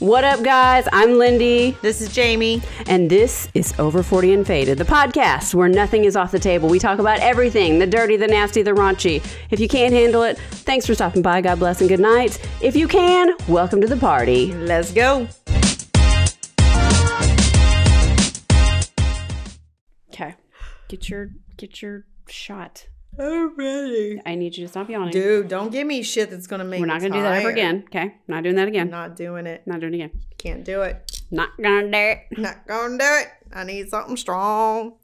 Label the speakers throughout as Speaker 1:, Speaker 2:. Speaker 1: What up, guys? I'm Lindy,
Speaker 2: This is Jamie.
Speaker 1: and this is Over 40 and Faded, the podcast where nothing is off the table. We talk about everything the dirty, the nasty, the raunchy. If you can't handle it, thanks for stopping by. God bless and good night. If you can, welcome to the party.
Speaker 2: Let's go.
Speaker 1: Okay. Get your get your shot.
Speaker 2: Already.
Speaker 1: I need you to stop yawning.
Speaker 2: Dude, don't give me shit that's gonna make
Speaker 1: We're not
Speaker 2: me
Speaker 1: gonna do that ever
Speaker 2: tired.
Speaker 1: again. Okay. Not doing that again.
Speaker 2: Not doing it.
Speaker 1: Not doing it again.
Speaker 2: Can't do it.
Speaker 1: Not gonna do
Speaker 2: Not gonna do it. I need something strong.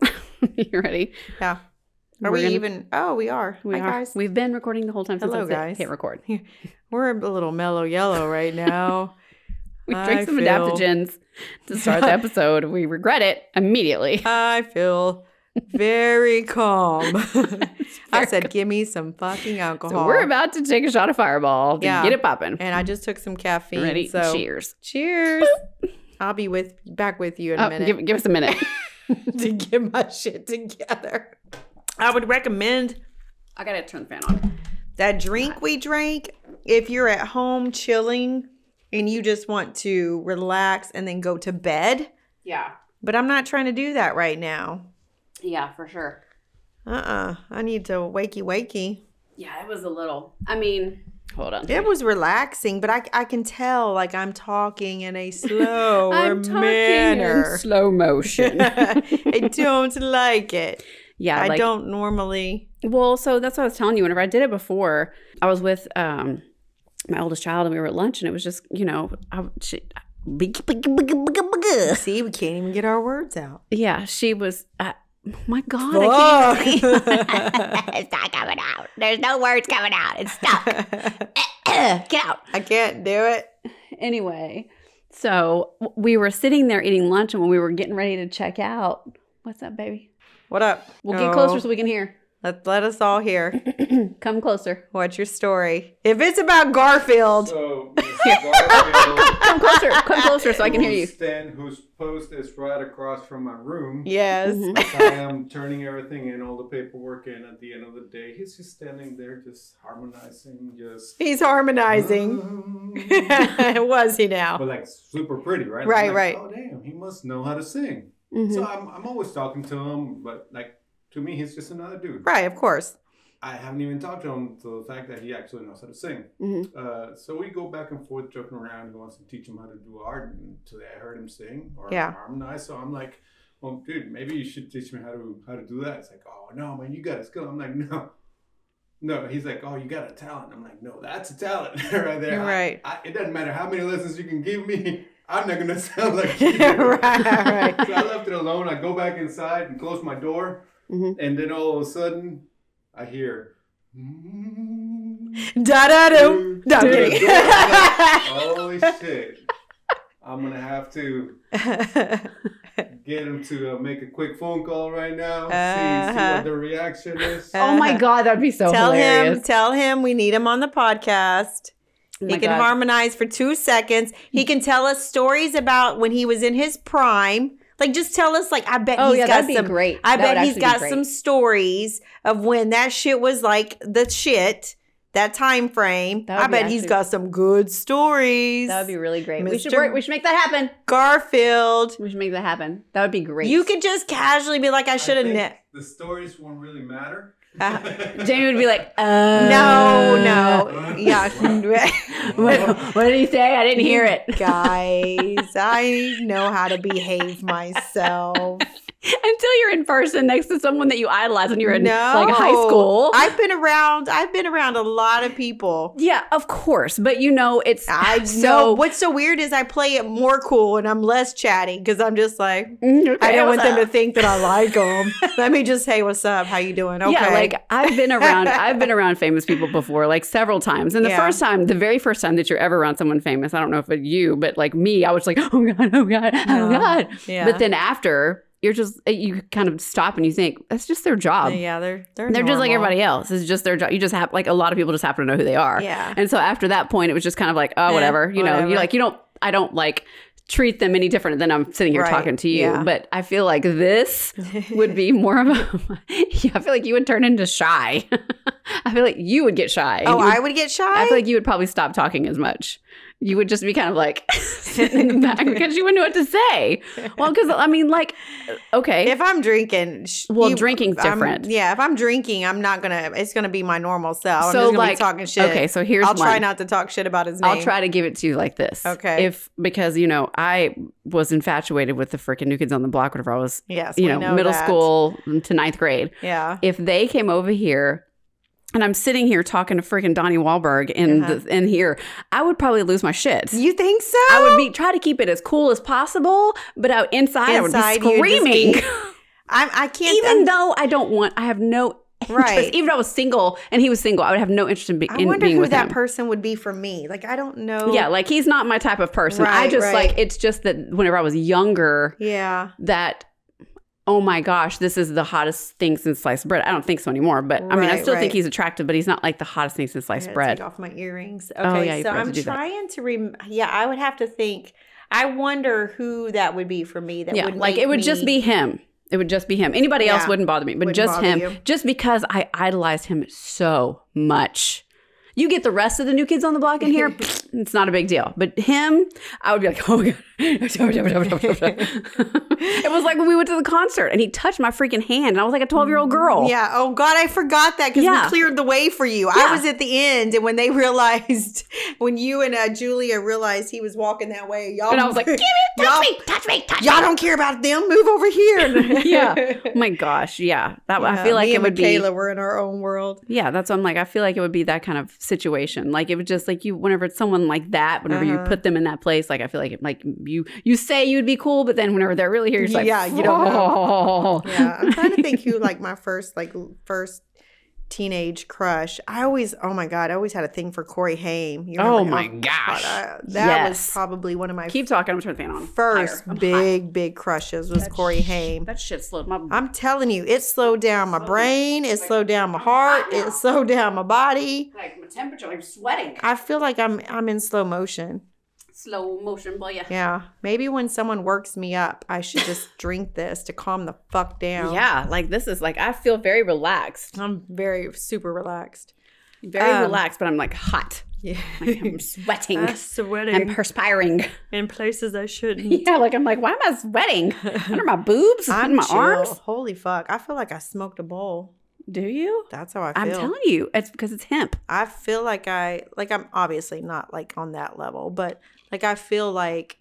Speaker 1: it. you ready?
Speaker 2: Yeah. Are
Speaker 1: We're
Speaker 2: we
Speaker 1: gonna-
Speaker 2: even? Oh, we are.
Speaker 1: We
Speaker 2: Hi,
Speaker 1: are.
Speaker 2: guys.
Speaker 1: We've been recording the whole time since
Speaker 2: Hello,
Speaker 1: I said
Speaker 2: guys.
Speaker 1: hit record.
Speaker 2: We're a little mellow yellow right now.
Speaker 1: We
Speaker 2: I
Speaker 1: drank some
Speaker 2: feel-
Speaker 1: adaptogens to start the episode. We regret it immediately.
Speaker 2: I feel very calm. I
Speaker 1: very
Speaker 2: said, give me some fucking alcohol.
Speaker 1: So we're about to take a shot of Fireball to
Speaker 2: Yeah.
Speaker 1: get it popping.
Speaker 2: and I just took some caffeine.
Speaker 1: Ready?
Speaker 2: So
Speaker 1: Cheers.
Speaker 2: cheers. I'll be with back with you in a
Speaker 1: Oh,
Speaker 2: minute.
Speaker 1: give, give us a minute.
Speaker 2: to get my shit together. I would recommend
Speaker 1: I gotta turn the fan on.
Speaker 2: that drink we drank if you're at home chilling and you just want to relax and then go to bed.
Speaker 1: Yeah.
Speaker 2: But I'm not trying to do that right now.
Speaker 1: Yeah, for sure.
Speaker 2: Uh uh I need to wakey wakey.
Speaker 1: Yeah, it was a little. I mean, hold on.
Speaker 2: It was relaxing, but I, I can tell like I'm talking in a slower
Speaker 1: I'm talking in
Speaker 2: manner.
Speaker 1: slow motion.
Speaker 2: I don't like it.
Speaker 1: yeah,
Speaker 2: I
Speaker 1: like,
Speaker 2: don't normally.
Speaker 1: Well, so that's what I was telling you. Whenever I did it before, I was with um my oldest child, and we were at lunch, and it was just you know, I, she,
Speaker 2: See, we can't even get our words out.
Speaker 1: yeah, she was. Uh, my God, I can't even
Speaker 2: Fuck.
Speaker 3: it's not coming out. There's no words coming out. It's stuck. Get out.
Speaker 2: I can't do it.
Speaker 1: anyway, so w- we were sitting there eating lunch, and when we were getting ready to check out, what's up, baby?
Speaker 2: What up?
Speaker 1: We'll get
Speaker 2: Oh,
Speaker 1: closer so we can hear.
Speaker 2: let, let us all hear.
Speaker 1: Come closer.
Speaker 2: What's your story? If it's about Garfield,
Speaker 4: So, Mr. Garfield,
Speaker 1: Come closer. Come closer so I can hear you.
Speaker 4: whose Stand whose post is right across from my room.
Speaker 2: yes.
Speaker 1: Mhm.
Speaker 4: I am turning everything in, all the paperwork in. At the end of the day, he's just standing there, just harmonizing, just
Speaker 2: He's harmonizing. Was he
Speaker 4: but
Speaker 2: now?
Speaker 4: like super pretty, right? I'm
Speaker 2: Right,
Speaker 4: like,
Speaker 2: right.
Speaker 4: Oh damn, he must know how to sing.
Speaker 1: Mhm.
Speaker 4: So I'm, I'm always talking to him, but like to me, he's just another dude.
Speaker 2: Right, of course.
Speaker 4: I haven't even talked to him to the fact that he actually knows how to sing.
Speaker 1: Mhm.
Speaker 2: Mm-hmm.
Speaker 4: Uh, so we go back and forth joking around. He wants to teach him how to do art. And today I heard him sing or
Speaker 2: Yeah.
Speaker 4: harmonize. So I'm like, well, dude, maybe you should teach me how to how to do that. It's like, oh no, man, you got a skill. I'm like, no, no. He's like, oh, you got a talent. I'm like, no, that's a talent right there. I-
Speaker 2: Right.
Speaker 4: I, it doesn't matter how many lessons you can give me. I'm not gonna sound like you.
Speaker 2: right, right.
Speaker 4: So I left it alone. I go back inside and close my door,
Speaker 2: Mm-hmm.
Speaker 1: Mhm.
Speaker 4: and then all of a sudden, I hear. "Mm."
Speaker 2: Da da do. No, I'm
Speaker 4: Dude.
Speaker 2: kidding.
Speaker 4: Holy shit! I'm gonna have to get him to uh, make a quick phone call right now. See, see
Speaker 2: Uh-huh.
Speaker 4: what the reaction is.
Speaker 2: Uh,
Speaker 1: Oh my God, that'd be so
Speaker 2: tell
Speaker 1: hilarious.
Speaker 2: him, tell him we need him on the podcast.
Speaker 1: Oh my
Speaker 2: He can
Speaker 1: God.
Speaker 2: harmonize for two seconds. He can tell us stories about when he was in his prime. Like, just tell us. Like, I bet
Speaker 1: Oh,
Speaker 2: he's
Speaker 1: yeah,
Speaker 2: got
Speaker 1: that'd be
Speaker 2: some.
Speaker 1: great.
Speaker 2: I
Speaker 1: That
Speaker 2: bet
Speaker 1: would
Speaker 2: he's
Speaker 1: actually be
Speaker 2: got
Speaker 1: great.
Speaker 2: some stories of when that shit was like the shit. That time frame.
Speaker 1: That would
Speaker 2: I
Speaker 1: be
Speaker 2: bet he's
Speaker 1: actually-
Speaker 2: got some good stories.
Speaker 1: That would be really great. We should
Speaker 2: Mr.
Speaker 1: work. We should make that happen.
Speaker 2: Garfield.
Speaker 1: We should make that happen. That would be great.
Speaker 2: You could just casually be like, I
Speaker 4: I
Speaker 2: should have.
Speaker 4: think
Speaker 2: Ne- Uh,
Speaker 4: The stories won't really matter.
Speaker 1: Jamie would be like, uh,
Speaker 2: no, no,
Speaker 4: Uh,
Speaker 2: yeah.
Speaker 1: What, what did he say? I didn't hear it.
Speaker 2: Guys, I know how to behave myself.
Speaker 1: Until you're in person next to someone that you idolize when you're in
Speaker 2: no.
Speaker 1: like high school.
Speaker 2: I've been around. I've been around a lot of people.
Speaker 1: yeah, of course. But you know, it's
Speaker 2: I know.
Speaker 1: so
Speaker 2: What's so weird is I play it more cool and I'm less chatty because I'm just like I don't want them to think that I like them. Let me just hey, what's up? How you doing? Okay.
Speaker 1: Yeah, like I've been around I've been around famous people before, like several times. And the
Speaker 2: Yeah.
Speaker 1: first time, the very first time that you're ever around someone famous, I don't know if it's you, but like me, I was like, oh God, oh God, oh
Speaker 2: Yeah.
Speaker 1: God.
Speaker 2: yeah.
Speaker 1: But then after you're just eh, you kind of stop and you think, that's just their job.
Speaker 2: yeah, they're they're,
Speaker 1: um, They're just like
Speaker 2: normal.
Speaker 1: everybody else. It's just their job. You just have like a lot of people just happen to know who they are.
Speaker 2: Yeah.
Speaker 1: And so after that point, it was just kind of like, oh,
Speaker 2: Eh,
Speaker 1: whatever. You know,
Speaker 2: whatever.
Speaker 1: you like you don't. I don't like treat them any different than I'm sitting here
Speaker 2: Right.
Speaker 1: talking to you.
Speaker 2: Yeah.
Speaker 1: But I feel like this would be more of a. yeah, I feel like you would turn into shy. I feel like you would get shy.
Speaker 2: Oh,
Speaker 1: You would-
Speaker 2: I would get shy.
Speaker 1: I feel like you would probably stop talking as much you would just be kind of like sitting in the back because you wouldn't know what to say. Well, because I mean, like, okay,
Speaker 2: If I'm drinking, sh-
Speaker 1: Well, drinking's
Speaker 2: I'm-
Speaker 1: different.
Speaker 2: yeah, if I'm drinking, I'm not gonna. It's gonna be my normal self. I'm
Speaker 1: So,
Speaker 2: just gonna
Speaker 1: like,
Speaker 2: be talking shit.
Speaker 1: okay. So here's
Speaker 2: I'll try
Speaker 1: one.
Speaker 2: not to talk shit about his name.
Speaker 1: I'll try to give it to you like this.
Speaker 2: Okay.
Speaker 1: If because you know I was infatuated with the freaking New Kids on the Block whenever I was
Speaker 2: Yes,
Speaker 1: you
Speaker 2: we
Speaker 1: know, middle
Speaker 2: that.
Speaker 1: school to ninth grade.
Speaker 2: Yeah,
Speaker 1: If they came over here. And I'm sitting here talking to freaking Donnie Wahlberg in
Speaker 2: Uh-huh.
Speaker 1: the, in here. I would probably lose my shit.
Speaker 2: you think so?
Speaker 1: I would be try to keep it as cool as possible, but out inside, I
Speaker 2: Inside,
Speaker 1: would
Speaker 2: you
Speaker 1: be
Speaker 2: would just
Speaker 1: screaming.
Speaker 2: be- I'm, I can't.
Speaker 1: even
Speaker 2: I'm-
Speaker 1: though I don't want, I have no interest.
Speaker 2: Right.
Speaker 1: Even if I was single and he was single, I would have no interest in, be,
Speaker 2: I
Speaker 1: in
Speaker 2: wonder
Speaker 1: being
Speaker 2: who
Speaker 1: with
Speaker 2: that
Speaker 1: him.
Speaker 2: person would be for me. Like, I don't know.
Speaker 1: yeah, like he's not my type of person. I
Speaker 2: Right,
Speaker 1: just
Speaker 2: right.
Speaker 1: like it's just that whenever I was younger,
Speaker 2: yeah.
Speaker 1: that oh my gosh, this is the hottest thing since sliced bread. I don't think so anymore, but I mean, I
Speaker 2: Right,
Speaker 1: still think
Speaker 2: right.
Speaker 1: he's attractive, but he's not like the hottest thing since
Speaker 2: I
Speaker 1: sliced
Speaker 2: gotta
Speaker 1: bread.
Speaker 2: Take off my earrings. Okay,
Speaker 1: Oh, yeah, you
Speaker 2: so
Speaker 1: forgot to
Speaker 2: I'm
Speaker 1: do that.
Speaker 2: trying to rem. Yeah, I would have to think. I wonder who that would be for me. That
Speaker 1: Yeah,
Speaker 2: would
Speaker 1: like
Speaker 2: make
Speaker 1: it would just
Speaker 2: me-
Speaker 1: be him. It would just be him. Anybody else
Speaker 2: Yeah.
Speaker 1: wouldn't bother me, but
Speaker 2: Wouldn't
Speaker 1: just
Speaker 2: bother
Speaker 1: him,
Speaker 2: you.
Speaker 1: just because I idolized him so much. You get the rest of the new kids on the block in here, pfft, it's not a big deal. But him, I would be like, oh god. it was like when we went to the concert and he touched my freaking hand, and I was like a twelve year old girl.
Speaker 2: Yeah. Oh God, I forgot that because
Speaker 1: Yeah.
Speaker 2: we cleared the way for you.
Speaker 1: Yeah.
Speaker 2: I was at the end, and when they realized, when you and uh, Julia realized he was walking that way, y'all
Speaker 1: And I was like, "Give it,
Speaker 2: y'all,
Speaker 3: Touch me, touch me, touch
Speaker 2: y'all don't care about them. Move over here.
Speaker 1: yeah. Oh my gosh, yeah. That I feel like
Speaker 2: me
Speaker 1: it
Speaker 2: and
Speaker 1: would
Speaker 2: Michaela
Speaker 1: be.
Speaker 2: were in our own world.
Speaker 1: Yeah, that's what I'm like. I feel like it would be that kind of situation. Like it would just like you, whenever it's someone like that, whenever you
Speaker 2: Uh-huh.
Speaker 1: put them in that place, like I feel like it, like you you say you'd be cool, but then whenever they're really here, you're just like,
Speaker 2: Yeah, you don't
Speaker 1: know.
Speaker 2: Yeah, I'm trying to think who like my first like l- first teenage crush. I always, oh my god, I always had a thing for Corey Haim. You
Speaker 1: Oh
Speaker 2: remember-
Speaker 1: my
Speaker 2: God,
Speaker 1: gosh.
Speaker 2: I- uh, that was
Speaker 1: Yes.
Speaker 2: probably one of my
Speaker 1: Keep talking. I'm turning the fan on. Higher.
Speaker 2: first
Speaker 1: I'm hot.
Speaker 2: big big crushes was Corey Haim.
Speaker 1: That shit slowed my.
Speaker 2: I'm telling you, it slowed down my brain. It slowed down my heart. It slowed down my body.
Speaker 1: like my temperature. I'm sweating.
Speaker 2: I feel like I'm I'm in slow motion.
Speaker 1: Slow motion, boy. Yeah.
Speaker 2: Yeah, maybe when someone works me up, I should just drink this to calm the fuck down.
Speaker 1: Yeah, like this is like I feel very relaxed,
Speaker 2: I'm very super relaxed.
Speaker 1: very
Speaker 2: Um,
Speaker 1: relaxed, but I'm like hot.
Speaker 2: Yeah, Uh,
Speaker 1: Like, I'm sweating.
Speaker 2: sweating
Speaker 1: I'm perspiring.
Speaker 2: in places I shouldn't.
Speaker 1: Yeah, like I'm like, why am I sweating? Under my boobs?
Speaker 2: I'm
Speaker 1: Under my
Speaker 2: chill.
Speaker 1: arms?
Speaker 2: Holy fuck! I feel like I smoked a bowl.
Speaker 1: Do you?
Speaker 2: That's how I
Speaker 1: I'm
Speaker 2: feel.
Speaker 1: telling you, it's because it's hemp.
Speaker 2: I feel like I like I'm obviously not like on that level, but like I feel like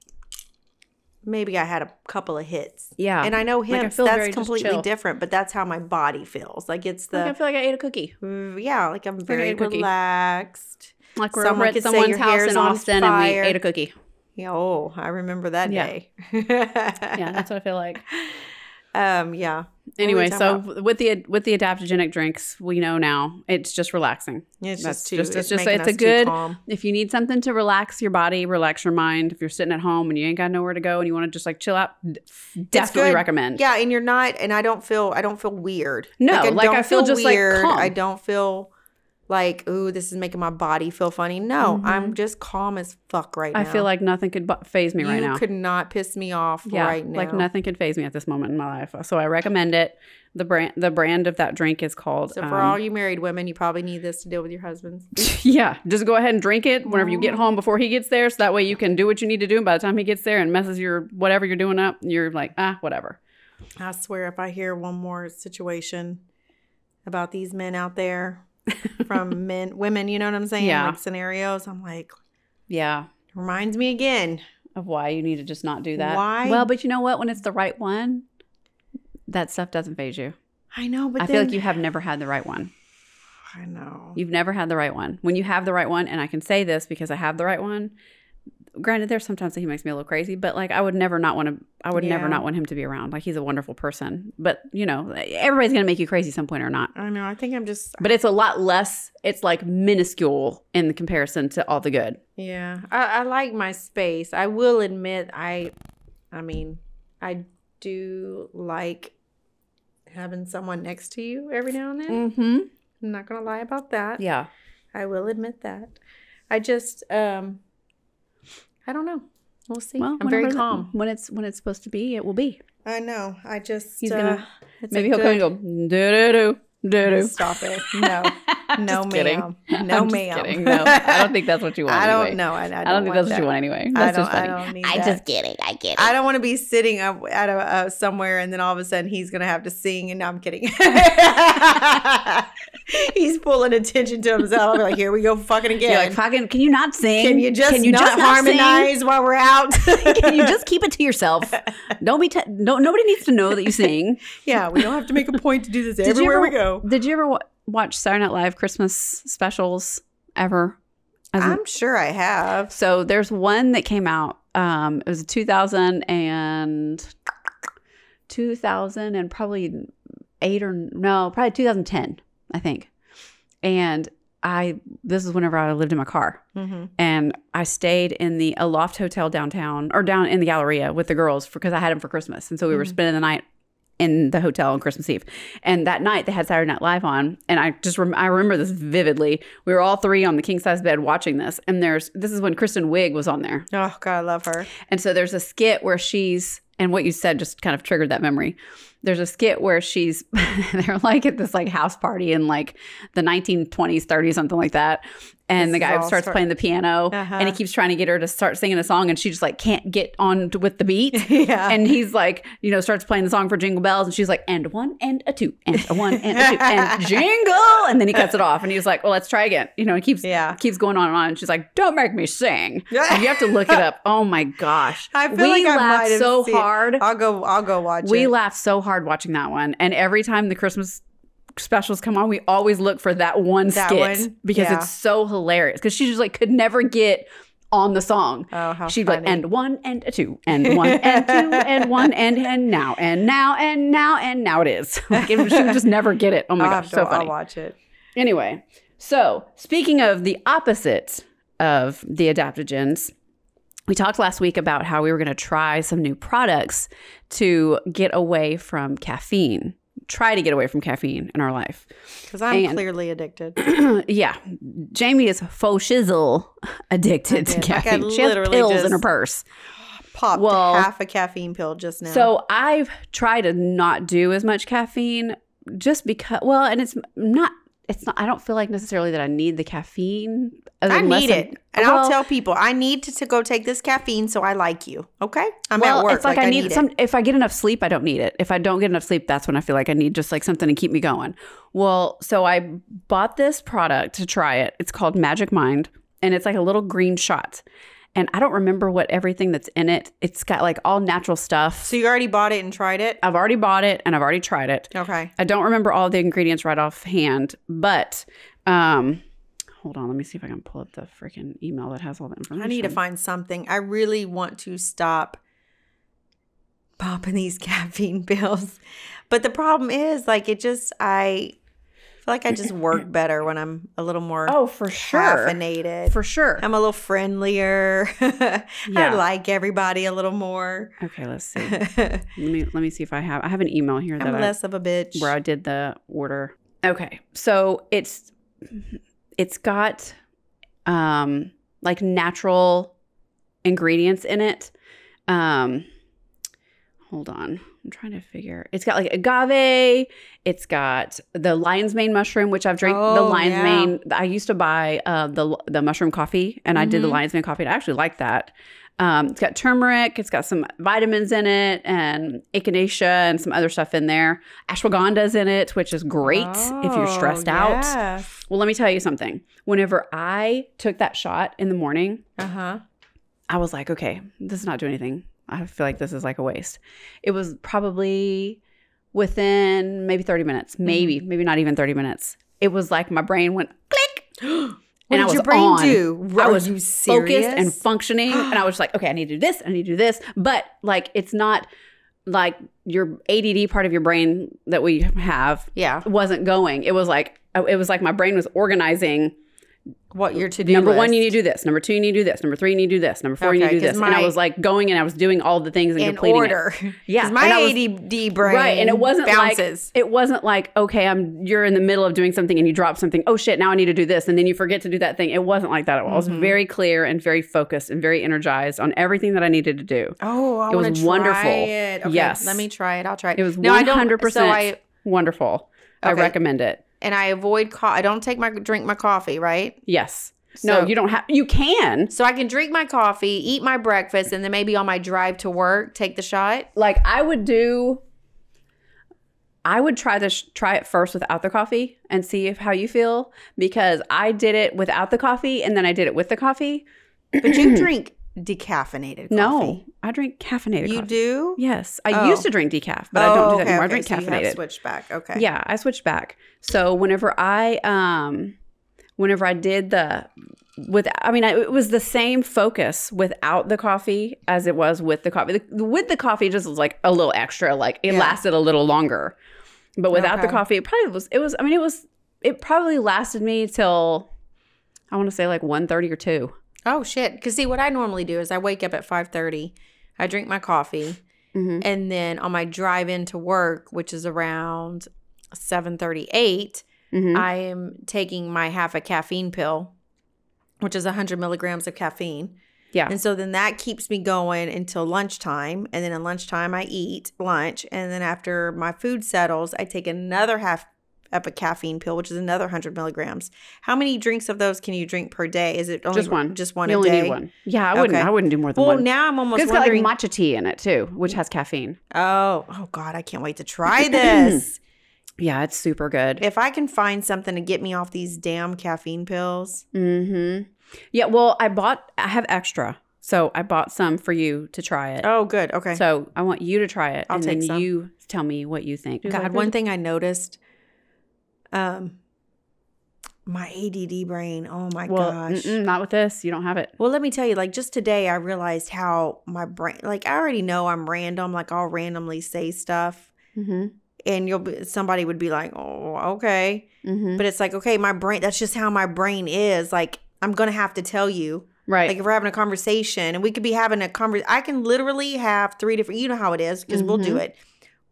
Speaker 2: maybe I had a couple of hits.
Speaker 1: Yeah.
Speaker 2: And I know
Speaker 1: I
Speaker 2: him.
Speaker 1: feel very
Speaker 2: that's
Speaker 1: just
Speaker 2: completely
Speaker 1: chill.
Speaker 2: different, but that's how my body feels. Like it's
Speaker 1: like I
Speaker 2: the
Speaker 1: feel like I ate a cookie.
Speaker 2: yeah, like I'm very
Speaker 1: a cookie.
Speaker 2: relaxed.
Speaker 1: Like we're
Speaker 2: Someone
Speaker 1: over at
Speaker 2: could say
Speaker 1: someone's
Speaker 2: your
Speaker 1: house
Speaker 2: hair's
Speaker 1: in
Speaker 2: on
Speaker 1: Austin
Speaker 2: fire.
Speaker 1: and we ate a cookie.
Speaker 2: Yeah, oh, I remember that
Speaker 1: Yeah.
Speaker 2: day.
Speaker 1: Yeah, that's what I feel like.
Speaker 2: Um, yeah. What were we
Speaker 1: anyway,
Speaker 2: talking
Speaker 1: so
Speaker 2: about?
Speaker 1: with the with the adaptogenic drinks, we know now it's just relaxing.
Speaker 2: it's
Speaker 1: that's
Speaker 2: just too
Speaker 1: just- it's
Speaker 2: it's,
Speaker 1: just-
Speaker 2: making
Speaker 1: it's a
Speaker 2: us too
Speaker 1: good-
Speaker 2: calm.
Speaker 1: If you need something to relax your body, relax your mind, if you're sitting at home and you ain't got nowhere to go and you want to just like chill out, d- definitely
Speaker 2: good.
Speaker 1: recommend.
Speaker 2: Yeah, and you're not, and I don't feel, I don't feel weird.
Speaker 1: No, like, I
Speaker 2: don't
Speaker 1: feel just, like, calm.
Speaker 2: I don't feel like, ooh, this is making my body feel funny. No, I'm just calm as fuck right now.
Speaker 1: Mm-hmm. I feel like nothing could phase me
Speaker 2: you
Speaker 1: right now.
Speaker 2: could not piss me off right now.
Speaker 1: Like nothing could phase me at this moment in my life. So I recommend it. The brand the brand of that drink is called
Speaker 2: So for
Speaker 1: um,
Speaker 2: all you married women, you probably need this to deal with your husbands.
Speaker 1: Yeah. Just go ahead and drink it whenever you get home before he gets there. So that way you can do what you need to do. And by the time he gets there and messes your whatever you're doing up, you're like, ah, whatever.
Speaker 2: I swear, if I hear one more situation about these men out there from men, women, you know what I'm saying?
Speaker 1: Yeah.
Speaker 2: Like scenarios, I'm like,
Speaker 1: Yeah.
Speaker 2: reminds me again.
Speaker 1: Of why you need to just not do that.
Speaker 2: Why?
Speaker 1: Well, but you know what? When it's the right one, that stuff doesn't phase you.
Speaker 2: I know, but
Speaker 1: I
Speaker 2: then,
Speaker 1: feel like you have never had the right one.
Speaker 2: I know.
Speaker 1: You've never had the right one. When you have the right one, and I can say this because I have the right one. Granted, there's sometimes that he makes me a little crazy, but like I would never not want to. I would never
Speaker 2: Yeah.
Speaker 1: not want him to be around. Like he's a wonderful person, but you know, everybody's gonna make you crazy some point or not.
Speaker 2: I know. I think I'm just.
Speaker 1: But it's a lot less. It's like minuscule in the comparison to all the good.
Speaker 2: Yeah, I, I like my space. I will admit, I, I mean, I do like having someone next to you every now and then.
Speaker 1: Mm-hmm.
Speaker 2: I'm not gonna lie about that.
Speaker 1: Yeah.
Speaker 2: I will admit that. I just, um, I don't know. We'll see.
Speaker 1: Well,
Speaker 2: I'm very
Speaker 1: whenever-
Speaker 2: calm.
Speaker 1: when it's when it's supposed to be. It will be.
Speaker 2: I know. I just uh,
Speaker 1: He's gonna-
Speaker 2: it's
Speaker 1: Maybe
Speaker 2: a
Speaker 1: he'll come and go do do do Doo-doo.
Speaker 2: Stop it. No. No,
Speaker 1: Just kidding.
Speaker 2: ma'am. No,
Speaker 1: I'm just
Speaker 2: ma'am.
Speaker 1: kidding. No, I don't think that's what you want.
Speaker 2: I don't
Speaker 1: anyway.
Speaker 2: know. I, I
Speaker 1: I
Speaker 2: don't,
Speaker 1: don't, think that's
Speaker 2: want
Speaker 1: what you
Speaker 2: that.
Speaker 1: want anyway.
Speaker 2: I
Speaker 1: That's
Speaker 2: don't,
Speaker 1: just funny.
Speaker 2: I don't need
Speaker 3: I
Speaker 2: that.
Speaker 3: just get it. I get it.
Speaker 2: I don't want to be sitting up at a uh, somewhere and then all of a sudden he's gonna have to sing and no, I'm kidding. he's pulling attention to himself. I'm like, here we go, fucking again.
Speaker 1: You're like, fucking, can you not sing?
Speaker 2: can you just
Speaker 1: can you
Speaker 2: not
Speaker 1: just not sing?
Speaker 2: harmonize while we're out?
Speaker 1: can you just keep it to yourself? Don't be. T- don't, nobody needs to know that you sing.
Speaker 2: yeah, we don't have to make a point to do this
Speaker 1: you
Speaker 2: everywhere we
Speaker 1: ever-
Speaker 2: go.
Speaker 1: Did you ever wa- watch Saturday Night Live Christmas specials ever? As a-
Speaker 2: I'm sure I have.
Speaker 1: so there's one that came out. Um, it was 2000 and 2000 and probably eight or no, probably 2010, I think. And I this is whenever I lived in my car
Speaker 2: Mhm.
Speaker 1: and I stayed in the Aloft Hotel downtown or down in the Galleria with the girls because I had them for Christmas, and so we were
Speaker 2: Mhm.
Speaker 1: spending the night in the hotel on Christmas Eve. And that night they had Saturday Night Live on, and I just rem- I remember this vividly. We were all three on the king size bed watching this, and there's this is when Kristen Wiig was on there,
Speaker 2: Oh God, I love her.
Speaker 1: and so there's a skit where she's and what you said just kind of triggered that memory. There's a skit where she's they're like at this like house party in like the 1920s, 30s, something like that. And
Speaker 2: This
Speaker 1: the
Speaker 2: is
Speaker 1: guy
Speaker 2: all
Speaker 1: starts
Speaker 2: start-
Speaker 1: playing the piano
Speaker 2: Uh-huh.
Speaker 1: and he keeps trying to get her to start singing a song and she just like can't get on to, with the beat.
Speaker 2: yeah.
Speaker 1: And he's like, you know, starts playing the song for Jingle Bells, and she's like, and one, and a two, and a one, and a two, and jingle, and then he cuts it off, and he's like, well, let's try again. You know, he keeps
Speaker 2: yeah.
Speaker 1: keeps going on and on, and she's like, don't make me sing. And you have to look it up. Oh my gosh,
Speaker 2: I feel
Speaker 1: we
Speaker 2: like I might
Speaker 1: laughed
Speaker 2: have
Speaker 1: so
Speaker 2: seen it.
Speaker 1: hard.
Speaker 2: I'll go I'll go watch
Speaker 1: We
Speaker 2: it.
Speaker 1: laughed so hard watching that one, and every time the Christmas specials come on, we always look for that one
Speaker 2: That
Speaker 1: skit
Speaker 2: one?
Speaker 1: because
Speaker 2: Yeah.
Speaker 1: it's so hilarious. Because she just like could never get on the song.
Speaker 2: oh how
Speaker 1: She'd be
Speaker 2: funny.
Speaker 1: like, and one, and a two, and one, and two, and one, and and now, and now, and now, and now it is. Like, it, she would just never get it. Oh my
Speaker 2: I'll
Speaker 1: gosh,
Speaker 2: have to-
Speaker 1: so
Speaker 2: I'll
Speaker 1: funny.
Speaker 2: watch it.
Speaker 1: Anyway, so speaking of the opposite of the adaptogens, we talked last week about how we were going to try some new products to get away from caffeine, try to get away from caffeine in our life.
Speaker 2: Because I'm
Speaker 1: And-
Speaker 2: clearly addicted.
Speaker 1: yeah, Jamie is faux shizzle addicted to
Speaker 2: did. Like, I
Speaker 1: caffeine. she has
Speaker 2: literally
Speaker 1: pills in
Speaker 2: just-
Speaker 1: her purse.
Speaker 2: Popped
Speaker 1: Well-
Speaker 2: half a caffeine pill just now.
Speaker 1: So I've tried to not do as much caffeine just because, well, and it's not, it's not, I don't feel like necessarily that I need the caffeine.
Speaker 2: I
Speaker 1: unless
Speaker 2: need
Speaker 1: I'm-
Speaker 2: it. And
Speaker 1: well,
Speaker 2: I'll tell people I need to, to go take this caffeine so I like you. Okay? I'm
Speaker 1: well,
Speaker 2: at work.
Speaker 1: it's like, I, need,
Speaker 2: it.
Speaker 1: some. If I get enough sleep, I don't need it. If I don't get enough sleep, that's when I feel like I need just like something to keep me going. Well, so I bought this product to try it. It's called Magic Mind, and it's like a little green shot. And I don't remember what everything that's in it. It's got like all natural stuff.
Speaker 2: So you already bought it and tried it?
Speaker 1: I've already bought it and I've already tried it.
Speaker 2: Okay.
Speaker 1: I don't remember all the ingredients right offhand, but um, hold on, let me see if I can pull up the freaking email that has all the information.
Speaker 2: I need to find something. I really want to stop popping these caffeine pills. But the problem is, like, it just, I feel like I just work better when I'm a little more
Speaker 1: Oh, for sure,
Speaker 2: caffeinated.
Speaker 1: for sure.
Speaker 2: I'm a little friendlier.
Speaker 1: Yeah.
Speaker 2: I like everybody a little more.
Speaker 1: okay, let's see. let
Speaker 2: I'm
Speaker 1: me let me see if I have. I have an email here that I,
Speaker 2: less of a bitch.
Speaker 1: where I did the order. Okay, so it's it's got um like natural ingredients in it. Um, hold on, I'm trying to figure. It's got like agave. It's got the lion's mane mushroom, which I've drank the
Speaker 2: Oh,
Speaker 1: lion's
Speaker 2: yeah.
Speaker 1: mane. I used to buy uh, the the mushroom coffee, and I did the
Speaker 2: Mhm.
Speaker 1: lion's mane coffee. and I actually like that. Um, it's got turmeric. It's got some vitamins in it, and echinacea, and some other stuff in there. Ashwagandha's in it, which is great if you're
Speaker 2: Oh,
Speaker 1: stressed out.
Speaker 2: yes.
Speaker 1: Well, let me tell you something. Whenever I took that shot in the morning,
Speaker 2: Uh-huh.
Speaker 1: I was like, okay, this is not doing anything. I feel like this is like a waste. It was probably within maybe 30 minutes, maybe,
Speaker 2: Mm-hmm.
Speaker 1: maybe not even 30 minutes. It was like my brain went click. and
Speaker 2: What did
Speaker 1: I was
Speaker 2: your brain
Speaker 1: on.
Speaker 2: do?
Speaker 1: I
Speaker 2: Are
Speaker 1: was
Speaker 2: you
Speaker 1: Focused and
Speaker 2: serious?
Speaker 1: functioning. and I was like, okay, I need to do this. I need to do this. But like, it's not like your ADD part of your brain that we have
Speaker 2: yeah.
Speaker 1: wasn't going. It was like, oh, it was like my brain was organizing
Speaker 2: What you're to do.
Speaker 1: number one, you need to do this. Number two, you need to do this. Number three, you need to do this. Number four, you need
Speaker 2: Okay,
Speaker 1: to do
Speaker 2: 'cause
Speaker 1: this. and I
Speaker 2: my-
Speaker 1: was like going and I was doing all the things and
Speaker 2: in
Speaker 1: completing it.
Speaker 2: order.
Speaker 1: Yeah,
Speaker 2: 'Cause my
Speaker 1: and I was-
Speaker 2: ADD brain
Speaker 1: right, and it wasn't
Speaker 2: bounces.
Speaker 1: like it wasn't like okay, I'm you're in the middle of doing something and you drop something. Oh shit, now I need to do this, and then you forget to do that thing. It wasn't like that at all. I was
Speaker 2: Mhm.
Speaker 1: very clear and very focused and very energized on everything that I needed to do.
Speaker 2: oh, I
Speaker 1: it was
Speaker 2: wanna try
Speaker 1: wonderful.
Speaker 2: It. Okay,
Speaker 1: Yes.
Speaker 2: let me try it. I'll try it.
Speaker 1: It was
Speaker 2: No, I don't-
Speaker 1: 100%
Speaker 2: So I
Speaker 1: wonderful. I
Speaker 2: Okay.
Speaker 1: recommend it.
Speaker 2: and I avoid co- I don't take my drink my coffee, right?
Speaker 1: Yes. No,
Speaker 2: So-
Speaker 1: you don't have. You can.
Speaker 2: So I can drink my coffee, eat my breakfast, and then maybe on my drive to work, take the shot.
Speaker 1: Like I would do. I would try this. Try it first without the coffee and see if how you feel because I did it without the coffee and then I did it with the coffee.
Speaker 2: But you drink decaffeinated coffee.
Speaker 1: No, I drink caffeinated.
Speaker 2: You
Speaker 1: coffee.
Speaker 2: do?
Speaker 1: Yes, I
Speaker 2: Oh.
Speaker 1: used to drink decaf, but I don't do that anymore. I drink
Speaker 2: so you have
Speaker 1: caffeinated.
Speaker 2: switched back. Okay.
Speaker 1: Yeah, I switched back. So whenever I um whenever I did the with I mean I, it was the same focus without the coffee as it was with the coffee. The, with the coffee it just was like a little extra like it
Speaker 2: Yeah.
Speaker 1: lasted a little longer. But without the
Speaker 2: Okay.
Speaker 1: coffee it probably was it was I mean it was it probably lasted me till I want to say like 1:30 or 2.
Speaker 2: Oh shit. Cause see what I normally do is I wake up at five thirty, I drink my coffee,
Speaker 1: Mhm.
Speaker 2: and then on my drive into work, which is around seven thirty eight,
Speaker 1: Mhm.
Speaker 2: I am taking my half a caffeine pill, which is 100 milligrams of caffeine.
Speaker 1: Yeah.
Speaker 2: And so then that keeps me going until lunchtime. And then at lunchtime, I eat lunch. And then after my food settles, I take another half of a caffeine pill, which is another 100 milligrams. How many drinks of those can you drink per day? Is it only
Speaker 1: Just one.
Speaker 2: Just one
Speaker 1: you
Speaker 2: a
Speaker 1: only
Speaker 2: day?
Speaker 1: need one. Yeah, I wouldn't
Speaker 2: Okay.
Speaker 1: I wouldn't do more than
Speaker 2: Well,
Speaker 1: one.
Speaker 2: now I'm almost
Speaker 1: it's got like
Speaker 2: wondering.
Speaker 1: matcha tea in it too, which has caffeine.
Speaker 2: oh, oh God, I can't wait to try this.
Speaker 1: Yeah, it's super good.
Speaker 2: if I can find something to get me off these damn caffeine pills,
Speaker 1: hmm Yeah. Well, I bought. I have extra, so I bought some for you to try it.
Speaker 2: oh, good. Okay.
Speaker 1: So I want you to try it,
Speaker 2: I'll
Speaker 1: and
Speaker 2: take
Speaker 1: then
Speaker 2: some. "Oh
Speaker 1: you tell me what you think.
Speaker 2: God, one thing I noticed, um, my ADD brain. Oh my
Speaker 1: Well,
Speaker 2: gosh.
Speaker 1: mm-mm, not with this. You don't have it.
Speaker 2: Well, let me tell you, like just today, I realized how my brain. Like I already know I'm random. Like I'll randomly say stuff,
Speaker 1: Mm-hmm.
Speaker 2: and you'll be somebody would be like, "Oh, okay,"
Speaker 1: Mm-hmm.
Speaker 2: but it's like, okay, my brain. That's just how my brain is. Like I'm gonna have to tell you.
Speaker 1: Right.
Speaker 2: Like if we're having a conversation and we could be having a conversation, I can literally have three different. You know how it is because we'll
Speaker 1: Mm-hmm.
Speaker 2: do it.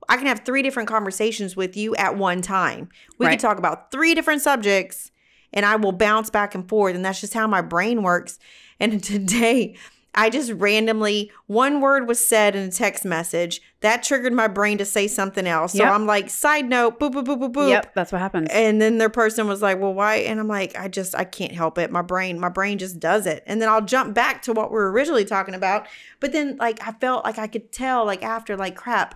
Speaker 2: I can have three different conversations with you at one time. We
Speaker 1: Right.
Speaker 2: could talk about three different subjects, and I will bounce back and forth. And that's just how my brain works. And today, I just randomly one word was said in a text message that triggered my brain to say something else. So
Speaker 1: Yep.
Speaker 2: I'm like, side note, boop boop boop boop boop. Eh.
Speaker 1: yep. That's what happens.
Speaker 2: And then their person was like, "Well, why?" And I'm like, "I just I can't help it. My brain, my brain just does it." And then I'll jump back to what we were originally talking about, but then like I felt like I could tell like after like crap,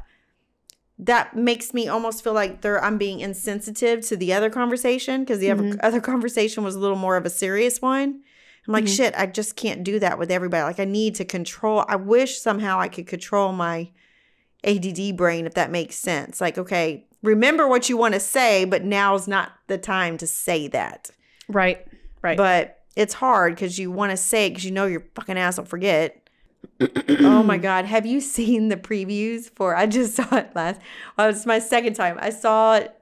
Speaker 2: that makes me almost feel like they're I'm being insensitive to the other conversation because the other other conversation was a little more of a serious one. I'm like, "Shit, I just can't do that with everybody. Like I need to control. I wish somehow I could control my ADD brain, if that makes sense. Like, okay, remember what you want to say, but now's not the time to say that.
Speaker 1: right. Right.
Speaker 2: But it's hard because you want to say it because you know your fucking ass will forget. oh my God. Have you seen the previews for? I just saw it last. Well, it's my second time. I saw it.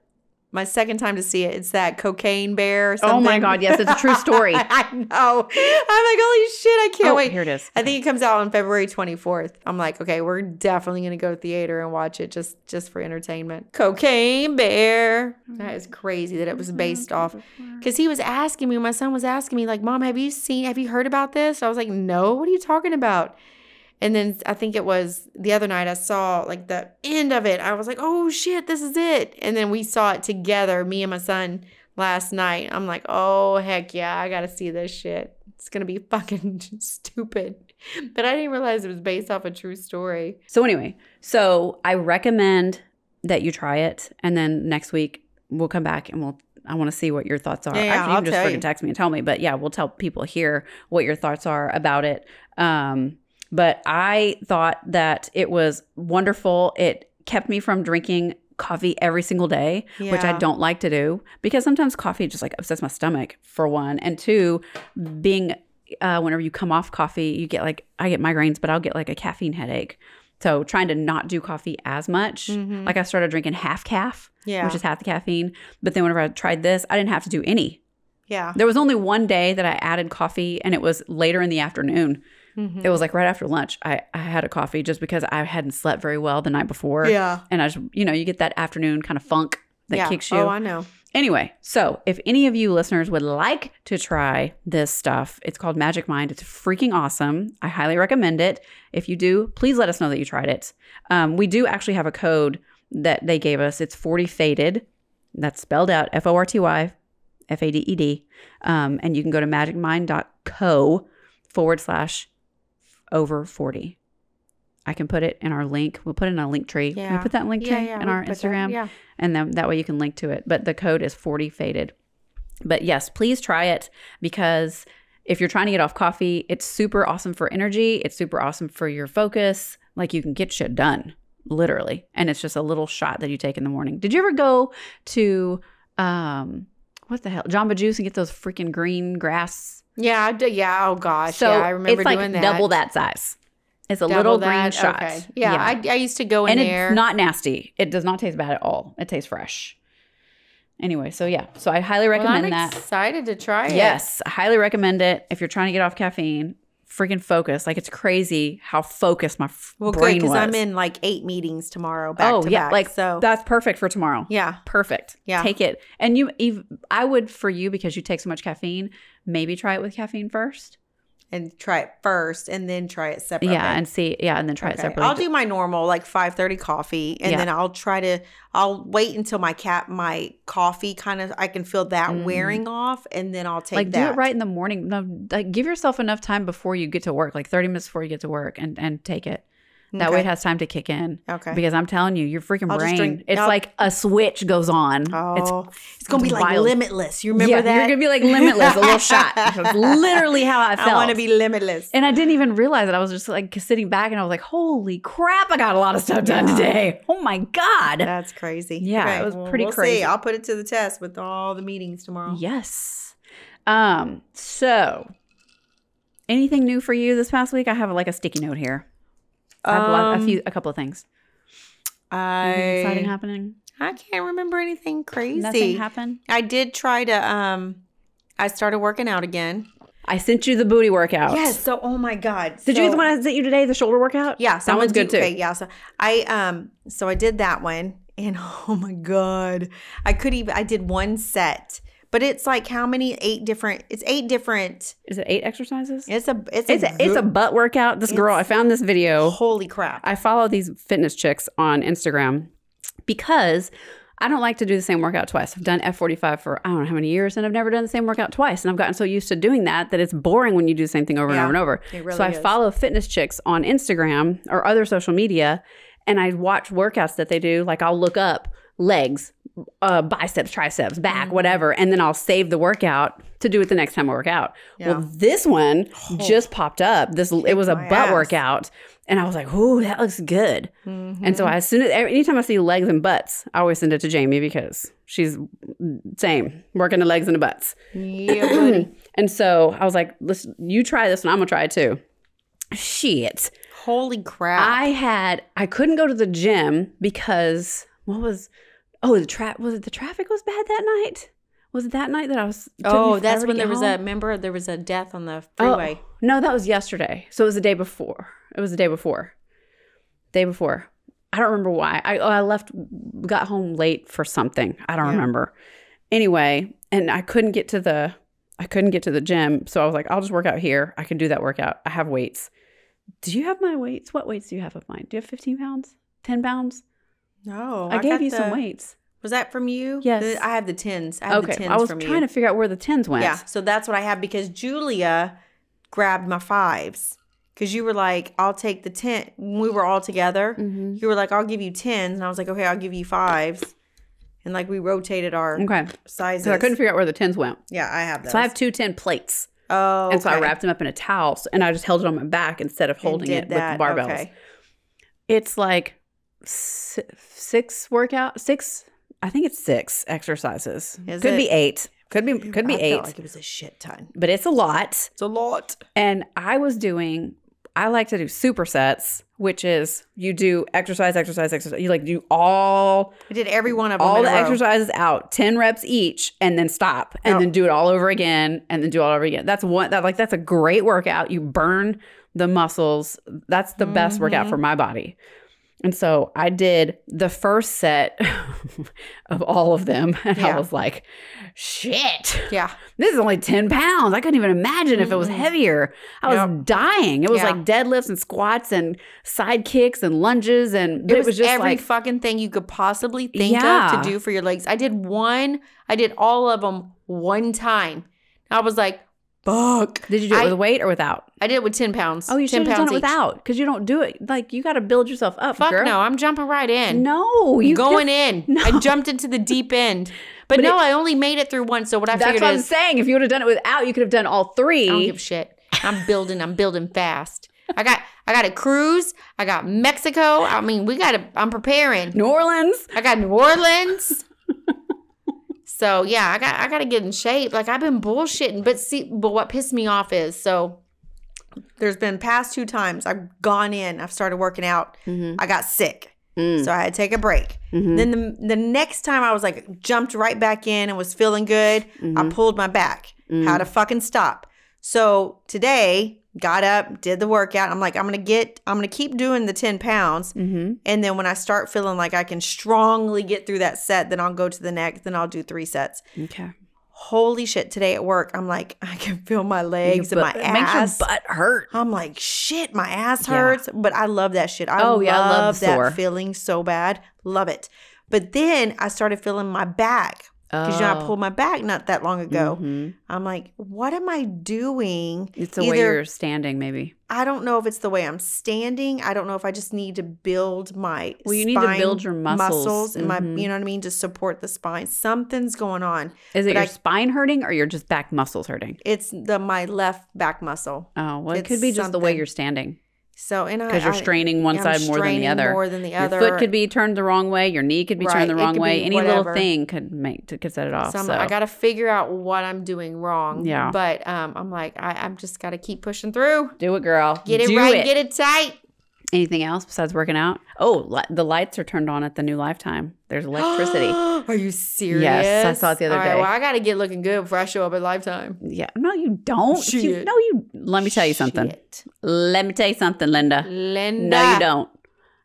Speaker 2: My second time to see it. It's that cocaine bear. Or something.
Speaker 1: oh my God. Yes, it's a true story.
Speaker 2: I know. I'm like, holy shit, I can't
Speaker 1: oh,
Speaker 2: wait.
Speaker 1: Here it is.
Speaker 2: I think it comes out on February 24th. I'm like, okay, we're definitely gonna go to theater and watch it just just for entertainment. Cocaine Bear. That is crazy that it was based
Speaker 1: Mm-hmm.
Speaker 2: off. Cause he was asking me, my son was asking me, like, Mom, have you seen, have you heard about this? I was like, No, what are you talking about? And then I think it was the other night I saw like the end of it. I was like, oh shit, this is it. And then we saw it together, me and my son, last night. I'm like, oh heck yeah, I gotta see this shit. It's gonna be fucking stupid. But I didn't realize it was based off a true story.
Speaker 1: So anyway, so I recommend that you try it, and then next week we'll come back and we'll. I want to see what your thoughts are.
Speaker 2: Yeah, yeah,
Speaker 1: Actually, you
Speaker 2: I'll
Speaker 1: can just
Speaker 2: tell
Speaker 1: freaking
Speaker 2: you.
Speaker 1: text me and tell me. But yeah, we'll tell people here what your thoughts are about it. Um, but I thought that it was wonderful. It kept me from drinking coffee every single day which I
Speaker 2: Yeah.
Speaker 1: don't like to do because sometimes coffee just like upsets my stomach for one, and two, being uh, whenever you come off coffee, you get like I get migraines, but I'll get like a caffeine headache. So trying to not do coffee as much,
Speaker 2: Mhm.
Speaker 1: like I started drinking half calf,
Speaker 2: Yeah.
Speaker 1: which is half the caffeine. But then whenever I tried this, I didn't have to do any.
Speaker 2: yeah.
Speaker 1: There was only one day that I added coffee, and it was later in the afternoon.
Speaker 2: Mm-hmm. Mm.
Speaker 1: It was like right after lunch. I, I had a coffee just because I hadn't slept very well the night before.
Speaker 2: Yeah.
Speaker 1: And I just, you know, you get that afternoon kind of funk that
Speaker 2: yeah.
Speaker 1: kicks you.
Speaker 2: Oh, I know.
Speaker 1: Anyway, so if any of you listeners would like to try this stuff, it's called Magic Mind. It's freaking awesome. I highly recommend it. If you do, please let us know that you tried it. Um, we do actually have a code that they gave us. It's 40 Faded. That's spelled out F O R T Y F A D E D. Um, and you can go to magicmind.co forward slash over 40. I can put it in our link. We'll put it in a link tree. Can we
Speaker 2: Yeah.
Speaker 1: put that in link tree in
Speaker 2: we
Speaker 1: our
Speaker 2: can put that-
Speaker 1: Instagram?
Speaker 2: yeah.
Speaker 1: and then that way you can link to it. But the code is 40 faded. But yes, please try it because if you're trying to get off coffee, it's super awesome for energy, it's super awesome for your focus. Like you can get shit done, literally. And it's just a little shot that you take in the morning. Did you ever go to um what the hell? Jamba Juice and get those freaking green grass.
Speaker 2: Yeah, I d- yeah. Oh gosh, yeah. I remember
Speaker 1: it's like
Speaker 2: doing that.
Speaker 1: double that size. It's a
Speaker 2: Double
Speaker 1: little green
Speaker 2: that,
Speaker 1: shot.
Speaker 2: okay. Yeah, I, I used to go in
Speaker 1: and
Speaker 2: there.
Speaker 1: it's not nasty. It does not taste bad at all. It tastes fresh. Anyway, so yeah, so I highly
Speaker 2: Well,
Speaker 1: recommend
Speaker 2: I'm
Speaker 1: that.
Speaker 2: excited to try it.
Speaker 1: Yes, I highly recommend it if you're trying to get off caffeine. Freaking focus! Like it's crazy how focused my f-
Speaker 2: Well, great
Speaker 1: brain
Speaker 2: because
Speaker 1: was.
Speaker 2: I'm in like eight meetings tomorrow. Back
Speaker 1: oh
Speaker 2: to
Speaker 1: yeah,
Speaker 2: back,
Speaker 1: like
Speaker 2: so.
Speaker 1: that's perfect for tomorrow.
Speaker 2: yeah,
Speaker 1: Perfect.
Speaker 2: Yeah.
Speaker 1: Take it, and you. ev- I would for you because you take so much caffeine. Maybe try it with caffeine first.
Speaker 2: and try it first, and then try it separately.
Speaker 1: Yeah, and see. Yeah, and then try it
Speaker 2: Okay.
Speaker 1: separately.
Speaker 2: I'll do my normal like 5:30 coffee and
Speaker 1: Yeah.
Speaker 2: then I'll try to I'll wait until my cat my coffee kind of I can feel that
Speaker 1: Mm.
Speaker 2: wearing off and then I'll take
Speaker 1: like
Speaker 2: that.
Speaker 1: do it right in the morning. No, like give yourself enough time before you get to work, like thirty minutes before you get to work, and and take it. That way it
Speaker 2: Okay.
Speaker 1: has time to kick in.
Speaker 2: Okay.
Speaker 1: Because I'm telling you, your freaking
Speaker 2: I'll just
Speaker 1: brain,
Speaker 2: drink-
Speaker 1: it's
Speaker 2: I'll-
Speaker 1: like a switch goes on.
Speaker 2: oh, it's, going to be like
Speaker 1: wild.
Speaker 2: limitless. You remember that?
Speaker 1: You're gonna be like limitless, a little shot. That's literally how I felt.
Speaker 2: I want to be limitless.
Speaker 1: and I didn't even realize it. I was just like sitting back and I was like, holy crap, I got a lot of stuff done today. Oh my God.
Speaker 2: That's crazy.
Speaker 1: Yeah, it was pretty
Speaker 2: we'll see.
Speaker 1: crazy.
Speaker 2: I'll put it to the test with all the meetings tomorrow.
Speaker 1: Yes. Um, so anything new for you this past week? I have like a sticky note here. I have a lot, a
Speaker 2: Um,
Speaker 1: few a couple of things. Anything exciting
Speaker 2: I
Speaker 1: happening?
Speaker 2: I can't remember anything crazy.
Speaker 1: Nothing happened.
Speaker 2: I did try to um I started working out again.
Speaker 1: I sent you the booty workout.
Speaker 2: Yes, so oh my god.
Speaker 1: Did you
Speaker 2: so-
Speaker 1: get the one I sent you today, the shoulder workout?
Speaker 2: Yeah,
Speaker 1: that one's good too.
Speaker 2: Okay, yeah, so I um so I did that one and oh my god. I could even I did one set. But it's like how many eight different it's eight different
Speaker 1: Is it eight exercises?
Speaker 2: it's a it's a,
Speaker 1: It's a, it's a
Speaker 2: good-
Speaker 1: butt workout. This girl, I found this video.
Speaker 2: holy crap.
Speaker 1: I follow these fitness chicks on Instagram because I don't like to do the same workout twice. I've done F45 for I don't know how many years and I've never done the same workout twice. And I've gotten so used to doing that that it's boring when you do the same thing over and
Speaker 2: Yeah,
Speaker 1: over and over.
Speaker 2: it really
Speaker 1: so I
Speaker 2: is.
Speaker 1: follow fitness chicks on Instagram or other social media and I watch workouts that they do. Like I'll look up legs, uh, biceps, triceps, back,
Speaker 2: Mm-hmm.
Speaker 1: whatever. And then I'll save the workout to do it the next time I work out. Well, this one just popped up. This it was a
Speaker 2: my
Speaker 1: butt
Speaker 2: ass.
Speaker 1: workout, and I was like, "Ooh, that looks good." And
Speaker 2: Mm-hmm.
Speaker 1: so I, as soon as anytime I see legs and butts, I always send it to Jamie because she's same working the legs and the butts.
Speaker 2: yeah, buddy.
Speaker 1: And so I was like, "Listen, you try this one. I'm gonna try it too." Shit.
Speaker 2: Holy crap.
Speaker 1: I had I couldn't go to the gym because what was oh the trap was it the traffic was bad that night was it that night that I was it took me
Speaker 2: Oh,
Speaker 1: forever
Speaker 2: that's
Speaker 1: to
Speaker 2: when
Speaker 1: get
Speaker 2: there was a
Speaker 1: home?
Speaker 2: member. There was a death on the
Speaker 1: Oh,
Speaker 2: freeway.
Speaker 1: no that was yesterday so it was the day before it was the day before day before I don't remember why I oh, I left got home late for something I don't
Speaker 2: Yeah.
Speaker 1: remember anyway and I couldn't get to the I couldn't get to the gym so I was like I'll just work out here I can do that workout I have weights do you have my weights what weights do you have of mine do you have 15 pounds 10 pounds
Speaker 2: No,
Speaker 1: I, gave
Speaker 2: Oh, got
Speaker 1: you some
Speaker 2: the-
Speaker 1: weights.
Speaker 2: Was that from you?
Speaker 1: Yes.
Speaker 2: The- I have the tens. I have the
Speaker 1: Okay,
Speaker 2: tens
Speaker 1: I was
Speaker 2: from
Speaker 1: trying to
Speaker 2: you.
Speaker 1: figure out where the tens went.
Speaker 2: yeah, so that's what I have because Julia grabbed my fives because you were like, "I'll take the ten. When we were all together,
Speaker 1: Mhm.
Speaker 2: you were like, "I'll give you tens. and I was like, "Okay, I'll give you fives. and like we rotated our
Speaker 1: Okay.
Speaker 2: sizes.
Speaker 1: So I couldn't figure out where the tens went.
Speaker 2: yeah, I have those.
Speaker 1: So I have two ten plates,
Speaker 2: oh,
Speaker 1: and so I
Speaker 2: okay.
Speaker 1: wrapped them up in a towel, and I just held it on my back instead of
Speaker 2: And
Speaker 1: holding
Speaker 2: did
Speaker 1: it with
Speaker 2: that.
Speaker 1: the barbells.
Speaker 2: Okay.
Speaker 1: It's like si- six workout, six. I think it's six exercises.
Speaker 2: Is
Speaker 1: could be
Speaker 2: it?
Speaker 1: eight. Could be could be
Speaker 2: I
Speaker 1: eight.
Speaker 2: Felt like it was a shit ton.
Speaker 1: but it's a lot.
Speaker 2: It's a lot.
Speaker 1: And I was doing, I like to do supersets, which is you do exercise, exercise, exercise. You like do all
Speaker 2: I did every one of them.
Speaker 1: all
Speaker 2: in
Speaker 1: the
Speaker 2: a row.
Speaker 1: exercises out, ten reps each, and then stop, and
Speaker 2: Oh.
Speaker 1: then do it all over again, and then do it all over again. That's one that like that's a
Speaker 2: Mm-hmm.
Speaker 1: great workout. You burn the muscles. That's the best workout for my body. And so I did the first set of all of them. And I
Speaker 2: Yeah.
Speaker 1: was like, shit,
Speaker 2: Yeah.
Speaker 1: this is only 10 pounds. I couldn't even imagine if it was
Speaker 2: Mhm.
Speaker 1: heavier. I was
Speaker 2: Yep.
Speaker 1: dying. It was
Speaker 2: Yeah.
Speaker 1: like deadlifts and squats and side kicks and lunges. And but it, was, just
Speaker 2: every
Speaker 1: like,
Speaker 2: fucking thing you could possibly think
Speaker 1: Yeah.
Speaker 2: of to do for your legs. I did one, I did all of them one time. I was like, fuck.
Speaker 1: did you do it
Speaker 2: I-
Speaker 1: with weight or without?
Speaker 2: I did it with 10 pounds.
Speaker 1: Oh, you
Speaker 2: 10
Speaker 1: should have done
Speaker 2: pounds
Speaker 1: it
Speaker 2: each.
Speaker 1: without because you don't do it. Like, you got to build yourself up,
Speaker 2: Fuck
Speaker 1: girl.
Speaker 2: no, I'm jumping right in.
Speaker 1: No, you
Speaker 2: going
Speaker 1: just-
Speaker 2: in.
Speaker 1: No.
Speaker 2: I jumped into the deep end. But,
Speaker 1: But
Speaker 2: no,
Speaker 1: it-
Speaker 2: I only made it through one. So what I
Speaker 1: That's
Speaker 2: figured
Speaker 1: what I'm
Speaker 2: is
Speaker 1: saying. If you would have done it without, you could have done all three.
Speaker 2: I don't give a shit. I'm building. I'm building fast. I got I got a cruise. I got Mexico. I mean, we got to I'm preparing.
Speaker 1: New Orleans.
Speaker 2: I got New Orleans. so yeah, I got I got to get in shape. Like I've been bullshitting, but see, but what pissed me off is so. There's been past two times I've gone in. I've started working out. I got sick, so I had to take a break. Then the the next time I was like jumped right back in and was feeling good. I pulled my back. Had to fucking stop. So today, got up, did the workout. I'm like, I'm gonna get, I'm gonna keep doing the 10 pounds. And then when I start feeling like I can strongly get through that set, then I'll go to the next, then I'll do three sets.
Speaker 1: Okay.
Speaker 2: Holy shit, today at work, I'm like, I can feel my legs and my
Speaker 1: But- Makes
Speaker 2: ass.
Speaker 1: your butt hurt.
Speaker 2: I'm like, shit, my ass
Speaker 1: Yeah.
Speaker 2: hurts, but I love that shit. I
Speaker 1: Oh,
Speaker 2: love
Speaker 1: yeah, I love the
Speaker 2: that
Speaker 1: sore.
Speaker 2: feeling so bad. Love it. But then I started feeling my back because you know
Speaker 1: Oh.
Speaker 2: I pulled my back not that long ago. I'm like, what am I doing?
Speaker 1: Mm-hmm. It's the way
Speaker 2: Either-
Speaker 1: you're standing, maybe.
Speaker 2: I don't know if it's the way I'm standing. I don't know if I just need to build my
Speaker 1: Well, you need to
Speaker 2: spine
Speaker 1: build your muscles.
Speaker 2: and
Speaker 1: Mhm.
Speaker 2: my you know what I mean to support the spine. Something's going on.
Speaker 1: Is it
Speaker 2: But
Speaker 1: your
Speaker 2: I-
Speaker 1: spine hurting or your just back muscles hurting?
Speaker 2: It's the my left back muscle.
Speaker 1: Oh, well, it could
Speaker 2: It's
Speaker 1: be just the way
Speaker 2: something.
Speaker 1: you're standing
Speaker 2: So and I
Speaker 1: because you're
Speaker 2: I-
Speaker 1: straining one
Speaker 2: I'm
Speaker 1: side more than the
Speaker 2: straining
Speaker 1: other.
Speaker 2: More than the
Speaker 1: Your
Speaker 2: other.
Speaker 1: foot could be turned the wrong way. Your knee could be
Speaker 2: Right,
Speaker 1: turned the
Speaker 2: it
Speaker 1: wrong
Speaker 2: could be
Speaker 1: way. Any little
Speaker 2: whatever.
Speaker 1: thing could make could set it off.
Speaker 2: So,
Speaker 1: So,
Speaker 2: I'm like, I got to figure out what I'm doing wrong.
Speaker 1: Yeah.
Speaker 2: But um, I'm like, I, I'm just got to keep pushing through.
Speaker 1: do it, girl.
Speaker 2: Get it
Speaker 1: Do
Speaker 2: right. Get it tight.
Speaker 1: Anything else besides working out? Oh, li- the lights are turned on at the new Lifetime. There's electricity.
Speaker 2: Are you serious?
Speaker 1: Yes, I saw it the other
Speaker 2: All right,
Speaker 1: day.
Speaker 2: well, I got to get looking good before I show up at Lifetime.
Speaker 1: Yeah. No, you don't. You,
Speaker 2: Shit.
Speaker 1: no, you. Let me tell you something.
Speaker 2: Shit.
Speaker 1: Let me tell you something, Linda.
Speaker 2: Linda.
Speaker 1: No, you don't.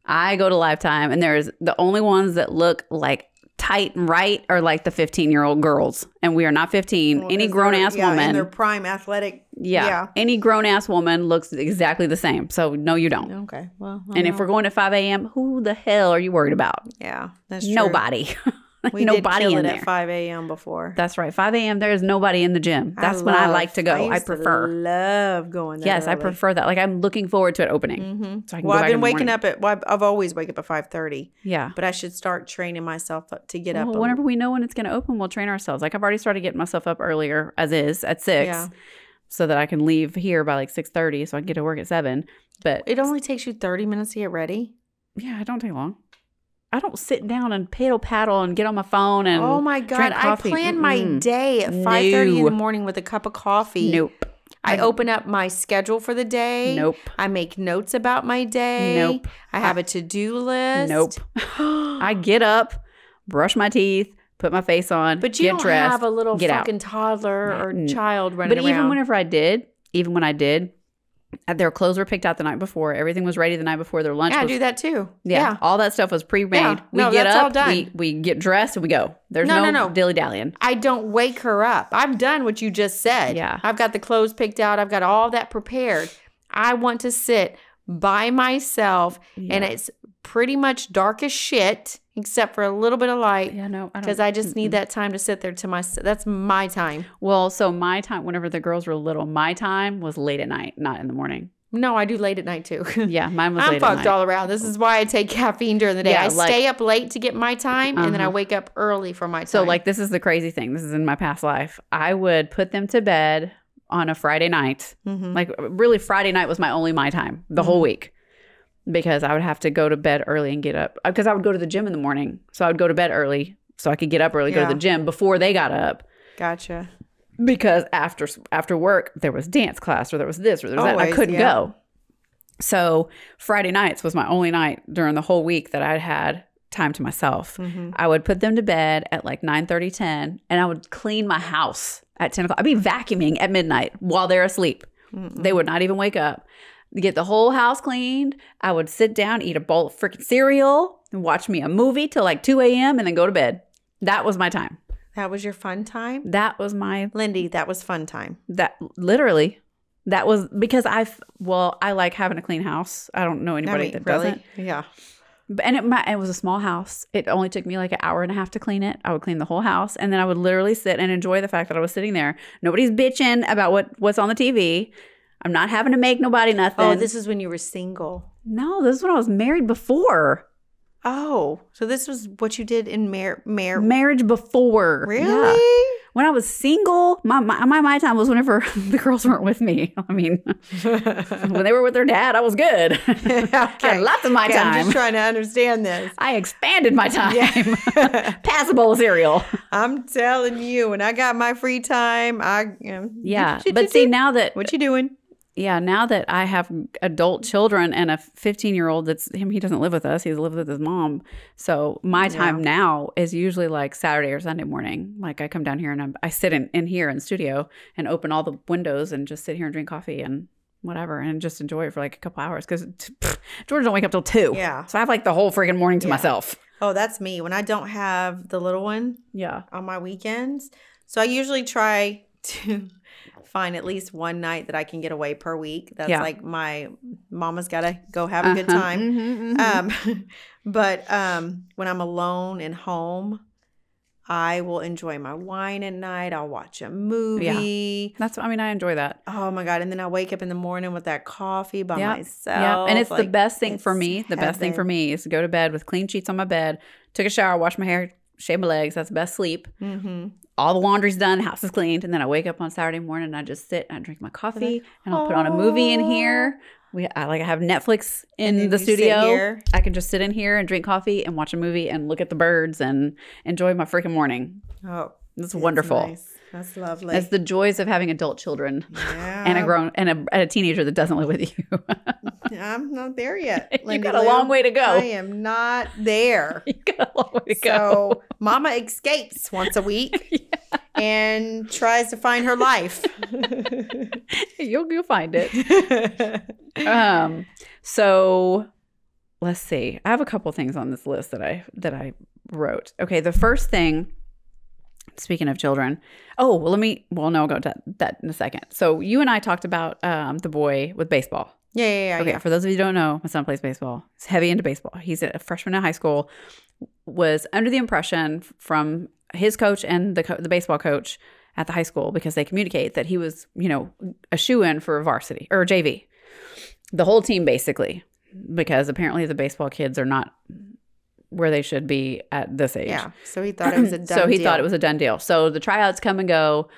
Speaker 1: I go to Lifetime, and there's the only ones that look like tight and right are like the 15 year old girls, and we are not 15. any grown ass woman,
Speaker 2: prime athletic.
Speaker 1: yeah,
Speaker 2: yeah.
Speaker 1: any grown ass woman looks exactly the same. So no, you don't.
Speaker 2: Okay. Well,
Speaker 1: And if we're going at 5 a.m., who the hell are you worried about?
Speaker 2: yeah, that's true.
Speaker 1: Nobody.
Speaker 2: We
Speaker 1: nobody
Speaker 2: did kill
Speaker 1: in
Speaker 2: it
Speaker 1: there.
Speaker 2: at five a.m. before.
Speaker 1: That's right. 5 a.m. There is nobody in the gym. That's when I
Speaker 2: love-
Speaker 1: like to go. I,
Speaker 2: used
Speaker 1: prefer.
Speaker 2: love going. There
Speaker 1: yes, I
Speaker 2: early.
Speaker 1: prefer that. Like I'm looking forward to it opening.
Speaker 2: Mhm.
Speaker 1: So I can go
Speaker 2: Well, I've
Speaker 1: back in
Speaker 2: been
Speaker 1: the
Speaker 2: waking
Speaker 1: morning.
Speaker 2: up at. Well, I've- I've always wake up at five thirty,
Speaker 1: Yeah.
Speaker 2: but I should start training myself up to get up.
Speaker 1: Well,
Speaker 2: a-
Speaker 1: whenever we know when it's going to open, we'll train ourselves. Like I've already started getting myself up earlier, as is at six,
Speaker 2: Yeah.
Speaker 1: so that I can leave here by like six thirty, so I can get to work at seven. But
Speaker 2: It only takes you thirty minutes to get ready.
Speaker 1: yeah, I don't take long. I don't sit down and paddle paddle and get on my phone and
Speaker 2: oh my god!
Speaker 1: Um, drink
Speaker 2: I
Speaker 1: coffee.
Speaker 2: plan my
Speaker 1: Mm-mm.
Speaker 2: day at five thirty
Speaker 1: No.
Speaker 2: in the morning with a cup of coffee.
Speaker 1: Nope.
Speaker 2: I
Speaker 1: I-
Speaker 2: open up my schedule for the day.
Speaker 1: Nope.
Speaker 2: I make notes about my day.
Speaker 1: Nope.
Speaker 2: I have a to do list.
Speaker 1: Nope. I get up, brush my teeth, put my face on,
Speaker 2: But you
Speaker 1: get
Speaker 2: don't
Speaker 1: dressed,
Speaker 2: have a little
Speaker 1: get out.
Speaker 2: fucking toddler or
Speaker 1: Mm.
Speaker 2: child running
Speaker 1: But
Speaker 2: around.
Speaker 1: even whenever I did, even when I did, uh, their clothes were picked out the night before. Everything was ready the night before. Their lunch
Speaker 2: yeah, I
Speaker 1: was
Speaker 2: do that too.
Speaker 1: Yeah, all that stuff was pre-made.
Speaker 2: Yeah,
Speaker 1: We
Speaker 2: no,
Speaker 1: get
Speaker 2: that's
Speaker 1: up,
Speaker 2: all done.
Speaker 1: we we get dressed, and we go. There's no,
Speaker 2: No, no, no.
Speaker 1: dilly dallying.
Speaker 2: I don't wake her up. I've done what you just said.
Speaker 1: Yeah.
Speaker 2: I've got the clothes picked out. I've got all that prepared. I want to sit by myself and it's pretty much dark as shit except for a little bit of light
Speaker 1: yeah, no,
Speaker 2: because I just need that time to sit there to my that's my time.
Speaker 1: Well, so my time, whenever the girls were little, my time was late at night, not in the morning.
Speaker 2: No, I do late at night too.
Speaker 1: Yeah, mine was
Speaker 2: I'm
Speaker 1: late at
Speaker 2: fucked
Speaker 1: night.
Speaker 2: all around. This is why I take caffeine during the day.
Speaker 1: Yeah,
Speaker 2: I
Speaker 1: like-
Speaker 2: stay up late to get my time, and then I
Speaker 1: Uh-huh.
Speaker 2: wake up early for my time.
Speaker 1: so like this is the crazy thing. This is in my past life. I would put them to bed on a Friday night.
Speaker 2: Mhm.
Speaker 1: Like really, Friday night was my only my time the whole week. Because I would have to go to bed early and get up. Because I would go to the gym in the morning, so I would go to bed early so I could get up early, go
Speaker 2: Yeah.
Speaker 1: to the gym before they got up.
Speaker 2: gotcha.
Speaker 1: because after after work there was dance class or there was this or there was that and I
Speaker 2: Always,
Speaker 1: couldn't
Speaker 2: yeah.
Speaker 1: go. So Friday nights was my only night during the whole week that I had time to myself.
Speaker 2: Mm-hmm.
Speaker 1: I would put them to bed at like 9 10 and I would clean my house at 10 o'clock. I'd be vacuuming at midnight while they're asleep. They would not even wake up. get the whole house cleaned. I would sit down, eat a bowl of freaking cereal, and watch me a movie till like 2 a.m. and then go to bed. That was my time.
Speaker 2: That was your fun time?
Speaker 1: That was my,
Speaker 2: Lindy, that was fun time.
Speaker 1: that literally, that was because I, f- well, I like having a clean house. I don't know
Speaker 2: I
Speaker 1: anybody
Speaker 2: mean,
Speaker 1: that
Speaker 2: really?
Speaker 1: doesn't.
Speaker 2: Yeah.
Speaker 1: But- And it, my, it was a small house. It only took me like an hour and a half to clean it. I would clean the whole house, and then I would literally sit and enjoy the fact that I was sitting there. Nobody's bitching about what what's on the TV. I'm not having to make nobody nothing.
Speaker 2: Oh, this is when you were single.
Speaker 1: no, this is when I was married before
Speaker 2: Oh, so this was what you did in mar- mar-
Speaker 1: marriage before.
Speaker 2: Really?
Speaker 1: Yeah. When I was single, my my my, my time was whenever the girls weren't with me. I mean, when they were with their dad, I was good.
Speaker 2: okay.
Speaker 1: Had lots of my
Speaker 2: Okay, I'm
Speaker 1: time.
Speaker 2: just trying to understand this.
Speaker 1: I expanded my time.
Speaker 2: Yeah.
Speaker 1: Passable cereal.
Speaker 2: I'm telling you, when I got my free time, I um,
Speaker 1: Yeah, but see now that
Speaker 2: what you doing?
Speaker 1: yeah, now that I have adult children and a 15 year old that's him, he doesn't live with us. He's lived with his mom. So my time now is usually like Saturday or Sunday morning. Like I come down here and I'm, I sit in, in here in the studio and open all the windows and just sit here and drink coffee and whatever and just enjoy it for like a couple hours because George don't wake up till two.
Speaker 2: Yeah.
Speaker 1: So I have like the whole freaking morning to
Speaker 2: Yeah.
Speaker 1: myself.
Speaker 2: Oh, that's me. When I don't have the little one
Speaker 1: Yeah.
Speaker 2: on my weekends, so I usually try to find at least one night that I can get away per week. That's
Speaker 1: Yeah.
Speaker 2: like my mama's gotta go have a good
Speaker 1: Uh-huh. Mm-hmm.
Speaker 2: time. Um, but um, when I'm alone and home, I will enjoy my wine at night. I'll watch a movie.
Speaker 1: That's, I mean, I enjoy that.
Speaker 2: Oh my god! And then I wake up in the morning with that coffee by
Speaker 1: Yep.
Speaker 2: myself.
Speaker 1: Yeah, and it's the
Speaker 2: Like,
Speaker 1: best thing for
Speaker 2: it's
Speaker 1: me. The best thing for
Speaker 2: heaven.
Speaker 1: me is to go to bed with clean sheets on my bed, took a shower, washed my hair, shaved my legs. That's the best sleep.
Speaker 2: Mhm.
Speaker 1: All the laundry's done, house is cleaned, and then I wake up on Saturday morning and I just sit and I drink my coffee and I'll put on a movie in here. We I like I have Netflix
Speaker 2: And
Speaker 1: in
Speaker 2: then
Speaker 1: the
Speaker 2: you sit
Speaker 1: studio.
Speaker 2: here.
Speaker 1: I can just sit in here and drink coffee and watch a movie and look at the birds and enjoy my freaking morning.
Speaker 2: Oh,
Speaker 1: It's
Speaker 2: it's
Speaker 1: wonderful.
Speaker 2: nice. That's lovely.
Speaker 1: It's the joys of having adult children
Speaker 2: yeah.
Speaker 1: and a grown and a, and a teenager that doesn't live with you.
Speaker 2: I'm not there yet.
Speaker 1: you
Speaker 2: Lindy
Speaker 1: got a
Speaker 2: Lou.
Speaker 1: long way to go.
Speaker 2: I am not there.
Speaker 1: you got a long way to go.
Speaker 2: So Mama escapes once a week and tries to find her life.
Speaker 1: You'll you'll find it. um so let's see i have a couple things on this list that i that i wrote okay the first thing speaking of children oh well let me well no i'll go to that, that in a second so you and i talked about um the boy with baseball
Speaker 2: Yeah, yeah, yeah.
Speaker 1: okay for those of you who don't know my son plays baseball he's heavy into baseball he's a freshman in high school was under the impression from his coach and the co- the baseball coach at the high school because they communicate that he was, you know, a shoe in for varsity or JV. The whole team basically because apparently the baseball kids are not where they should be at this age.
Speaker 2: yeah. Yeah. So he thought it was a done
Speaker 1: so he thought
Speaker 2: deal.
Speaker 1: it was a done deal. So the tryouts come and go.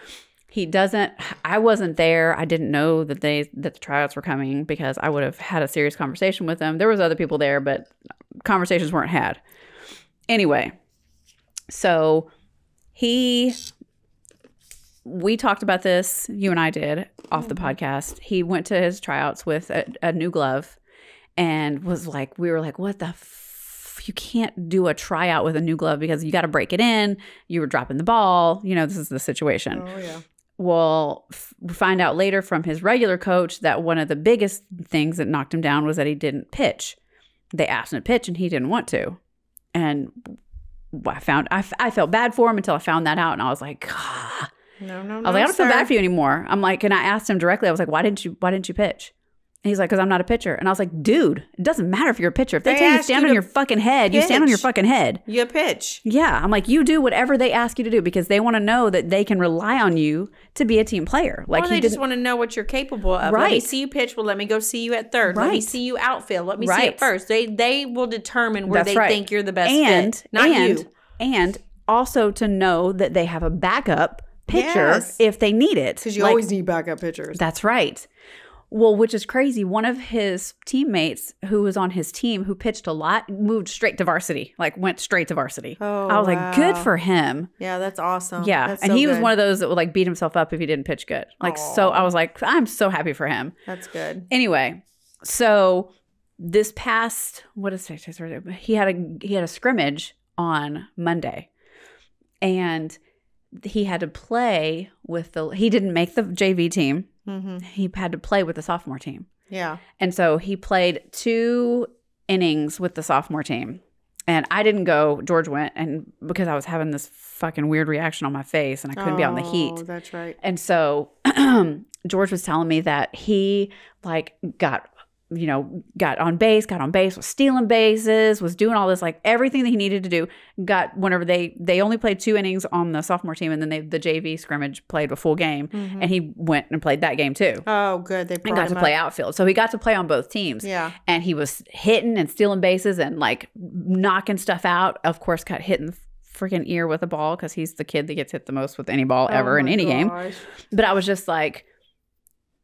Speaker 1: He doesn't. I wasn't there. I didn't know that they that the tryouts were coming because I would have had a serious conversation with them. There was other people there, but conversations weren't had. Anyway, so he we talked about this. You and I did off the podcast. He went to his tryouts with a, a new glove and was like, we were like, what the f? You can't do a tryout with a new glove because you got to break it in. You were dropping the ball. You know, this is the situation.
Speaker 2: Oh yeah.
Speaker 1: We'll f- find out later from his regular coach that one of the biggest things that knocked him down was that he didn't pitch. They asked him to pitch and he didn't want to. And I found I, f- I felt bad for him until I found that out and I was like, "Ah."
Speaker 2: No, no, no.
Speaker 1: I was like, I don't
Speaker 2: sir.
Speaker 1: feel bad for you anymore. I'm like, and I asked him directly. I was like, why didn't you why didn't you pitch? And he's like, because I'm not a pitcher. And I was like, dude, it doesn't matter if you're a pitcher. If they,
Speaker 2: They
Speaker 1: tell you to
Speaker 2: asked
Speaker 1: stand
Speaker 2: you
Speaker 1: on
Speaker 2: to
Speaker 1: your fucking head, you stand on your
Speaker 2: pitch.
Speaker 1: fucking head.
Speaker 2: You pitch.
Speaker 1: Yeah. I'm like, you do whatever they ask you to do because they want to know that they can rely on you to be a team player. Like
Speaker 2: Well,
Speaker 1: he
Speaker 2: they just
Speaker 1: didn't-
Speaker 2: want to know what you're capable of. Let me
Speaker 1: Right.
Speaker 2: see you pitch. Well, let me go see you at third. Let me
Speaker 1: Right.
Speaker 2: see you outfield. Let me see
Speaker 1: Right.
Speaker 2: it first. They they will determine where
Speaker 1: That's
Speaker 2: they
Speaker 1: right.
Speaker 2: think you're the best
Speaker 1: and
Speaker 2: fit, not
Speaker 1: and
Speaker 2: you.
Speaker 1: and also to know that they have a backup pitcher
Speaker 2: Yes.
Speaker 1: if they need it. Like,
Speaker 2: need backup pitchers.
Speaker 1: That's right. Well, which is crazy. One of his teammates who was on his team who pitched a lot moved straight to varsity, like went straight to varsity.
Speaker 2: Oh,
Speaker 1: I was like, good
Speaker 2: wow.
Speaker 1: for him.
Speaker 2: yeah, that's awesome.
Speaker 1: yeah.
Speaker 2: That's
Speaker 1: and
Speaker 2: so
Speaker 1: he was
Speaker 2: good.
Speaker 1: one of those that would like beat himself up if he didn't pitch good. Like, so I was like, I'm so happy for him.
Speaker 2: That's good.
Speaker 1: Anyway, so this past what is it? He had a he had a scrimmage on Monday, and he had to play with the. He didn't make the JV team.
Speaker 2: Mm-hmm.
Speaker 1: He had to play with the sophomore team.
Speaker 2: Yeah.
Speaker 1: And so he played two innings with the sophomore team. And I didn't go, George went, and because I was having this fucking weird reaction on my face and I couldn't be out in the heat.
Speaker 2: Oh, That's right.
Speaker 1: And so George was telling me that he like got you know got on base, got on base, was stealing bases, was doing all this like everything that he needed to do. Got whenever they they only played two innings on the sophomore team, and then they the JV scrimmage played a full game,
Speaker 2: Mhm.
Speaker 1: and he went and played that game too,
Speaker 2: Oh, good.
Speaker 1: Mm-hmm.
Speaker 2: They
Speaker 1: and
Speaker 2: brought
Speaker 1: got to
Speaker 2: him
Speaker 1: play
Speaker 2: up.
Speaker 1: outfield. So he got to play on both teams
Speaker 2: Yeah.
Speaker 1: and he was hitting and stealing bases and like knocking stuff out. Of course, got hit in the freaking ear with a ball because he's the kid that gets hit the most with any ball ever
Speaker 2: Oh
Speaker 1: in
Speaker 2: my
Speaker 1: any game.
Speaker 2: gosh.
Speaker 1: But I was just like,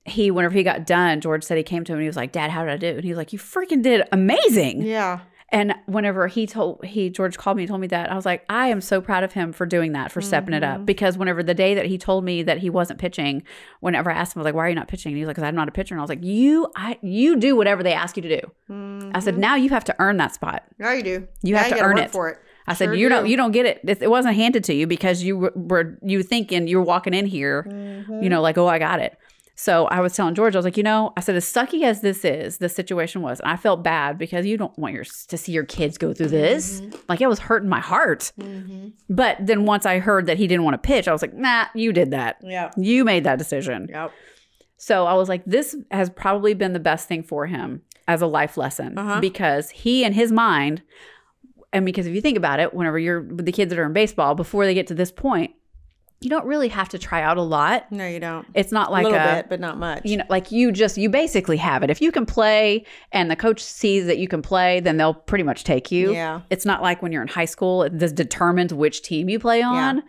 Speaker 1: he, whenever he got done, George said he came to him and he was like, Dad, how did I do? And he was like, You freaking did amazing.
Speaker 2: Yeah.
Speaker 1: And whenever he told he George called me and told me that, I was like, I am so proud of him for doing that, for stepping it up.
Speaker 2: Mhm.
Speaker 1: Because whenever the day that he told me that he wasn't pitching, whenever I asked him, I was like, Why are you not pitching? And he was like, Because I'm not a pitcher. And I was like, You I you do whatever they ask you to do. I said,
Speaker 2: Mhm.
Speaker 1: now you have to earn that spot.
Speaker 2: Now you do.
Speaker 1: You
Speaker 2: Now
Speaker 1: have to
Speaker 2: gotta
Speaker 1: earn
Speaker 2: work
Speaker 1: it.
Speaker 2: for it.
Speaker 1: I said,
Speaker 2: Sure
Speaker 1: you don't,
Speaker 2: do.
Speaker 1: you don't get it. It, it wasn't handed to you because you were- were you thinking you're walking in here,
Speaker 2: Mm-hmm.
Speaker 1: you know, like oh I got it. So I was telling George, I was like, you know, I said as sucky as this is, this situation was, and I felt bad because you don't want your to see your kids go through this.
Speaker 2: Mm-hmm.
Speaker 1: Like it was hurting my heart.
Speaker 2: Mhm.
Speaker 1: But then once I heard that he didn't want to pitch, I was like, nah, you did that.
Speaker 2: Yeah.
Speaker 1: You made that decision.
Speaker 2: Yep.
Speaker 1: So I was like, this has probably been the best thing for him as a life lesson
Speaker 2: Uh-huh.
Speaker 1: because he, in his mind, and because if you think about it, whenever you're with the kids that are in baseball, before they get to this point, you don't really have to try out a lot.
Speaker 2: No, you don't.
Speaker 1: It's not like
Speaker 2: a little
Speaker 1: a,
Speaker 2: bit, but not much.
Speaker 1: you know, like you just, you basically have it. If you can play and the coach sees that you can play, then they'll pretty much take you.
Speaker 2: Yeah.
Speaker 1: It's not like when you're in high school, it- this determines which team you play on.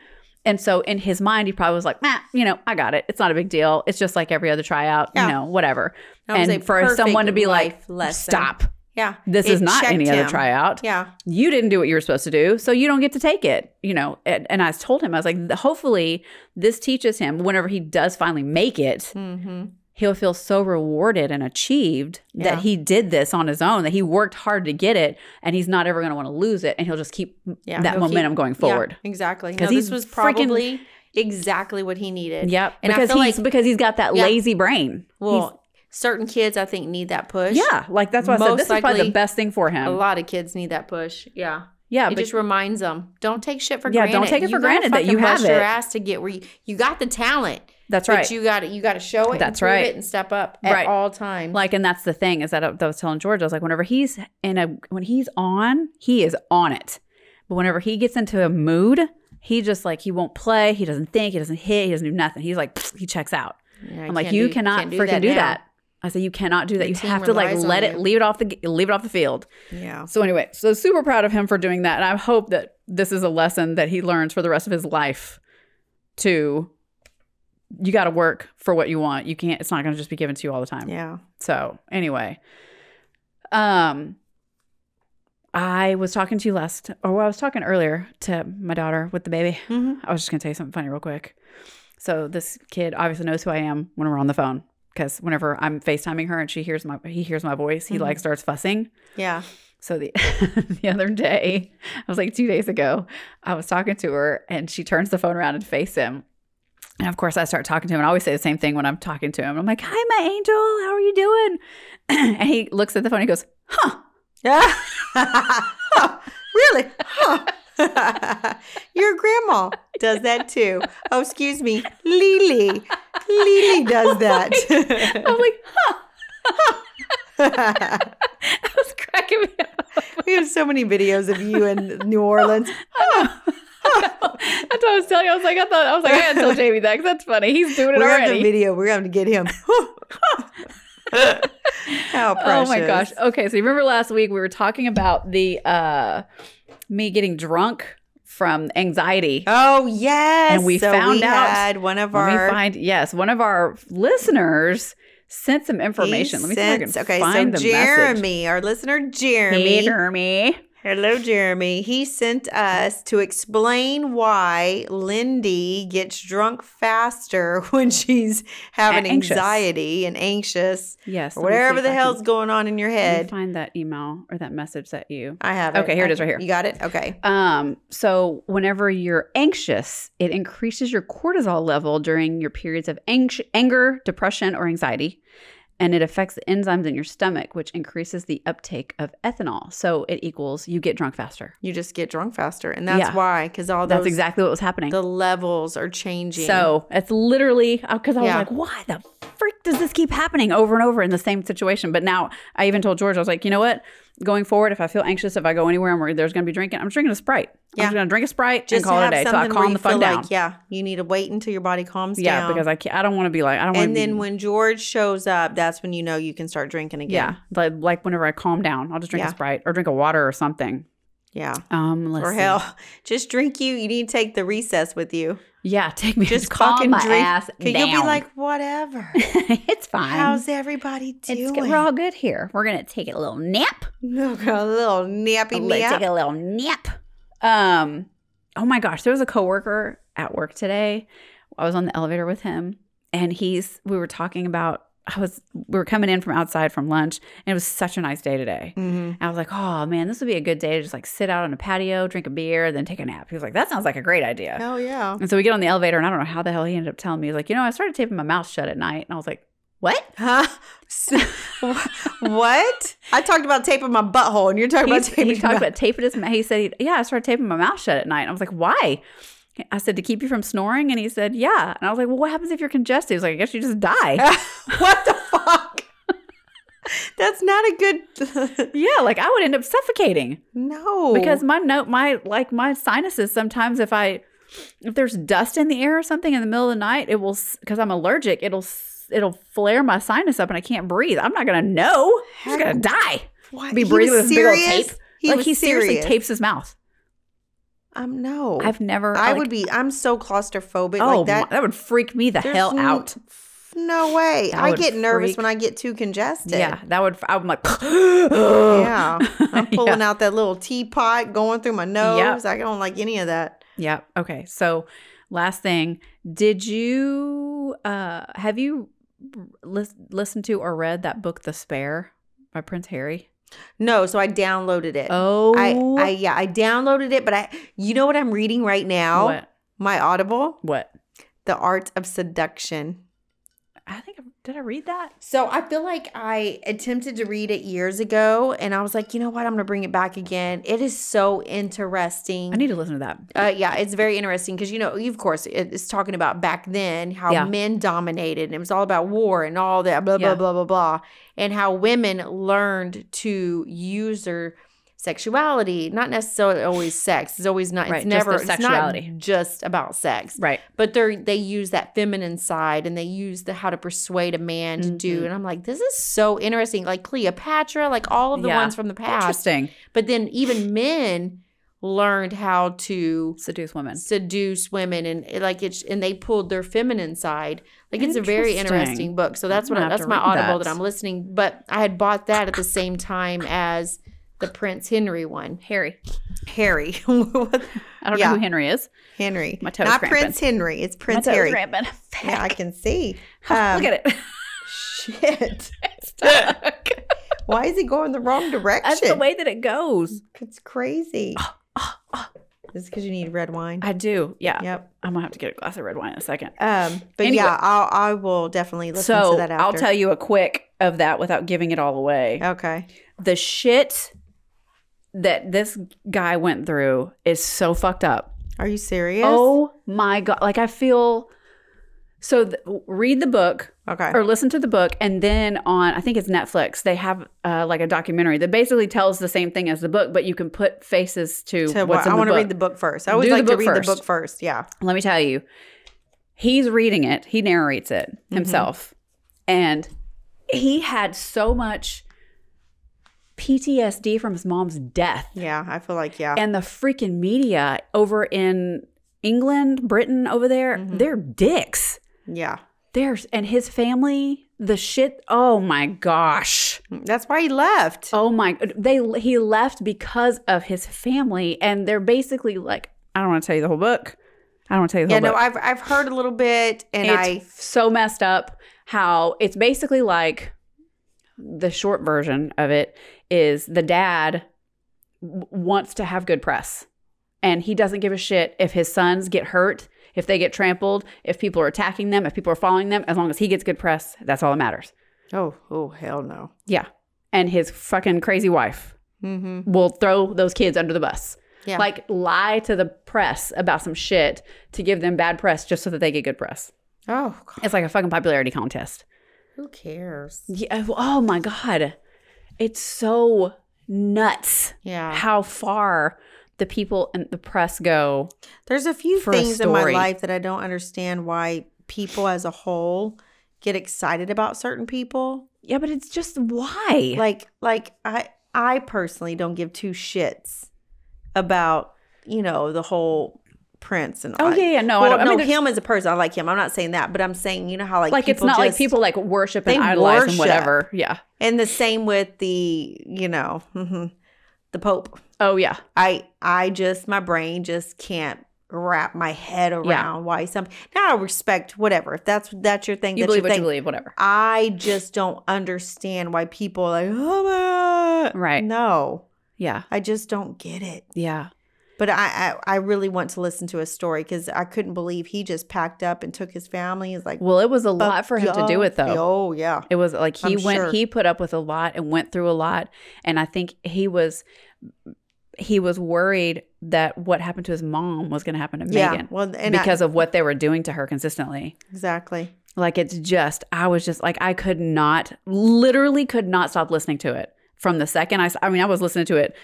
Speaker 1: And so in his mind, he probably was like, nah, you know, I got it. It's not a big deal. It's just like every other tryout,
Speaker 2: Yeah.
Speaker 1: you know, whatever.
Speaker 2: That was
Speaker 1: and
Speaker 2: a
Speaker 1: for someone to
Speaker 2: perfect
Speaker 1: be like,
Speaker 2: life lesson.
Speaker 1: stop.
Speaker 2: Yeah.
Speaker 1: This
Speaker 2: It
Speaker 1: is not
Speaker 2: checked
Speaker 1: any other
Speaker 2: him.
Speaker 1: tryout.
Speaker 2: Yeah.
Speaker 1: You didn't do what you were supposed to do, so you don't get to take it, you know. And, and I told him, I was like, hopefully this teaches him whenever he does finally make it,
Speaker 2: Mm-hmm.
Speaker 1: he'll feel so rewarded and achieved
Speaker 2: Yeah.
Speaker 1: that he did this on his own, that he worked hard to get it, and he's not ever going to want to lose it, and he'll just keep
Speaker 2: Yeah.
Speaker 1: that
Speaker 2: He'll keep-
Speaker 1: momentum going forward.
Speaker 2: Yeah, exactly.
Speaker 1: 'Cause
Speaker 2: Because no, this
Speaker 1: he's
Speaker 2: was
Speaker 1: freaking-
Speaker 2: probably exactly what he needed.
Speaker 1: Yep.
Speaker 2: And I
Speaker 1: because
Speaker 2: feel
Speaker 1: he's
Speaker 2: like-
Speaker 1: because he's got that
Speaker 2: Yeah.
Speaker 1: lazy brain.
Speaker 2: Well, certain kids, I think, need that push.
Speaker 1: He's- yeah, like that's why I said
Speaker 2: most
Speaker 1: this is probably
Speaker 2: likely
Speaker 1: the best thing for
Speaker 2: A
Speaker 1: him.
Speaker 2: lot of kids need that push. Yeah.
Speaker 1: Yeah,
Speaker 2: it
Speaker 1: but
Speaker 2: just reminds them don't take shit for
Speaker 1: Yeah,
Speaker 2: granted.
Speaker 1: don't take it for
Speaker 2: gotta
Speaker 1: granted that
Speaker 2: fucking
Speaker 1: you have
Speaker 2: bust your
Speaker 1: it.
Speaker 2: ass to get where you, you got the talent.
Speaker 1: that's right.
Speaker 2: But you got to you got to show it. and
Speaker 1: That's
Speaker 2: prove
Speaker 1: right.
Speaker 2: It and step up at
Speaker 1: Right.
Speaker 2: all times.
Speaker 1: like, and that's the thing is that I, that I was telling George, I was like, whenever he's in a when he's on, he is on it. But whenever he gets into a mood, he just like he won't play. He doesn't think. He doesn't hit. He doesn't do nothing. He's like he checks out.
Speaker 2: Yeah,
Speaker 1: I'm like,
Speaker 2: can't
Speaker 1: you
Speaker 2: do-
Speaker 1: cannot
Speaker 2: can't
Speaker 1: freaking do
Speaker 2: now.
Speaker 1: that. I said you cannot do that.
Speaker 2: The
Speaker 1: you
Speaker 2: team
Speaker 1: have to like
Speaker 2: relies on
Speaker 1: let it
Speaker 2: you.
Speaker 1: leave it off the g- leave it off the field.
Speaker 2: Yeah.
Speaker 1: So anyway, so super proud of him for doing that, and I hope that this is a lesson that he learns for the rest of his life. To you got to work for what you want. You can't. It's not going to just be given to you all the time.
Speaker 2: Yeah.
Speaker 1: So anyway, um, I was talking to you last, or well, I was talking earlier to my daughter with the baby.
Speaker 2: hmm
Speaker 1: I was just going to tell you something funny real quick. So this kid obviously knows who I am when we're on the phone because whenever I'm FaceTiming her and she hears my he hears my voice, he
Speaker 2: Mhm.
Speaker 1: like starts fussing.
Speaker 2: Yeah.
Speaker 1: So the the other day, I was like two days ago, I was talking to her and she turns the phone around and face him. And of course I start talking to him and I always say the same thing when I'm talking to him. I'm like, Hi my angel, how are you doing? and he looks at the phone and he goes, Huh.
Speaker 2: Yeah. Huh, really? Huh. Your grandma does that too. Oh, excuse me. Lily. Lily does
Speaker 1: I'm
Speaker 2: that.
Speaker 1: like, huh. I was cracking me up.
Speaker 2: we have so many videos of you in New Orleans.
Speaker 1: That's what I was telling you. I was like, I thought I was like, I gotta tell Jamie that 'cause that's funny. He's doing it
Speaker 2: We're going to
Speaker 1: already.
Speaker 2: video. We're going to get him. How
Speaker 1: Oh
Speaker 2: precious.
Speaker 1: my gosh. Okay, so you remember last week we were talking about the uh me getting drunk from anxiety.
Speaker 2: Oh yes.
Speaker 1: And we
Speaker 2: so
Speaker 1: found
Speaker 2: we
Speaker 1: out
Speaker 2: had one of
Speaker 1: Let
Speaker 2: our
Speaker 1: me find yes, one of our listeners sent some information. Let me see if I
Speaker 2: Sent-
Speaker 1: can
Speaker 2: okay,
Speaker 1: find
Speaker 2: so
Speaker 1: the
Speaker 2: Jeremy, our listener
Speaker 1: message. Hey,
Speaker 2: Jeremy,
Speaker 1: Jeremy.
Speaker 2: Hello, Jeremy. He sent us to explain why Lindy gets drunk faster when she's having
Speaker 1: A- anxious.
Speaker 2: anxiety and anxious
Speaker 1: Yes.
Speaker 2: or
Speaker 1: let me see
Speaker 2: whatever
Speaker 1: if
Speaker 2: the
Speaker 1: I can-
Speaker 2: hell's going on in your
Speaker 1: let me
Speaker 2: head.
Speaker 1: Find that email or that message that you
Speaker 2: I have it.
Speaker 1: Okay, here it
Speaker 2: I-
Speaker 1: is right here.
Speaker 2: You got it? Okay.
Speaker 1: Um, so whenever you're anxious, it increases your cortisol level during your periods of ang- anger, depression, or anxiety. And it affects the enzymes in your stomach, which increases the uptake of ethanol. So it equals you get drunk faster.
Speaker 2: You just get drunk faster. And that's
Speaker 1: Yeah.
Speaker 2: why, because all those,
Speaker 1: That's exactly what was happening.
Speaker 2: the levels are changing.
Speaker 1: So it's literally because I was
Speaker 2: Yeah.
Speaker 1: like, why the frick does this keep happening over and over in the same situation? But now I even told George, I was like, you know what? Going forward, if I feel anxious, if I go anywhere and where there's going to be drinking, I'm drinking a Sprite.
Speaker 2: Yeah.
Speaker 1: I'm just going to drink a Sprite and call it a day until I
Speaker 2: where
Speaker 1: calm
Speaker 2: you
Speaker 1: the fuck
Speaker 2: feel
Speaker 1: down.
Speaker 2: like, yeah, you need to wait until your body calms
Speaker 1: yeah,
Speaker 2: down.
Speaker 1: because I can't, I don't want to be like I don't want.
Speaker 2: and
Speaker 1: to
Speaker 2: then
Speaker 1: be,
Speaker 2: when George shows up, that's when you know you can start drinking
Speaker 1: yeah,
Speaker 2: again.
Speaker 1: like, like whenever I calm down, I'll just drink
Speaker 2: Yeah.
Speaker 1: a sprite or drink a water or something.
Speaker 2: Yeah.
Speaker 1: Um, let's
Speaker 2: or
Speaker 1: see.
Speaker 2: hell, just drink you. You need to take the recess with you.
Speaker 1: yeah, take me
Speaker 2: Just
Speaker 1: just calm
Speaker 2: fucking
Speaker 1: my
Speaker 2: drink.
Speaker 1: ass
Speaker 2: 'Cause
Speaker 1: down.
Speaker 2: You'll be like, whatever.
Speaker 1: it's fine.
Speaker 2: How's everybody doing?
Speaker 1: it's, we're all good here. We're gonna take a little nap.
Speaker 2: Look, a little nappy
Speaker 1: Let's
Speaker 2: nap.
Speaker 1: take a little nap. Um, oh my gosh, there was a coworker at work today. I was on the elevator with him, and he's we were talking about. I was we were coming in from outside from lunch, and it was such a nice day today.
Speaker 2: Mhm.
Speaker 1: I was like, oh man, this would be a good day to just like sit out on a patio, drink a beer, and then take a nap. He was like, that sounds like a great idea.
Speaker 2: Oh yeah.
Speaker 1: And so we get on the elevator, and I don't know how the hell he ended up telling me. He's like, you know, I started taping my mouth shut at night. And I was like, what?
Speaker 2: Huh? what? I talked about taping my butthole, and you're talking about
Speaker 1: He's-
Speaker 2: taping.
Speaker 1: he
Speaker 2: your
Speaker 1: talked
Speaker 2: butt-
Speaker 1: about taping his mouth. He said, he, yeah, I started taping my mouth shut at night. And I was like, why? I said, to keep you from snoring. And he said, yeah. And I was like, well, what happens if you're congested? He was like, I guess you just die.
Speaker 2: what the fuck? That's not a good.
Speaker 1: yeah, like I would end up suffocating.
Speaker 2: no,
Speaker 1: because my note my like my sinuses sometimes if i if there's dust in the air or something in the middle of the night it will because i'm allergic it'll s- it'll flare my sinus up and i can't breathe i'm not gonna know i'm just
Speaker 2: Heck.
Speaker 1: gonna die
Speaker 2: what?
Speaker 1: be
Speaker 2: He
Speaker 1: breathing
Speaker 2: was
Speaker 1: with a big old
Speaker 2: serious?
Speaker 1: tape.
Speaker 2: He
Speaker 1: like
Speaker 2: was
Speaker 1: he seriously
Speaker 2: serious.
Speaker 1: tapes his mouth
Speaker 2: Um, no,
Speaker 1: i've never
Speaker 2: I
Speaker 1: like-
Speaker 2: would be. I'm so claustrophobic
Speaker 1: oh
Speaker 2: like that.
Speaker 1: my- that would freak me the
Speaker 2: There's
Speaker 1: hell
Speaker 2: n-
Speaker 1: out
Speaker 2: No way.
Speaker 1: That
Speaker 2: I
Speaker 1: would
Speaker 2: get nervous
Speaker 1: freak-
Speaker 2: when I get too congested.
Speaker 1: yeah that would i'm like
Speaker 2: Yeah. I'm pulling
Speaker 1: Yeah.
Speaker 2: out that little teapot going through my nose. I don't like any of that.
Speaker 1: yeah okay so last thing did you uh have you lis- listened to or read that book the spare by prince harry
Speaker 2: No, so I downloaded it.
Speaker 1: oh
Speaker 2: I, I yeah, I downloaded it, but I you know what I'm reading right now?
Speaker 1: what
Speaker 2: My Audible,
Speaker 1: what
Speaker 2: The Art of Seduction.
Speaker 1: i think I- did i read that
Speaker 2: So I feel like I attempted to read it years ago and I was like, you know what? I'm gonna bring it back again. It is so interesting.
Speaker 1: i need to listen to that
Speaker 2: Uh, yeah, it's very interesting because you know, of course, it- it's talking about back then how
Speaker 1: Yeah.
Speaker 2: men dominated and it was all about war and all that blah blah
Speaker 1: Yeah.
Speaker 2: blah blah blah, and how women learned to use their sexuality, not necessarily always sex. It's always not. It's
Speaker 1: Right, just
Speaker 2: never.
Speaker 1: their
Speaker 2: It's
Speaker 1: sexuality.
Speaker 2: not just about sex,
Speaker 1: right
Speaker 2: but they they use that feminine side and they use the how to persuade a man to do.
Speaker 1: Mhm.
Speaker 2: And I'm like, this is so interesting. Like Cleopatra, like all of the
Speaker 1: Yeah.
Speaker 2: ones from the past,
Speaker 1: interesting
Speaker 2: but then even men learned how to
Speaker 1: seduce women
Speaker 2: seduce women and it- like it's and they pulled their feminine side like it's a very interesting
Speaker 1: Interesting.
Speaker 2: book so that's
Speaker 1: I'm
Speaker 2: what I,
Speaker 1: gonna have
Speaker 2: that's
Speaker 1: to
Speaker 2: my
Speaker 1: read
Speaker 2: audible that.
Speaker 1: that.
Speaker 2: i'm listening but i had bought that at the same time as the prince henry one
Speaker 1: harry
Speaker 2: harry
Speaker 1: i don't
Speaker 2: Yeah.
Speaker 1: know who henry is
Speaker 2: henry
Speaker 1: My toe is
Speaker 2: not
Speaker 1: cramping.
Speaker 2: prince henry it's
Speaker 1: My
Speaker 2: prince
Speaker 1: toe is
Speaker 2: harry
Speaker 1: rampant.
Speaker 2: yeah i can see
Speaker 1: look at it
Speaker 2: shit
Speaker 1: It's stuck.
Speaker 2: why is it going the wrong direction
Speaker 1: that's the way that it goes
Speaker 2: it's crazy this because you need red wine
Speaker 1: i do yeah
Speaker 2: yep
Speaker 1: i'm gonna have to get a glass of red wine in a second
Speaker 2: um but
Speaker 1: Anyway.
Speaker 2: yeah i'll i will definitely listen
Speaker 1: so
Speaker 2: to that after
Speaker 1: I'll tell you a quick of that without giving it all away.
Speaker 2: okay
Speaker 1: The shit that this guy went through is so fucked up.
Speaker 2: Are you serious?
Speaker 1: Oh my god! Like I feel. So th- read the book
Speaker 2: okay.
Speaker 1: or listen to the book, and then on I think it's Netflix they have uh, like a documentary that basically tells the same thing as the book, but you can put faces to,
Speaker 2: to
Speaker 1: what's
Speaker 2: what,
Speaker 1: in
Speaker 2: I
Speaker 1: the
Speaker 2: want to
Speaker 1: book.
Speaker 2: read the book first. I always
Speaker 1: Do the
Speaker 2: like to
Speaker 1: book
Speaker 2: read
Speaker 1: first.
Speaker 2: the book first. Yeah.
Speaker 1: Let me tell you, he's reading it. He narrates it
Speaker 2: Mm-hmm.
Speaker 1: himself. And he had so much PTSD from his mom's death.
Speaker 2: Yeah. I feel like, yeah.
Speaker 1: And the freaking
Speaker 2: Mm-hmm.
Speaker 1: media over in England, Britain over there, they're dicks.
Speaker 2: yeah.
Speaker 1: There's and his family, the shit. Oh my gosh.
Speaker 2: That's why he left.
Speaker 1: Oh my. They he left because of his family, and they're basically like, I don't want to tell you the whole book. I don't want to tell you the
Speaker 2: yeah,
Speaker 1: whole
Speaker 2: no,
Speaker 1: book.
Speaker 2: I've I've heard a little bit, and
Speaker 1: it's
Speaker 2: I
Speaker 1: so messed up how it's basically like the short version of it is the dad w- wants to have good press and he doesn't give a shit if his sons get hurt if they get trampled if people are attacking them if people are following them as long as he gets good press that's all that matters
Speaker 2: oh oh hell no.
Speaker 1: yeah and his fucking crazy wife
Speaker 2: Mm-hmm.
Speaker 1: will throw those kids under the bus
Speaker 2: Yeah,
Speaker 1: like lie to the press about some shit to give them bad press just so that they get good press
Speaker 2: oh God,
Speaker 1: it's like a fucking popularity contest
Speaker 2: who cares?
Speaker 1: Yeah. oh- Oh my God. It's so nuts
Speaker 2: Yeah,
Speaker 1: how far the people and the press go.
Speaker 2: there's a few
Speaker 1: For a
Speaker 2: things in my
Speaker 1: story.
Speaker 2: life that I don't understand why people as a whole get excited about certain people.
Speaker 1: Yeah, but it's just why?
Speaker 2: like like i i personally don't give two shits about you know the whole prince and
Speaker 1: oh
Speaker 2: all-
Speaker 1: yeah, yeah. No, I
Speaker 2: well,
Speaker 1: don't. I
Speaker 2: no
Speaker 1: mean, there's-
Speaker 2: him as a person i like him i'm not saying that but i'm saying you know how like
Speaker 1: like it's not like
Speaker 2: just-
Speaker 1: people like worship
Speaker 2: They
Speaker 1: and idolize and
Speaker 2: worship.
Speaker 1: whatever. Yeah.
Speaker 2: and the same with the you know mm-hmm, the pope
Speaker 1: Oh yeah.
Speaker 2: i i just my brain just can't wrap my head around why some now i respect whatever if that's that's your thing
Speaker 1: You
Speaker 2: that's
Speaker 1: believe
Speaker 2: your
Speaker 1: what
Speaker 2: thing
Speaker 1: you believe, whatever.
Speaker 2: i just don't understand why people are like oh my God."
Speaker 1: Right.
Speaker 2: no
Speaker 1: Yeah.
Speaker 2: I just don't get it.
Speaker 1: Yeah.
Speaker 2: But I I, I really want to listen to a story because I couldn't believe he just packed up and took his family. He's like,
Speaker 1: Well, it was a
Speaker 2: "Fuck
Speaker 1: lot for him to do
Speaker 2: y'all."
Speaker 1: it though.
Speaker 2: Oh yeah,
Speaker 1: It was like he
Speaker 2: I'm
Speaker 1: went,
Speaker 2: sure.
Speaker 1: he put up with a lot and went through a lot. And I think he was, he was worried that what happened to his mom was going to happen to
Speaker 2: yeah.
Speaker 1: Megan
Speaker 2: Well, and I-
Speaker 1: because of what they were doing to her consistently.
Speaker 2: exactly.
Speaker 1: Like it's just, I was just like, I could not, literally could not stop listening to it from the second I, s- I mean, I was listening to it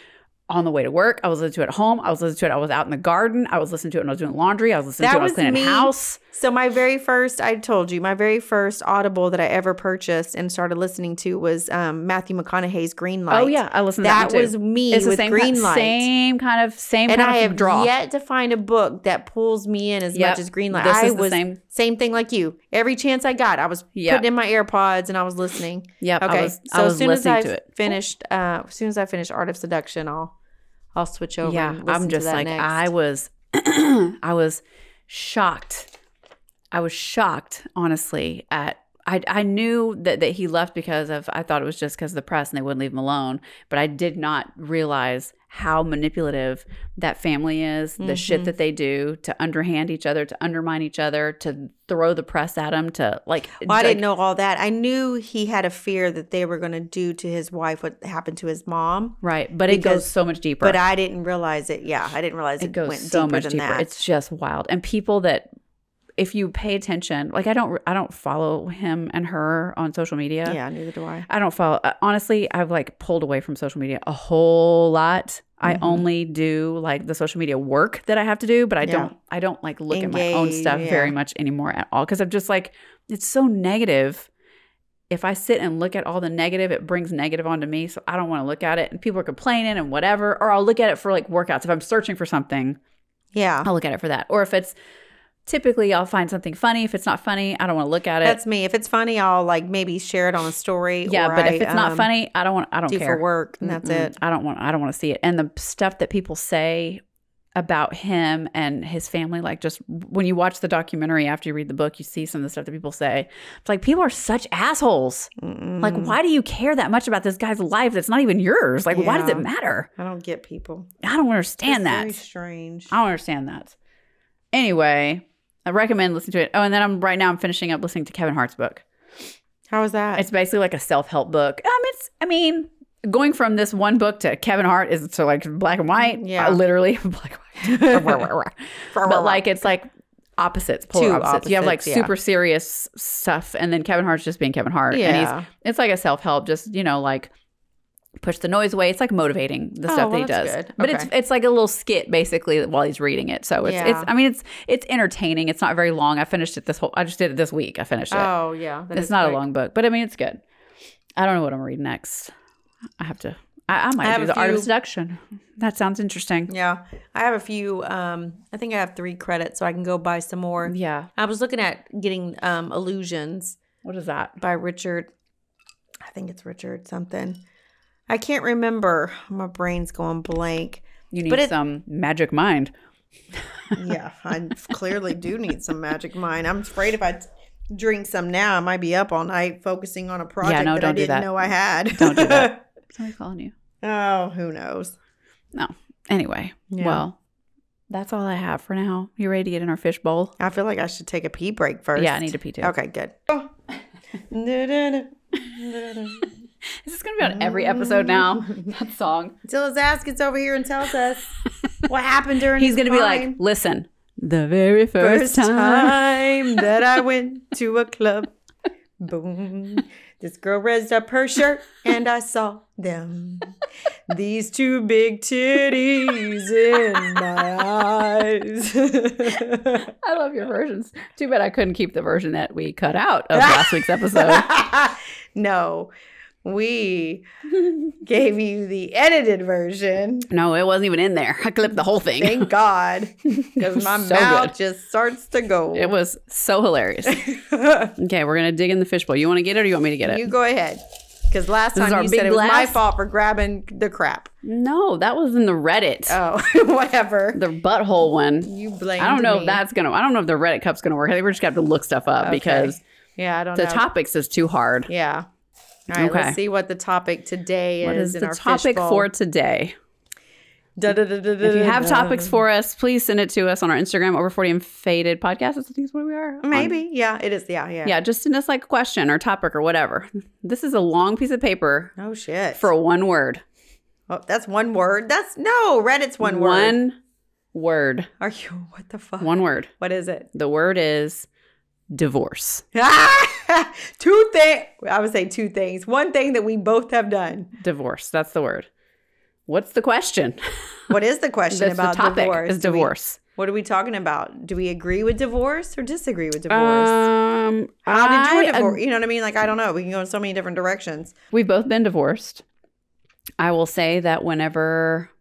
Speaker 1: on the way to work. I was listening to it at home. I was listening to it. I was out in the garden. I was listening to it when I was doing laundry. I was listening
Speaker 2: That
Speaker 1: to it when I was
Speaker 2: was
Speaker 1: cleaning
Speaker 2: me.
Speaker 1: house.
Speaker 2: So my very first, I told you, my very first Audible that I ever purchased and started listening to was um, Matthew McConaughey's Green Light.
Speaker 1: Oh yeah. I listened to that,
Speaker 2: that,
Speaker 1: one, too.
Speaker 2: was me
Speaker 1: it's the
Speaker 2: with
Speaker 1: same
Speaker 2: Green
Speaker 1: kind,
Speaker 2: Light.
Speaker 1: same kind of same
Speaker 2: and
Speaker 1: kind
Speaker 2: I
Speaker 1: of
Speaker 2: have
Speaker 1: draw.
Speaker 2: yet to find a book that pulls me in as
Speaker 1: Yep.
Speaker 2: much as Greenlight.
Speaker 1: This
Speaker 2: I
Speaker 1: is the
Speaker 2: was
Speaker 1: same.
Speaker 2: thing like you. Every chance I got, I was
Speaker 1: Yep.
Speaker 2: putting in my AirPods and I was listening.
Speaker 1: Yep.
Speaker 2: Okay,
Speaker 1: I was,
Speaker 2: so
Speaker 1: I was
Speaker 2: as soon as
Speaker 1: listening
Speaker 2: I
Speaker 1: to it.
Speaker 2: finished, uh, as soon as I finish Art of Seduction, I'll I'll switch over.
Speaker 1: Yeah,
Speaker 2: and listen
Speaker 1: I'm
Speaker 2: to
Speaker 1: just
Speaker 2: that
Speaker 1: like
Speaker 2: next.
Speaker 1: I was, I was shocked. I was shocked, honestly. At I, I knew that that he left because of I thought it was just because of the press and they wouldn't leave him alone. But I did not realize how manipulative that family is. The shit
Speaker 2: Mhm.
Speaker 1: that they do to underhand each other, to undermine each other, to throw the press at him, to like.
Speaker 2: Well, I
Speaker 1: like-
Speaker 2: didn't know all that. I knew he had a fear that they were going to do to his wife what happened to his mom,
Speaker 1: Right, but it goes
Speaker 2: because-
Speaker 1: so much deeper.
Speaker 2: but I didn't realize it. Yeah, I didn't realize it,
Speaker 1: it goes
Speaker 2: went
Speaker 1: so
Speaker 2: deeper
Speaker 1: much
Speaker 2: than
Speaker 1: deeper.
Speaker 2: that.
Speaker 1: It's just wild. And people that if you pay attention, like I don't I don't follow him and her on social media.
Speaker 2: yeah, neither do I.
Speaker 1: I don't follow uh, honestly, I've like pulled away from social media a whole lot. I
Speaker 2: Mhm.
Speaker 1: only do like the social media work that I have to do, but I
Speaker 2: Yeah.
Speaker 1: don't I don't like look at my own
Speaker 2: Engage,
Speaker 1: stuff
Speaker 2: yeah.
Speaker 1: very much anymore at all cuz I'm just like it's so negative. If I sit and look at all the negative, it brings negative onto me, so I don't want to look at it. And people are complaining and whatever, or I'll look at it for like workouts if I'm searching for something.
Speaker 2: Yeah,
Speaker 1: I'll look at it for that. Or if it's typically I'll find something funny. If it's not funny, I don't want to look at it.
Speaker 2: That's me. If it's funny, I'll like maybe share it on a story.
Speaker 1: yeah,
Speaker 2: or
Speaker 1: but
Speaker 2: I,
Speaker 1: if it's not
Speaker 2: um,
Speaker 1: funny, I don't want I don't
Speaker 2: do
Speaker 1: care.
Speaker 2: for work, and that's
Speaker 1: Mm-mm.
Speaker 2: it.
Speaker 1: I don't want I don't want to see it. And the stuff that people say about him and his family, like just when you watch the documentary after you read the book, you see some of the stuff that people say. It's like people are such assholes.
Speaker 2: Mm-mm.
Speaker 1: Like, why do you care that much about this guy's life that's not even yours? Like, why does it
Speaker 2: Yeah.
Speaker 1: matter?
Speaker 2: I don't get people.
Speaker 1: I don't
Speaker 2: It's
Speaker 1: understand that.
Speaker 2: very strange.
Speaker 1: I don't understand that. Anyway, I recommend listening to it. Oh, and then I'm right now I'm finishing up listening to Kevin Hart's book.
Speaker 2: How is that?
Speaker 1: It's basically like a self-help book. Um, it's I mean, going from this one book to Kevin Hart is to like black and white.
Speaker 2: Yeah.
Speaker 1: Uh, literally black and white. but like it's like opposites, polar
Speaker 2: Two
Speaker 1: opposites. You have like
Speaker 2: opposites, yeah.
Speaker 1: super serious stuff, and then Kevin Hart's just being Kevin Hart. And he's
Speaker 2: yeah,
Speaker 1: it's like a self help, just you know, like push the noise away. It's like motivating the
Speaker 2: Oh,
Speaker 1: stuff
Speaker 2: well,
Speaker 1: that he
Speaker 2: that's
Speaker 1: does,
Speaker 2: good.
Speaker 1: but it's it's like a little skit basically while he's reading it. So it's it's
Speaker 2: Yeah.
Speaker 1: I mean it's it's entertaining. It's not very long. I finished it this whole. I just did it this week. I finished it.
Speaker 2: oh yeah, that
Speaker 1: it's
Speaker 2: is
Speaker 1: not
Speaker 2: quick.
Speaker 1: a long book, but I mean it's good. I don't know what I'm reading next. I have to. I, I
Speaker 2: I
Speaker 1: might
Speaker 2: have
Speaker 1: do
Speaker 2: a
Speaker 1: the art of
Speaker 2: few-
Speaker 1: seduction. That sounds interesting.
Speaker 2: Yeah. I have a few um I think I have 3 credits so I can go buy some more.
Speaker 1: Yeah.
Speaker 2: I was looking at getting um Illusions
Speaker 1: What is that?
Speaker 2: by Richard I think it's Richard something. I can't remember. My brain's going blank.
Speaker 1: You need
Speaker 2: But it-
Speaker 1: some magic mind.
Speaker 2: yeah, I clearly do need some magic mind. I'm afraid if I t- drink some now, I might be up all night focusing on a project
Speaker 1: no,
Speaker 2: that I
Speaker 1: don't do
Speaker 2: didn't
Speaker 1: that.
Speaker 2: know I had.
Speaker 1: Don't do that. Somebody calling you.
Speaker 2: oh, who knows?
Speaker 1: Anyway,
Speaker 2: Yeah.
Speaker 1: well, that's all I have for now. You ready to get in our fish bowl?
Speaker 2: I feel like I should take a pee break first.
Speaker 1: Yeah, I need to pee too.
Speaker 2: Okay, good. Until
Speaker 1: This is going to be on every episode now. That song.
Speaker 2: his ass gets over here and tells us what happened during.
Speaker 1: He's
Speaker 2: going to
Speaker 1: be like, listen, the very first,
Speaker 2: first
Speaker 1: time.
Speaker 2: time that I went to a club. Boom. This girl raised up her shirt and I saw them. These two big titties in my eyes.
Speaker 1: I love your versions. Too bad I couldn't keep the version that we cut out of last week's episode.
Speaker 2: no, we gave you the edited version.
Speaker 1: No, it wasn't even in there. I clipped the whole thing.
Speaker 2: Thank God, because my
Speaker 1: So
Speaker 2: mouth
Speaker 1: good.
Speaker 2: just starts to go.
Speaker 1: It was so hilarious. okay, we're gonna dig in the fishbowl. You want to get it or you want me to get it?
Speaker 2: you go ahead, because last
Speaker 1: This is
Speaker 2: time
Speaker 1: our
Speaker 2: you
Speaker 1: big
Speaker 2: said it was my
Speaker 1: glass.
Speaker 2: fault for grabbing the crap.
Speaker 1: no, that was in the Reddit,
Speaker 2: Oh, whatever.
Speaker 1: the butthole one.
Speaker 2: You blame.
Speaker 1: I don't know
Speaker 2: me.
Speaker 1: if that's gonna. I don't know if the Reddit cup's gonna work. I think we're just gonna have to look stuff up
Speaker 2: Okay. Oh.
Speaker 1: because
Speaker 2: Yeah, I don't
Speaker 1: the
Speaker 2: know.
Speaker 1: topics is too hard.
Speaker 2: Yeah. All right.
Speaker 1: Okay.
Speaker 2: Let's see what the topic today is.
Speaker 1: What is
Speaker 2: in
Speaker 1: the
Speaker 2: our
Speaker 1: topic
Speaker 2: fishbowl.
Speaker 1: for today?
Speaker 2: Da, da, da, da, da,
Speaker 1: If you have
Speaker 2: da.
Speaker 1: topics for us, please send it to us on our Instagram, over 40 and faded podcast. I think is what we are. on
Speaker 2: Maybe. Yeah. It is. Yeah. Yeah.
Speaker 1: Yeah, just send us like a question or topic or whatever. This is a long piece of paper
Speaker 2: Oh shit.
Speaker 1: for one word.
Speaker 2: oh, that's one word. That's no. Reddit's one, word.
Speaker 1: One word.
Speaker 2: Are you? What the fuck?
Speaker 1: One word.
Speaker 2: What is it?
Speaker 1: The word is divorce.
Speaker 2: Ah! two things. I would say two things. One thing that we both have done.
Speaker 1: Divorce. That's the word. What's the question?
Speaker 2: What is the
Speaker 1: That's
Speaker 2: question
Speaker 1: the
Speaker 2: about
Speaker 1: topic
Speaker 2: divorce?
Speaker 1: is
Speaker 2: Do we-
Speaker 1: divorce.
Speaker 2: what are we talking about? Do we agree with divorce or disagree with divorce?
Speaker 1: Um,
Speaker 2: How did
Speaker 1: I
Speaker 2: you
Speaker 1: ag-
Speaker 2: divorce? You know what I mean? Like I don't know. We can go in so many different directions.
Speaker 1: We've both been divorced. I will say that whenever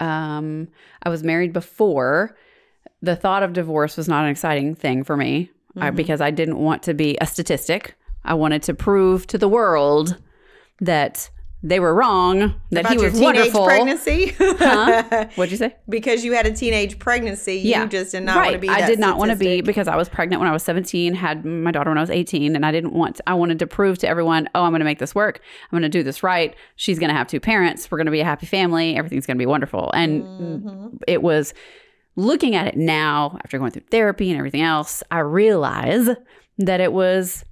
Speaker 1: um, I was married before, the thought of divorce was not an exciting thing for me I,
Speaker 2: Mhm.
Speaker 1: because I didn't want to be a statistic. I wanted to prove to the world that they were wrong, that
Speaker 2: About
Speaker 1: he
Speaker 2: your
Speaker 1: was
Speaker 2: teenage
Speaker 1: wonderful.
Speaker 2: pregnancy.
Speaker 1: Huh? What'd you say?
Speaker 2: because you had a teenage pregnancy,
Speaker 1: Yeah.
Speaker 2: you just did not
Speaker 1: right.
Speaker 2: want to be.
Speaker 1: I
Speaker 2: that
Speaker 1: did not want to be
Speaker 2: statistic.
Speaker 1: because I was pregnant when I was 17, had my daughter when I was 18, and I didn't want I wanted to prove to everyone, oh, I'm going to make this work. I'm going to do this right. She's going to have two parents. We're going to be a happy family. Everything's going to be wonderful. And
Speaker 2: Mm-hmm.
Speaker 1: it was looking at it now after going through therapy and everything else, I realize that it was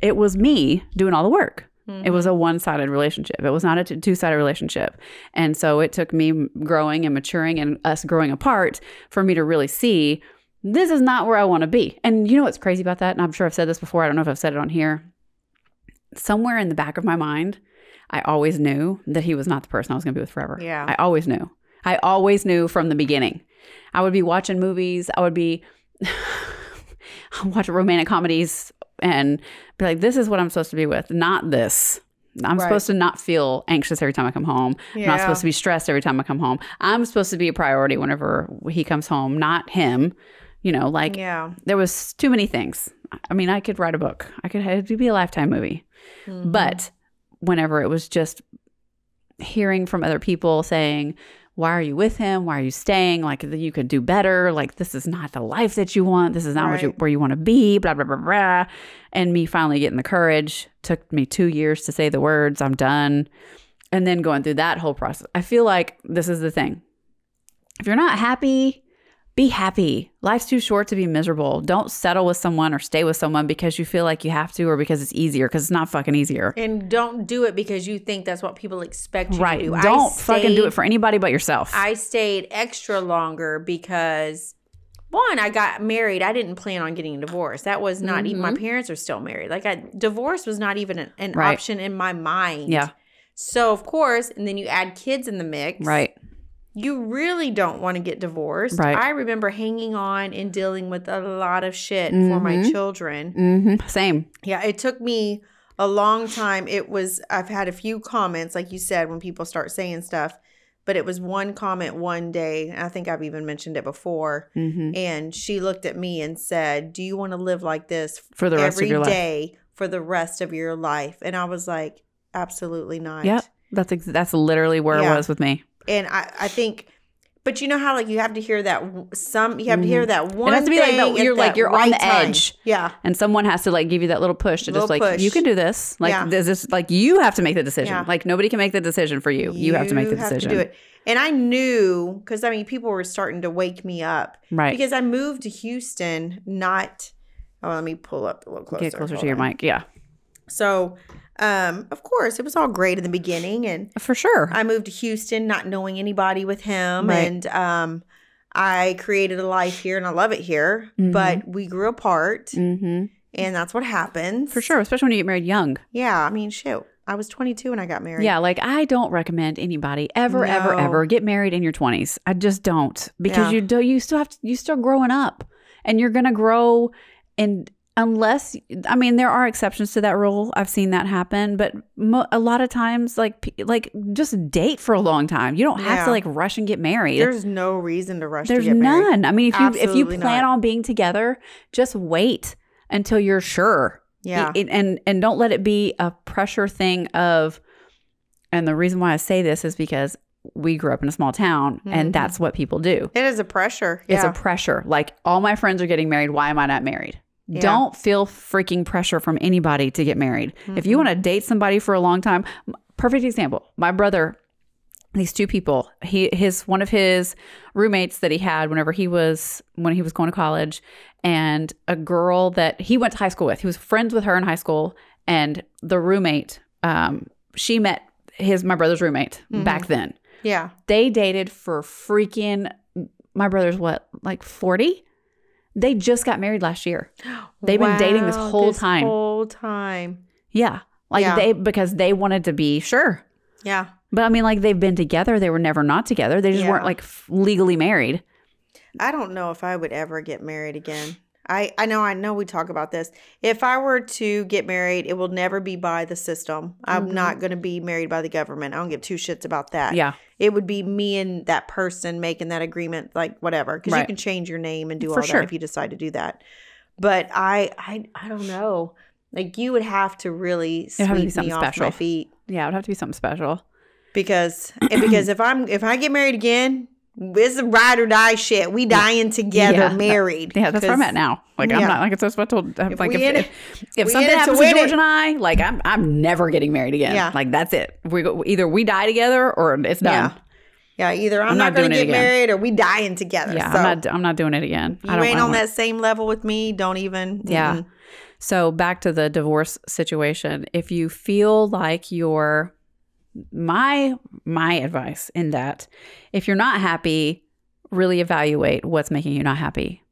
Speaker 1: it was me doing all the work. It was a one-sided relationship. It was not a t- two-sided relationship. And so it took me m- growing and maturing and us growing apart for me to really see this is not where I want to be. And you know what's crazy about that? And I'm sure I've said this before. I don't know if I've said it on here. Somewhere in the back of my mind, I always knew that he was not the person I was going to be with forever.
Speaker 2: Yeah.
Speaker 1: I always knew. I always knew from the beginning. I would be watching movies. I would be watching romantic comedies and be like, this is what I'm supposed to be with, not this. I'm
Speaker 2: Right.
Speaker 1: supposed to not feel anxious every time I come home. I'm not
Speaker 2: Yeah.
Speaker 1: supposed to be stressed every time I come home. I'm supposed to be a priority whenever he comes home, not him. You know, like
Speaker 2: Yeah.
Speaker 1: there was too many things. I mean, I could write a book. I could it'd be a lifetime movie. But whenever it was just hearing from other people saying, why are you with him? Why are you staying? Like you could do better. Like this is not the life that you want. This is not what you,
Speaker 2: Right.
Speaker 1: where you want to be. Blah blah blah blah. And me finally getting the courage took me two years to say the words. I'm done. And then going through that whole process, I feel like this is the thing. If you're not happy, be happy. Life's too short to be miserable. Don't settle with someone or stay with someone because you feel like you have to or because it's easier. Because it's not fucking easier.
Speaker 2: And don't do it because you think that's what people expect you
Speaker 1: Right.
Speaker 2: to do. I
Speaker 1: Don't fucking do
Speaker 2: stayed-
Speaker 1: it for anybody but yourself.
Speaker 2: I stayed extra longer because one, I got married. I didn't plan on getting a divorce. That was not even my parents are still married. Like I divorce was not even an, an
Speaker 1: Mm-hmm. Right.
Speaker 2: option in my mind.
Speaker 1: yeah.
Speaker 2: So of course, and then you add kids in the mix.
Speaker 1: Right.
Speaker 2: You really don't want to get divorced.
Speaker 1: Right.
Speaker 2: I remember hanging on and
Speaker 1: Mm-hmm.
Speaker 2: dealing with a lot of shit for my children.
Speaker 1: hmm Same.
Speaker 2: Yeah, it took me a long time it was i've had a few comments like you said when people start saying stuff but it was one comment one day and i think i've even mentioned it before
Speaker 1: Mm-hmm.
Speaker 2: and she looked at me and said do you want to live like this
Speaker 1: For the rest
Speaker 2: every
Speaker 1: of your life.
Speaker 2: day for the rest of your life and i was like absolutely not
Speaker 1: Yep. That's ex- that's literally where
Speaker 2: Yeah.
Speaker 1: it was with me.
Speaker 2: and i i think but you know how like you have to hear that w- some you have to hear that one
Speaker 1: Mm-hmm. has to be like that-
Speaker 2: thing at
Speaker 1: you're like- you're on
Speaker 2: right
Speaker 1: the
Speaker 2: time.
Speaker 1: edge.
Speaker 2: yeah
Speaker 1: And someone has to like give you that little push to just
Speaker 2: Little
Speaker 1: like you
Speaker 2: push.
Speaker 1: can do this. Like
Speaker 2: Yeah.
Speaker 1: this is like you have to make the decision.
Speaker 2: Yeah.
Speaker 1: Like nobody can make the decision for you. You, have to make the decision.
Speaker 2: do it. And I knew because I mean, people were starting to wake me up
Speaker 1: Right.
Speaker 2: because I moved to Houston. Not oh, let me pull up a little closer.
Speaker 1: Get closer
Speaker 2: Hold
Speaker 1: to your
Speaker 2: on.
Speaker 1: mic. Yeah.
Speaker 2: So, um, of course, it was all great in the beginning, and
Speaker 1: For sure.
Speaker 2: I moved to Houston, not knowing anybody with him,
Speaker 1: Right.
Speaker 2: and um, I created a life here, and I love it here.
Speaker 1: Mhm.
Speaker 2: But we grew apart,
Speaker 1: mm-hmm.
Speaker 2: and that's what happens
Speaker 1: For sure. Especially when you get married young.
Speaker 2: Yeah, I mean, shoot, I was 22 when I got married.
Speaker 1: Yeah, like I don't recommend anybody ever, ever,
Speaker 2: No.
Speaker 1: ever get married in your twenties. I just don't because
Speaker 2: Yeah.
Speaker 1: you do. You still have to. You still growing up, and you're gonna grow. And unless I mean, there are exceptions to that rule. I've seen that happen, but mo- a lot of times, like pe- like just date for a long time. You don't have to
Speaker 2: Yeah.
Speaker 1: like rush and get married.
Speaker 2: There's no reason to rush.
Speaker 1: There's
Speaker 2: to get
Speaker 1: none.
Speaker 2: Married.
Speaker 1: I mean, if you if you
Speaker 2: Absolutely
Speaker 1: plan
Speaker 2: not.
Speaker 1: on being together, just wait until you're sure.
Speaker 2: Yeah.
Speaker 1: Y- and and don't let it be a pressure thing of and the reason why I say this is because we grew up in a small town
Speaker 2: Mhm.
Speaker 1: and that's what people do.
Speaker 2: It is a pressure.
Speaker 1: It's
Speaker 2: yeah.
Speaker 1: a pressure. Like all my friends are getting married, why am I not married?
Speaker 2: Yeah.
Speaker 1: Don't feel freaking pressure from anybody to get married. If
Speaker 2: Mm-hmm.
Speaker 1: you want to date somebody for a long time, m- perfect example. My brother these two people he his one of his roommates that he had whenever he was when he was going to college and a girl that he went to high school with he was friends with her in high school and the roommate um she met his my brother's roommate
Speaker 2: Mm-hmm.
Speaker 1: back then
Speaker 2: yeah.
Speaker 1: they dated for freaking my brother's what like 40 they just got married last year they've been dating this
Speaker 2: Wow,
Speaker 1: whole time
Speaker 2: Whole time.
Speaker 1: yeah like
Speaker 2: Yeah.
Speaker 1: they because they wanted to be sure
Speaker 2: Yeah.
Speaker 1: but I mean, like they've been together. They were never not together. They just
Speaker 2: Yeah.
Speaker 1: weren't like f- legally married.
Speaker 2: I don't know if I would ever get married again. I, I know I know we talk about this. If I were to get married, it will never be by the system.
Speaker 1: Mm-hmm.
Speaker 2: I'm not going to be married by the government. I don't give two shits about that.
Speaker 1: Yeah,
Speaker 2: It would be me and that person making that agreement, like whatever, because you
Speaker 1: Right.
Speaker 2: can change your name and do
Speaker 1: For
Speaker 2: all
Speaker 1: sure.
Speaker 2: that if you decide to do that. But I I, I don't know. Like you would have to really
Speaker 1: would
Speaker 2: sweep
Speaker 1: have to be
Speaker 2: me
Speaker 1: something
Speaker 2: off my
Speaker 1: special.
Speaker 2: feet.
Speaker 1: yeah. It would have to be something special.
Speaker 2: because and because if I'm if I get married again, it's a ride or die shit. We dying together,
Speaker 1: Yeah, that-
Speaker 2: married.
Speaker 1: Yeah, that's where I'm at now. Like I'm
Speaker 2: Yeah.
Speaker 1: not like it's that's what I told. I'm
Speaker 2: If
Speaker 1: like
Speaker 2: we
Speaker 1: if,
Speaker 2: in
Speaker 1: if,
Speaker 2: it-
Speaker 1: if
Speaker 2: we
Speaker 1: something
Speaker 2: in it to
Speaker 1: happens to
Speaker 2: win
Speaker 1: George
Speaker 2: it.
Speaker 1: and I, like I'm I'm never getting married again.
Speaker 2: Yeah.
Speaker 1: like that's it. We go, either we die together or it's done.
Speaker 2: Yeah, either I'm,
Speaker 1: I'm
Speaker 2: not,
Speaker 1: not doing
Speaker 2: going to
Speaker 1: it
Speaker 2: get
Speaker 1: again.
Speaker 2: married or we dying together.
Speaker 1: Yeah,
Speaker 2: so
Speaker 1: I'm not I'm not doing it again.
Speaker 2: you
Speaker 1: I don't,
Speaker 2: ain't
Speaker 1: I
Speaker 2: on
Speaker 1: don't-
Speaker 2: that same level with me. Don't even.
Speaker 1: Yeah.
Speaker 2: mm-mm.
Speaker 1: So back to the divorce situation. If you feel like you're my my advice in that if you're not happy, really evaluate what's making you not happy.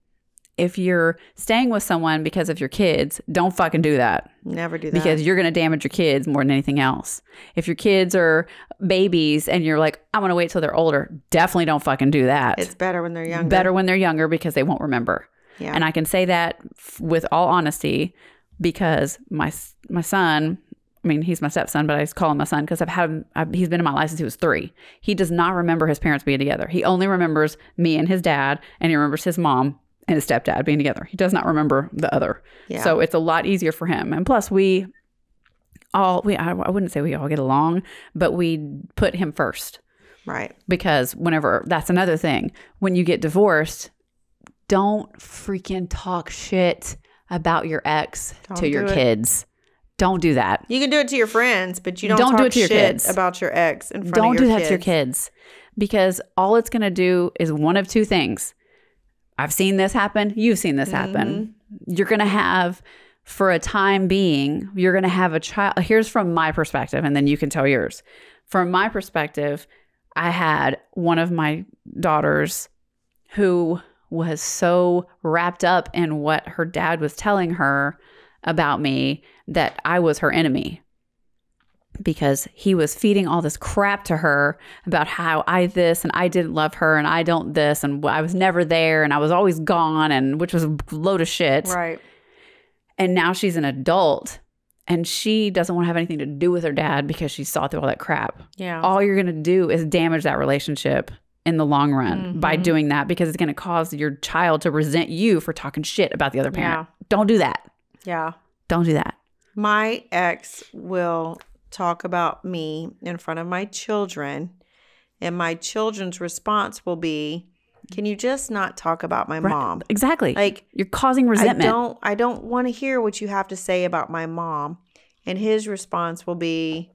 Speaker 1: If you're staying with someone because of your kids, don't fucking do that
Speaker 2: never do that.
Speaker 1: because you're going to damage your kids more than anything else. If your kids are babies and you're like, I'm going to wait till they're older, definitely don't fucking do that.
Speaker 2: it's better when they're younger.
Speaker 1: better when they're younger because they won't remember.
Speaker 2: Yeah.
Speaker 1: And I can say that f- with all honesty because my s- my son, I mean, he's my stepson, but I just call him my son because I've had him, i he's been in my life since he was three. He does not remember his parents being together. He only remembers me and his dad, and he remembers his mom and his stepdad being together. He does not remember the other.
Speaker 2: Yeah.
Speaker 1: So it's a lot easier for him. And plus, we all, we I, I wouldn't say we all get along, but we put him first
Speaker 2: right.
Speaker 1: because whenever that's another thing when you get divorced don't freaking talk shit about your ex to
Speaker 2: Don't
Speaker 1: your
Speaker 2: do it.
Speaker 1: kids don't do that
Speaker 2: You can do it to your friends, but you don't,
Speaker 1: Don't do
Speaker 2: talk
Speaker 1: it to your
Speaker 2: shit
Speaker 1: kids.
Speaker 2: about your ex in front
Speaker 1: don't
Speaker 2: of
Speaker 1: do
Speaker 2: your
Speaker 1: that
Speaker 2: kids.
Speaker 1: to your kids because all it's going to do is one of two things i've seen this happen you've seen this happen
Speaker 2: Mm-hmm.
Speaker 1: you're going to have for a time being you're going to have a child here's from my perspective and then you can tell yours from my perspective i had one of my daughters who was so wrapped up in what her dad was telling her about me that I was her enemy because he was feeding all this crap to her about how I this and I didn't love her and I don't this and I was never there and I was always gone and which was a load of shit.
Speaker 2: Right.
Speaker 1: And now she's an adult and she doesn't want to have anything to do with her dad because she saw through all that crap.
Speaker 2: Yeah.
Speaker 1: All you're going to do is damage that relationship in the long run by
Speaker 2: Mhm.
Speaker 1: doing that because it's going to cause your child to resent you for talking shit about the other parent. Don't do that.
Speaker 2: yeah.
Speaker 1: Don't do that.
Speaker 2: My ex will talk about me in front of my children, and my children's response will be, "Can you just not talk about my
Speaker 1: Right.
Speaker 2: mom?"
Speaker 1: Exactly.
Speaker 2: Like
Speaker 1: you're causing resentment.
Speaker 2: I don't I don't want to hear what you have to say about my mom. And his response will be,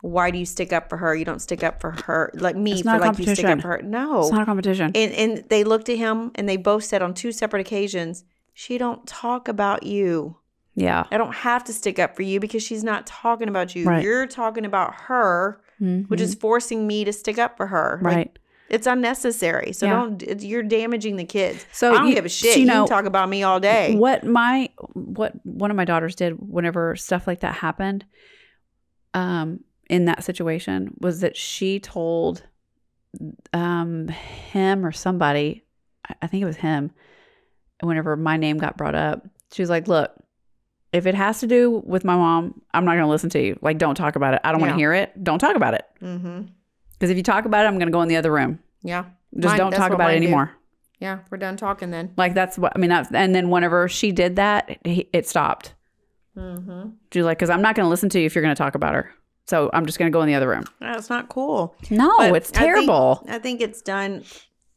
Speaker 2: Why do you stick up for her? You don't stick up for her like me
Speaker 1: It's
Speaker 2: for
Speaker 1: not a
Speaker 2: like you stick
Speaker 1: competition.
Speaker 2: up for her. No.
Speaker 1: it's not a competition.
Speaker 2: and and they looked at him and they both said on two separate occasions, She don't talk about you.
Speaker 1: yeah.
Speaker 2: I don't have to stick up for you because she's not talking about you.
Speaker 1: Right.
Speaker 2: You're talking about her, which is forcing me to stick up for her. Like,
Speaker 1: Mm-hmm. right.
Speaker 2: it's unnecessary. So
Speaker 1: Yeah.
Speaker 2: don't it's- you're damaging the kids.
Speaker 1: So
Speaker 2: I don't
Speaker 1: you-
Speaker 2: give a shit.
Speaker 1: so you
Speaker 2: You,
Speaker 1: know-
Speaker 2: can talk about me all day.
Speaker 1: What my what one of my daughters did whenever stuff like that happened, um, in that situation was that she told, um, him or somebody, I- I think it was him, whenever my name got brought up, she was like, "Look, if it has to do with my mom, I'm not going to listen to you. Like, don't talk about it. I don't want
Speaker 2: Yeah.
Speaker 1: to hear it. Don't talk about it.
Speaker 2: Mm-hmm.
Speaker 1: Because if you talk about it, I'm going to go in the other room.
Speaker 2: Yeah.
Speaker 1: Just
Speaker 2: Mine-
Speaker 1: don't
Speaker 2: that's
Speaker 1: talk
Speaker 2: what
Speaker 1: about it
Speaker 2: mine do.
Speaker 1: anymore."
Speaker 2: Yeah. We're done talking then.
Speaker 1: Like that's what I mean. That's and then whenever she did that, he, it stopped.
Speaker 2: Mm-hmm.
Speaker 1: Do you like because I'm not going to listen to you if you're going to talk about her. So I'm just going to go in the other room.
Speaker 2: That's not cool.
Speaker 1: No,
Speaker 2: But
Speaker 1: it's
Speaker 2: I think-
Speaker 1: terrible
Speaker 2: I think, it's done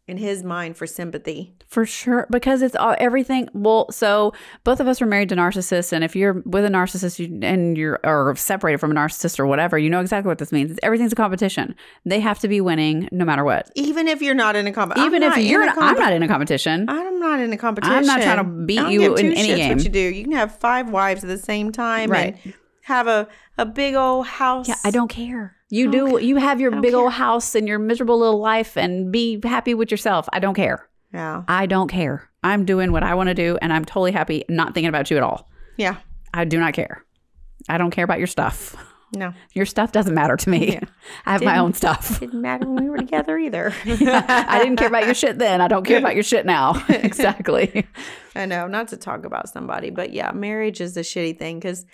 Speaker 2: in his mind for sympathy.
Speaker 1: for sure because it's all everything. Well, so both of us were married to narcissists, and if you're with a narcissist you, and you're or separated from a narcissist or whatever, you know exactly what this means. It's, everything's a competition. They have to be winning no matter what.
Speaker 2: Even if you're not in a competition.
Speaker 1: Even if you're, not, I'm not in a competition.
Speaker 2: I'm not in a competition.
Speaker 1: trying to beat
Speaker 2: I don't
Speaker 1: you
Speaker 2: give two
Speaker 1: in any
Speaker 2: shits
Speaker 1: game.
Speaker 2: What you do, you can have five wives at the same time,
Speaker 1: Right.
Speaker 2: And have a a big old house.
Speaker 1: Yeah, I don't care. You do. You have your big old house and your miserable little life, and be happy with yourself. I don't care.
Speaker 2: Yeah,
Speaker 1: I don't care. I'm doing what I want to do, and I'm totally happy, not thinking about you at all.
Speaker 2: yeah,
Speaker 1: I do not care. I don't care about your stuff.
Speaker 2: no,
Speaker 1: Your stuff doesn't matter to me. I have my own stuff.
Speaker 2: didn't matter when we were together either.
Speaker 1: I didn't care about your shit then. I don't care about your shit now. exactly.
Speaker 2: I know, not to talk about somebody, but yeah, marriage is a shitty thing because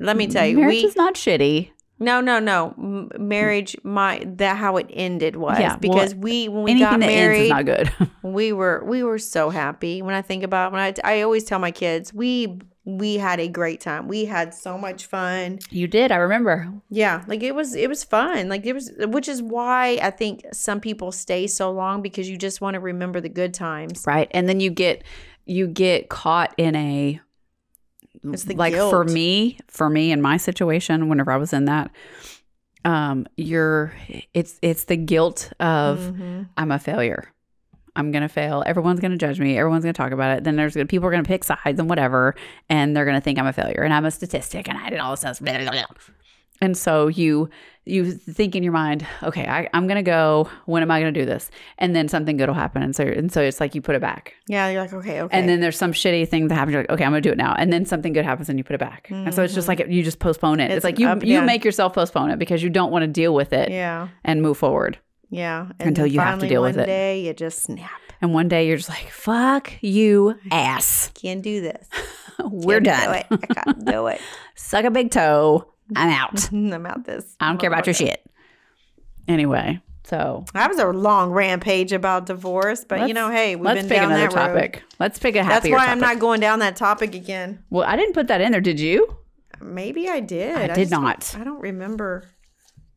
Speaker 2: let me tell you,
Speaker 1: Marriage
Speaker 2: we
Speaker 1: is not shitty.
Speaker 2: no, no, no, M- marriage. My that how it ended was
Speaker 1: Yeah, well,
Speaker 2: because we when we got
Speaker 1: Anything that ends is
Speaker 2: married,
Speaker 1: not good.
Speaker 2: we were we were so happy. When I think about when I I always tell my kids we we had a great time. We had so much fun.
Speaker 1: you did. I remember.
Speaker 2: Yeah, like it was it was fun. Like it was which is why I think some people stay so long because you just want to remember the good times.
Speaker 1: right and then you get you get caught in a
Speaker 2: It's the
Speaker 1: like for
Speaker 2: guilt.
Speaker 1: me for me in my situation whenever i was in that um you're it's it's the guilt of
Speaker 2: Mhm.
Speaker 1: i'm a failure i'm gonna fail everyone's gonna judge me everyone's gonna talk about it then there's gonna people are gonna pick sides and whatever and they're gonna think i'm a failure and i'm a statistic and i did all this stuff blah, blah, blah. and so you you think in your mind okay I, i'm gonna go when am i gonna do this and then something good will happen and so and so it's like you put it back
Speaker 2: Yeah, you're like okay, okay.
Speaker 1: and then there's some shitty thing that happens. You're like, okay, I'm gonna do it now. And then something good happens, and you put it back. And so it's just like you just postpone it. It's,
Speaker 2: Mm-hmm. It's
Speaker 1: like
Speaker 2: an
Speaker 1: you
Speaker 2: up and
Speaker 1: you
Speaker 2: down.
Speaker 1: make yourself postpone it because you don't want to deal with it
Speaker 2: yeah,
Speaker 1: and move forward.
Speaker 2: yeah, and
Speaker 1: Until
Speaker 2: then
Speaker 1: you have to
Speaker 2: finally
Speaker 1: deal with
Speaker 2: one
Speaker 1: it.
Speaker 2: day you just snap.
Speaker 1: And one day you're just like, fuck you, ass.
Speaker 2: Can't do this.
Speaker 1: We're done.
Speaker 2: Can't do it. I can't do it.
Speaker 1: Suck a big toe. I'm out.
Speaker 2: I'm out this.
Speaker 1: I don't care about your shit. Anyway, so
Speaker 2: That was a long rampage about divorce, but you
Speaker 1: let's-
Speaker 2: know, hey, we've
Speaker 1: let's
Speaker 2: been
Speaker 1: pick
Speaker 2: down
Speaker 1: another
Speaker 2: that road.
Speaker 1: topic. Let's pick a
Speaker 2: That's
Speaker 1: happier
Speaker 2: why I'm
Speaker 1: topic.
Speaker 2: not going down that topic again.
Speaker 1: Well, I didn't put that in there, did you?
Speaker 2: Maybe I did.
Speaker 1: I, did
Speaker 2: just-
Speaker 1: not.
Speaker 2: I don't remember.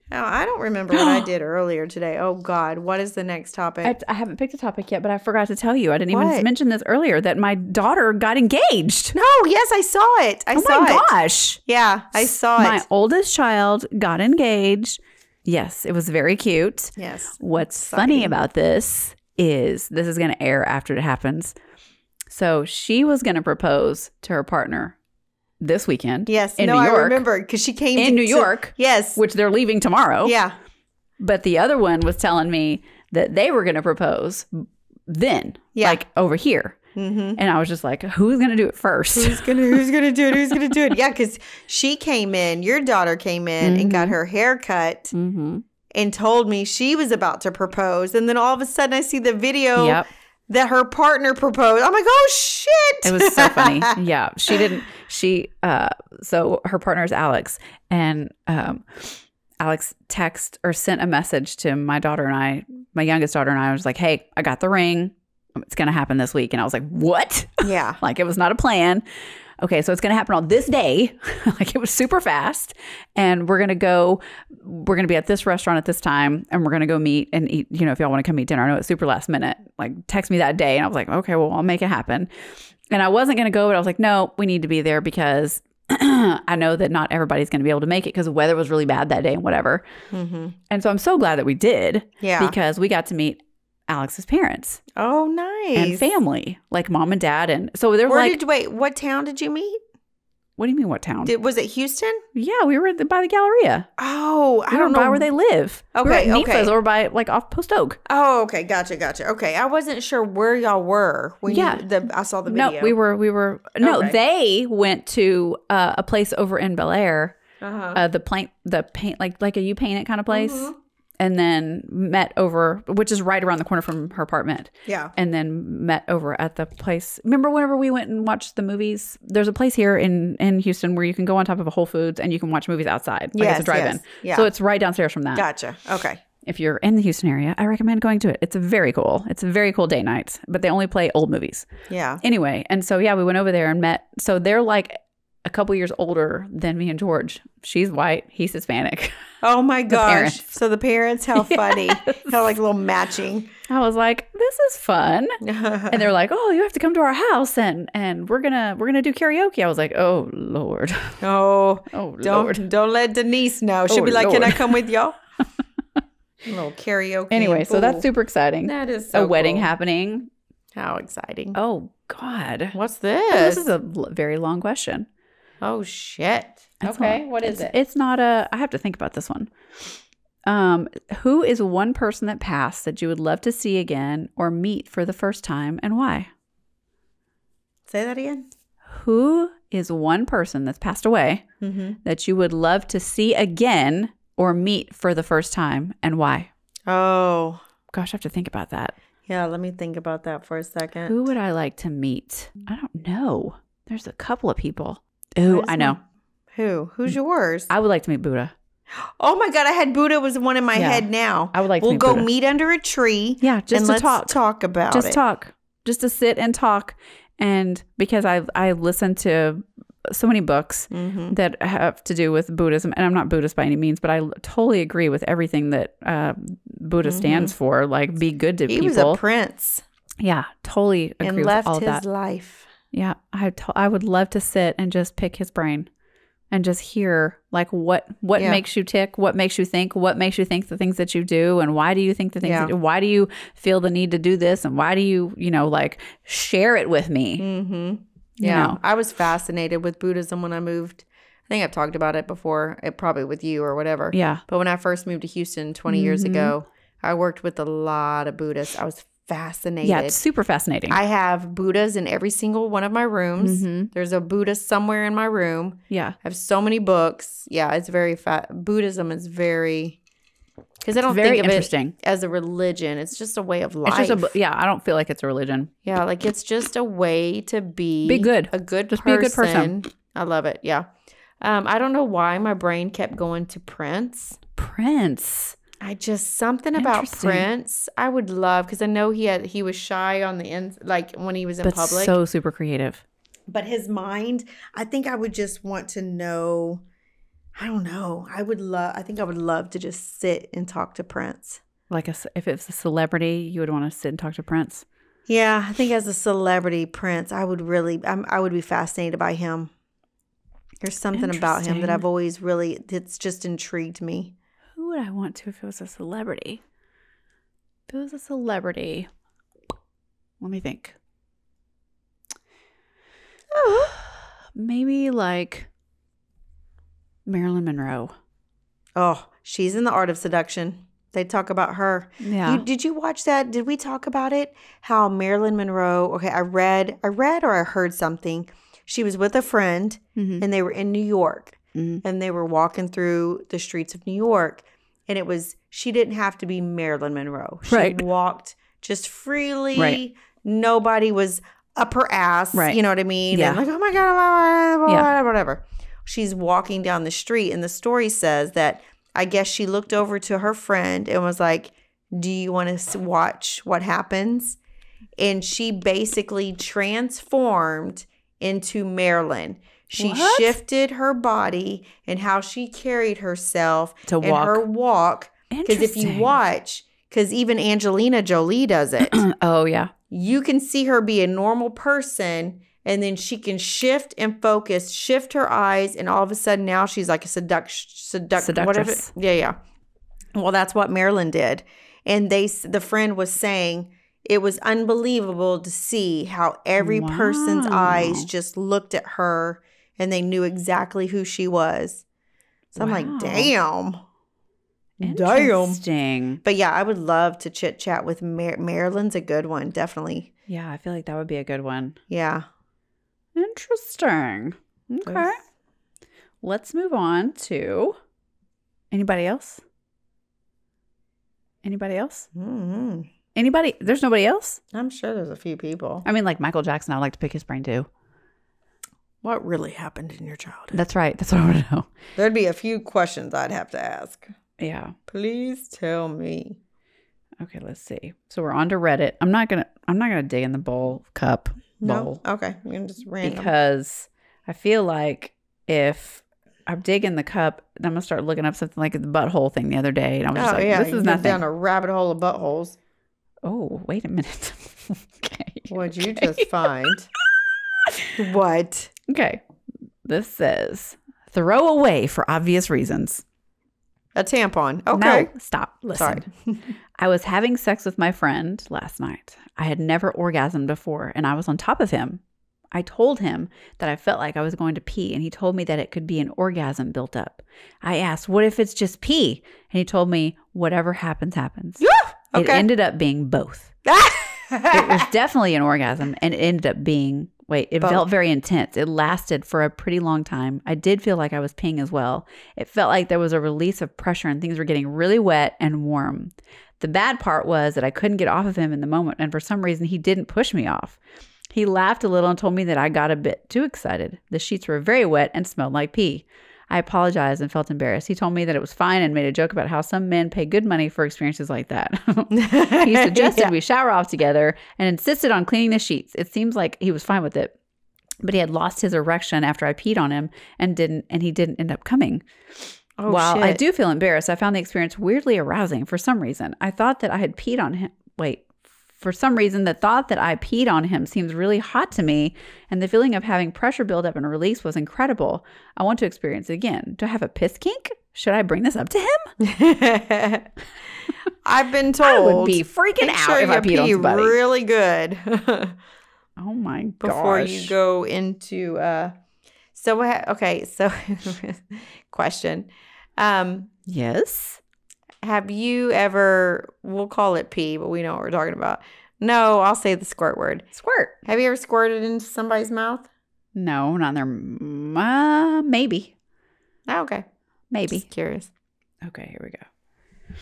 Speaker 2: No, I don't remember what I did earlier today. Oh God, what is the next topic?
Speaker 1: I, I haven't picked a topic yet, but I forgot to tell you. I didn't
Speaker 2: What?
Speaker 1: even mention this earlier that my daughter got engaged.
Speaker 2: no, yes, I saw it. I
Speaker 1: oh
Speaker 2: saw
Speaker 1: my
Speaker 2: it.
Speaker 1: gosh.
Speaker 2: Yeah, I saw
Speaker 1: My
Speaker 2: it.
Speaker 1: oldest child got engaged. Yes, it was very cute.
Speaker 2: Yes.
Speaker 1: What's funny about this is this is going to air after it happens. So she was going to propose to her partner this weekend.
Speaker 2: Yes.
Speaker 1: in
Speaker 2: no,
Speaker 1: New York,
Speaker 2: I remember because she came
Speaker 1: In
Speaker 2: to-
Speaker 1: New
Speaker 2: to-
Speaker 1: York.
Speaker 2: yes.
Speaker 1: which they're leaving tomorrow.
Speaker 2: Yeah.
Speaker 1: But the other one was telling me that they were going to propose then,
Speaker 2: Yeah.
Speaker 1: like over here.
Speaker 2: Mm-hmm.
Speaker 1: And I was just like, who's going to do it first?
Speaker 2: Who's gonna Who's gonna do it? Who's gonna do it? Yeah, because she came in. Your daughter came in and got her hair cut.
Speaker 1: mm-hmm.
Speaker 2: and told me she was about to propose. And then all of a sudden, I see the video
Speaker 1: Yep.
Speaker 2: that her partner proposed. I'm like, oh shit!
Speaker 1: It was so funny. yeah, she didn't. She uh, so her partner is Alex, and um, Alex text or sent a message to my daughter and I, my youngest daughter and I. I was like, "Hey, I got the ring. It's gonna happen this week." And I was like, "What?"
Speaker 2: yeah,
Speaker 1: Like it was not a plan. Okay, so it's going to happen on this day. like it was super fast. And we're going to go, we're going to be at this restaurant at this time. And we're going to go meet and eat. You know, if y'all want to come eat dinner, I know it's super last minute. Like text me that day. And I was like, okay, well, I'll make it happen. And I wasn't going to go, but I was like, no, we need to be there because I know that not everybody's going to be able to make it because the weather was really bad that day and whatever.
Speaker 2: hmm
Speaker 1: And so I'm so glad that we did
Speaker 2: yeah.
Speaker 1: because we got to meet Alex's parents
Speaker 2: oh, nice.
Speaker 1: and family, like mom and dad. And so they're
Speaker 2: Where
Speaker 1: like,
Speaker 2: did wait? What town did you meet?
Speaker 1: what do you mean, what town?
Speaker 2: Did, was it Houston?
Speaker 1: Yeah, we were at the, by the Galleria.
Speaker 2: Oh,
Speaker 1: We
Speaker 2: I don't
Speaker 1: were by
Speaker 2: know
Speaker 1: where they live. we were
Speaker 2: Okay,
Speaker 1: at
Speaker 2: okay.
Speaker 1: Nifa's over by like off Post Oak.
Speaker 2: Oh, okay, gotcha, gotcha. Okay, I wasn't sure where y'all were when
Speaker 1: Yeah.
Speaker 2: you, the I saw the video.
Speaker 1: No, we were we were no.
Speaker 2: Okay.
Speaker 1: They went to uh, a place over in Bel Air,
Speaker 2: Uh-huh.
Speaker 1: uh, the paint the paint like like a you paint it kind of place,
Speaker 2: Mm-hmm.
Speaker 1: and then met over, which is right around the corner from her apartment,
Speaker 2: yeah.
Speaker 1: and then met over at the place. Remember whenever we went and watched the movies? There's a place here in in Houston where you can go on top of a Whole Foods and you can watch movies outside. Like
Speaker 2: Yes,
Speaker 1: it's a drive-in.
Speaker 2: yes, yeah.
Speaker 1: So it's right downstairs from that.
Speaker 2: Gotcha. Okay.
Speaker 1: if you're in the Houston area, I recommend going to it. It's very cool. It's a very cool day night, but they only play old movies.
Speaker 2: Yeah.
Speaker 1: Anyway, and so yeah, we went over there and met. So they're like a couple years older than me and George. She's white, he's Hispanic.
Speaker 2: Oh my gosh.
Speaker 1: parents.
Speaker 2: so the parents, how funny. How like a little matching.
Speaker 1: I was like, this is fun. And they're like, oh, you have to come to our house and and we're gonna we're gonna do karaoke. I was like, oh lord,
Speaker 2: oh,
Speaker 1: oh
Speaker 2: don't
Speaker 1: lord.
Speaker 2: don't let Denise know. She'll
Speaker 1: Oh,
Speaker 2: be like, "Can I
Speaker 1: Lord.
Speaker 2: come with y'all?" A little karaoke.
Speaker 1: Anyway, so that's
Speaker 2: Ooh.
Speaker 1: super exciting.
Speaker 2: That is
Speaker 1: a
Speaker 2: so
Speaker 1: wedding
Speaker 2: cool.
Speaker 1: happening.
Speaker 2: How exciting!
Speaker 1: Oh God.
Speaker 2: What's
Speaker 1: Oh,
Speaker 2: this?
Speaker 1: This is a l- very long question.
Speaker 2: oh shit.
Speaker 1: It's
Speaker 2: okay,
Speaker 1: not-
Speaker 2: what is
Speaker 1: it's-
Speaker 2: it?
Speaker 1: It's not a. I have to think about this one. Um, who is one person that passed that you would love to see again or meet for the first time, and why?
Speaker 2: Say that again.
Speaker 1: Who is one person that's passed away
Speaker 2: Mm-hmm.
Speaker 1: that you would love to see again or meet for the first time, and why?
Speaker 2: Oh,
Speaker 1: Gosh, I have to think about that.
Speaker 2: yeah. Let me think about that for a second.
Speaker 1: Who would I like to meet? I don't know. There's a couple of people. Oh,
Speaker 2: Where's
Speaker 1: I know.
Speaker 2: my- Who? Who's yours?
Speaker 1: Mm. I would like to meet Buddha.
Speaker 2: oh my god, I had Buddha was the one in my
Speaker 1: Yeah.
Speaker 2: head now.
Speaker 1: I would like to
Speaker 2: we'll
Speaker 1: meet
Speaker 2: go
Speaker 1: Buddha.
Speaker 2: meet under a tree.
Speaker 1: Yeah, just
Speaker 2: and
Speaker 1: to
Speaker 2: let's
Speaker 1: talk.
Speaker 2: about
Speaker 1: just
Speaker 2: it.
Speaker 1: talk just to sit and talk and because i i listened to so many books
Speaker 2: Mhm.
Speaker 1: that have to do with buddhism and i'm not buddhist by any means but i l- totally agree with everything that uh, buddha stands for like be good to
Speaker 2: Mm-hmm. He was
Speaker 1: people
Speaker 2: a prince
Speaker 1: yeah totally agree
Speaker 2: and
Speaker 1: with
Speaker 2: left
Speaker 1: all
Speaker 2: his
Speaker 1: of that
Speaker 2: life.
Speaker 1: yeah i to- i would love to sit and just pick his brain and just hear like what what
Speaker 2: Yeah.
Speaker 1: makes you tick what makes you think what makes you think the things that you do and why do you think the things
Speaker 2: Yeah.
Speaker 1: that, why do you feel the need to do this and why do you you know like share it with me
Speaker 2: hmm
Speaker 1: You
Speaker 2: Yeah,
Speaker 1: know.
Speaker 2: I was fascinated with Buddhism when I moved. I think I've talked about it before, it, probably with you or whatever.
Speaker 1: yeah
Speaker 2: But when I first moved to Houston 20 years
Speaker 1: Mhm.
Speaker 2: ago, I worked with a lot of Buddhists. I was fascinated.
Speaker 1: yeah it's super fascinating
Speaker 2: I have Buddhas in every single one of my rooms.
Speaker 1: Mhm.
Speaker 2: There's a Buddha somewhere in my room.
Speaker 1: yeah
Speaker 2: I have so many books. Yeah, it's very fa- Buddhism is very because I don't
Speaker 1: very
Speaker 2: think of
Speaker 1: interesting
Speaker 2: it as a religion. It's just a way of life.
Speaker 1: it's just a bu- yeah i don't feel like it's a religion
Speaker 2: yeah, like it's just a way to be
Speaker 1: Be good.
Speaker 2: a good
Speaker 1: Just be
Speaker 2: person.
Speaker 1: a good person.
Speaker 2: I love it. Yeah. Um, I don't know why my brain kept going to Prince.
Speaker 1: prince
Speaker 2: I just something about
Speaker 1: Interesting.
Speaker 2: Prince. I would love because I know he had he was shy on the end, like when he was in
Speaker 1: but
Speaker 2: public.
Speaker 1: so super creative
Speaker 2: but his mind i think i would just want to know i don't know i would love i think i would love to just sit and talk to prince
Speaker 1: like a, ce- if it's a celebrity you would want to sit and talk to prince
Speaker 2: yeah i think as a celebrity prince i would really I'm, i would be fascinated by him there's something about him that
Speaker 1: Interesting.
Speaker 2: i've always really it's just intrigued me
Speaker 1: Who would I want to if it was a celebrity? If it was a celebrity, let me think. Maybe like Marilyn Monroe.
Speaker 2: oh she's in the art of seduction they talk about her
Speaker 1: Yeah.
Speaker 2: You, did you watch that? Did we talk about it? How Marilyn Monroe? Okay, I read, I read or I heard something. She was with a friend,
Speaker 1: Mhm.
Speaker 2: and they were in New York,
Speaker 1: Mhm.
Speaker 2: and they were walking through the streets of New York, and it was she didn't have to be Marilyn Monroe. She
Speaker 1: Right.
Speaker 2: walked just freely,
Speaker 1: Right.
Speaker 2: nobody was up her ass.
Speaker 1: Right.
Speaker 2: You know what I mean?
Speaker 1: Yeah.
Speaker 2: And like, oh my God, blah, blah, blah,
Speaker 1: Yeah.
Speaker 2: blah, whatever. She's walking down the street, and the story says that I guess she looked over to her friend and was like, Do you want to watch what happens? And she basically transformed into Marilyn. She
Speaker 1: What?
Speaker 2: shifted her body and how she carried herself
Speaker 1: To
Speaker 2: and
Speaker 1: walk.
Speaker 2: her walk because if you
Speaker 1: Interesting.
Speaker 2: watch, because even Angelina Jolie does it,
Speaker 1: oh yeah,
Speaker 2: you can see her be a normal person and then she can shift and focus, shift her eyes, and all of a sudden now she's like a seduct, seduct, whatever.
Speaker 1: Seductress.
Speaker 2: Yeah, yeah. Well, that's what Marilyn did. And they, s- the friend was saying, it was unbelievable to see how every person's
Speaker 1: Wow.
Speaker 2: eyes just looked at her and they knew exactly who she was. So I'm
Speaker 1: Wow.
Speaker 2: like, damn.
Speaker 1: interesting.
Speaker 2: But yeah, I would love to chit chat with Mar- Marilyn's a good one, definitely.
Speaker 1: Yeah, I feel like that would be a good one.
Speaker 2: Yeah.
Speaker 1: Interesting. Okay, let's move on to anybody else. Anybody else?
Speaker 2: hmm
Speaker 1: Anybody? There's nobody else.
Speaker 2: I'm sure there's a few people.
Speaker 1: I mean, like Michael Jackson. I'd like to pick his brain too.
Speaker 2: What really happened in your childhood?
Speaker 1: That's right. That's what I want to know.
Speaker 2: There'd be a few questions I'd have to ask.
Speaker 1: Yeah.
Speaker 2: Please tell me.
Speaker 1: Okay, let's see. So we're on to Reddit. I'm not gonna I'm not gonna dig in the bowl cup bowl
Speaker 2: No. Okay. You can just random.
Speaker 1: because I feel like if I dig in the cup, then I'm gonna start looking up something like the butthole thing the other day, and I was just
Speaker 2: oh
Speaker 1: like,
Speaker 2: yeah,
Speaker 1: "This
Speaker 2: you
Speaker 1: is
Speaker 2: went
Speaker 1: nothing."
Speaker 2: down a rabbit hole of buttholes.
Speaker 1: oh, wait a minute. okay.
Speaker 2: What'd you just find? what?
Speaker 1: Okay. This says throw away for obvious reasons.
Speaker 2: A tampon. Okay.
Speaker 1: No, stop.
Speaker 2: Sorry.
Speaker 1: Listen. I was having sex with my friend last night. I had never orgasmed before, and I was on top of him. I told him that I felt like I was going to pee, and he told me that it could be an orgasm built up. I asked, What if it's just pee? And he told me, Whatever happens, happens. It
Speaker 2: okay.
Speaker 1: ended up being both. It was definitely an orgasm, and it ended up being wait, it
Speaker 2: Both.
Speaker 1: felt very intense. It lasted for a pretty long time. I did feel like I was peeing as well. It felt like there was a release of pressure, and things were getting really wet and warm. The bad part was that I couldn't get off of him in the moment, and for some reason, he didn't push me off. He laughed a little and told me that I got a bit too excited. The sheets were very wet and smelled like pee. I apologized and felt embarrassed. He told me that it was fine and made a joke about how some men pay good money for experiences like that. he suggested we shower off together and insisted on cleaning the sheets. It seems like he was fine with it. But he had lost his erection after I peed on him and didn't and he didn't end up coming.
Speaker 2: Oh,
Speaker 1: While I
Speaker 2: shit.
Speaker 1: do feel embarrassed, I found the experience weirdly arousing for some reason. I thought that I had peed on him. Wait, for some reason, the thought that I peed on him seems really hot to me, and the feeling of having pressure build up and release was incredible. I want to experience it again. Do I have a piss kink? Should I bring this up to him?
Speaker 2: I've been
Speaker 1: I
Speaker 2: told.
Speaker 1: would be freaking
Speaker 2: make
Speaker 1: out
Speaker 2: sure
Speaker 1: if I
Speaker 2: you
Speaker 1: peed on
Speaker 2: pee
Speaker 1: somebody.
Speaker 2: really good
Speaker 1: oh my gosh!
Speaker 2: before you go into. Uh, so what? ha- Okay, so question: um,
Speaker 1: yes.
Speaker 2: Have you ever? We'll call it pee, but we know what we're talking about. No, I'll say the squirt word.
Speaker 1: Squirt.
Speaker 2: Have you ever squirted into somebody's mouth?
Speaker 1: No, not in their. m- Uh, maybe.
Speaker 2: Oh, okay,
Speaker 1: Maybe.
Speaker 2: just curious.
Speaker 1: Okay, here we go.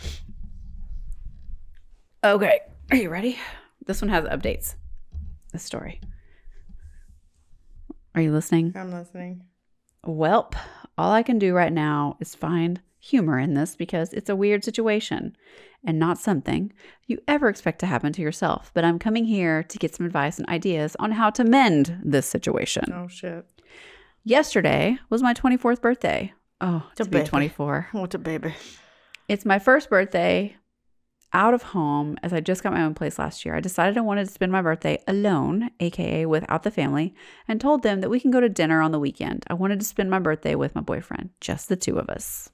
Speaker 1: Okay, are you ready? This one has updates. This story. Are you listening?
Speaker 2: I'm listening.
Speaker 1: Welp, all I can do right now is find humor in this because it's a weird situation and not something you ever expect to happen to yourself. But I'm coming here to get some advice and ideas on how to mend this situation.
Speaker 2: Oh shit!
Speaker 1: Yesterday was my 24th birthday. Oh,
Speaker 2: To
Speaker 1: to be
Speaker 2: baby.
Speaker 1: 24.
Speaker 2: What a baby!
Speaker 1: It's my first birthday out of home as I just got my own place last year. I decided I wanted to spend my birthday alone, aka without the family, and told them that we can go to dinner on the weekend. I wanted to spend my birthday with my boyfriend, just the two of us.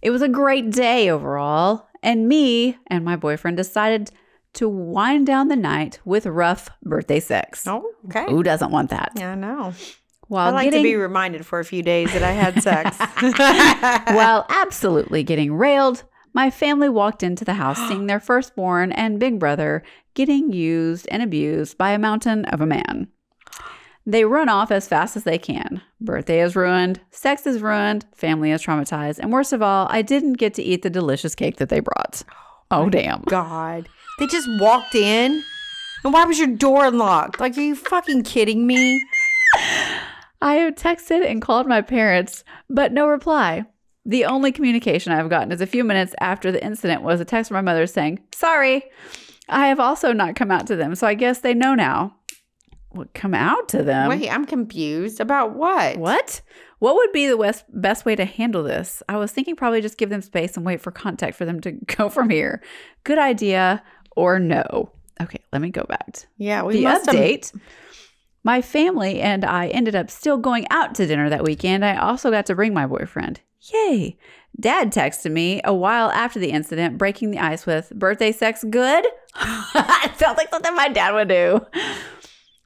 Speaker 1: It was a great day overall, and me and my boyfriend decided to wind down the night with rough birthday sex.
Speaker 2: Oh, okay.
Speaker 1: Who doesn't want that?
Speaker 2: Yeah, I know.
Speaker 1: While
Speaker 2: I like
Speaker 1: getting-
Speaker 2: to be reminded for a few days that I had sex.
Speaker 1: While absolutely getting railed, my family walked into the house seeing their firstborn and big brother getting used and abused by a mountain of a man. They run off as fast as they can. Birthday is ruined, sex is ruined, family is traumatized, and worst of all, I didn't get to eat the delicious cake that they brought. Oh, damn.
Speaker 2: God. They just walked in. And why was your door unlocked? Like, are you fucking kidding me?
Speaker 1: I have texted and called my parents, but no reply. The only communication I've gotten is a few minutes after the incident was a text from my mother saying, Sorry, I have also not come out to them, so I guess they know now. Well, come out to them?
Speaker 2: Wait, I'm confused about what?
Speaker 1: Um, What? What would be the best, best way to handle this? I was thinking probably just give them space and wait for contact for them to go from here. Good idea or no? Okay, let me go back. To
Speaker 2: Yeah, we
Speaker 1: the
Speaker 2: must have-
Speaker 1: update. My family and I ended up still going out to dinner that weekend. I also got to bring my boyfriend. Yay. Dad texted me a while after the incident, breaking the ice with birthday sex good. Sounds like something my dad would do.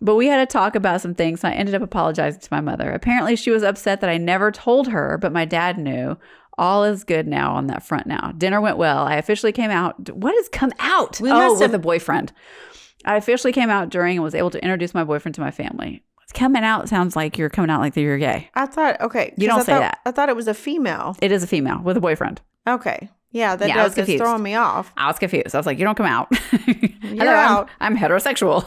Speaker 1: But we had a talk about some things, and I ended up apologizing to my mother. Apparently, she was upset that I never told her, but my dad knew. All is good now on that front now. Dinner went well. I officially came out. What has come out?
Speaker 2: We
Speaker 1: oh,
Speaker 2: must have-
Speaker 1: with a boyfriend. I officially came out during and was able to introduce my boyfriend to my family. Coming out sounds like you're coming out like that you're gay.
Speaker 2: I thought, okay.
Speaker 1: You
Speaker 2: 'cause
Speaker 1: don't
Speaker 2: I
Speaker 1: say
Speaker 2: thought-
Speaker 1: that.
Speaker 2: I thought it was a female.
Speaker 1: It is a female with a boyfriend.
Speaker 2: Okay. Yeah, that
Speaker 1: Yeah, I was
Speaker 2: does. It's
Speaker 1: confused.
Speaker 2: throwing me off.
Speaker 1: I was confused. I was like, you don't come out. Hello, I'm-
Speaker 2: out.
Speaker 1: I'm heterosexual.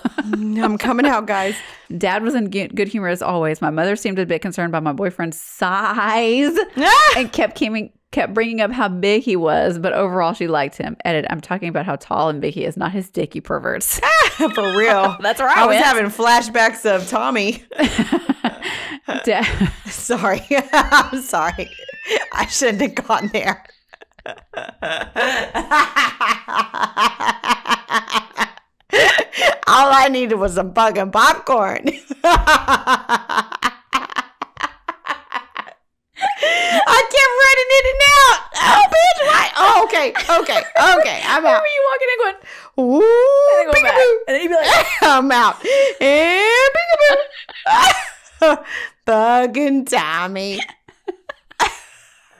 Speaker 2: I'm coming out, guys.
Speaker 1: Dad was in gu- good humor as always. My mother seemed a bit concerned by my boyfriend's size and kept coming, kept bringing up how big he was, but overall she liked him. Edit, I'm talking about how tall and big he is, not his dick, you perverts.
Speaker 2: For real.
Speaker 1: That's where I
Speaker 2: I was
Speaker 1: went.
Speaker 2: having flashbacks of Tommy.
Speaker 1: Dad,
Speaker 2: Sorry. I'm sorry. I shouldn't have gone there. All I needed was some fucking popcorn. I kept running in and out. Oh, bitch, why? Oh, okay, okay, okay. I'm out.
Speaker 1: remember you walking in going,
Speaker 2: Ooh,
Speaker 1: go back.
Speaker 2: peekaboo.
Speaker 1: And then you'd be like,
Speaker 2: I'm out. And peekaboo. Bugging Tommy.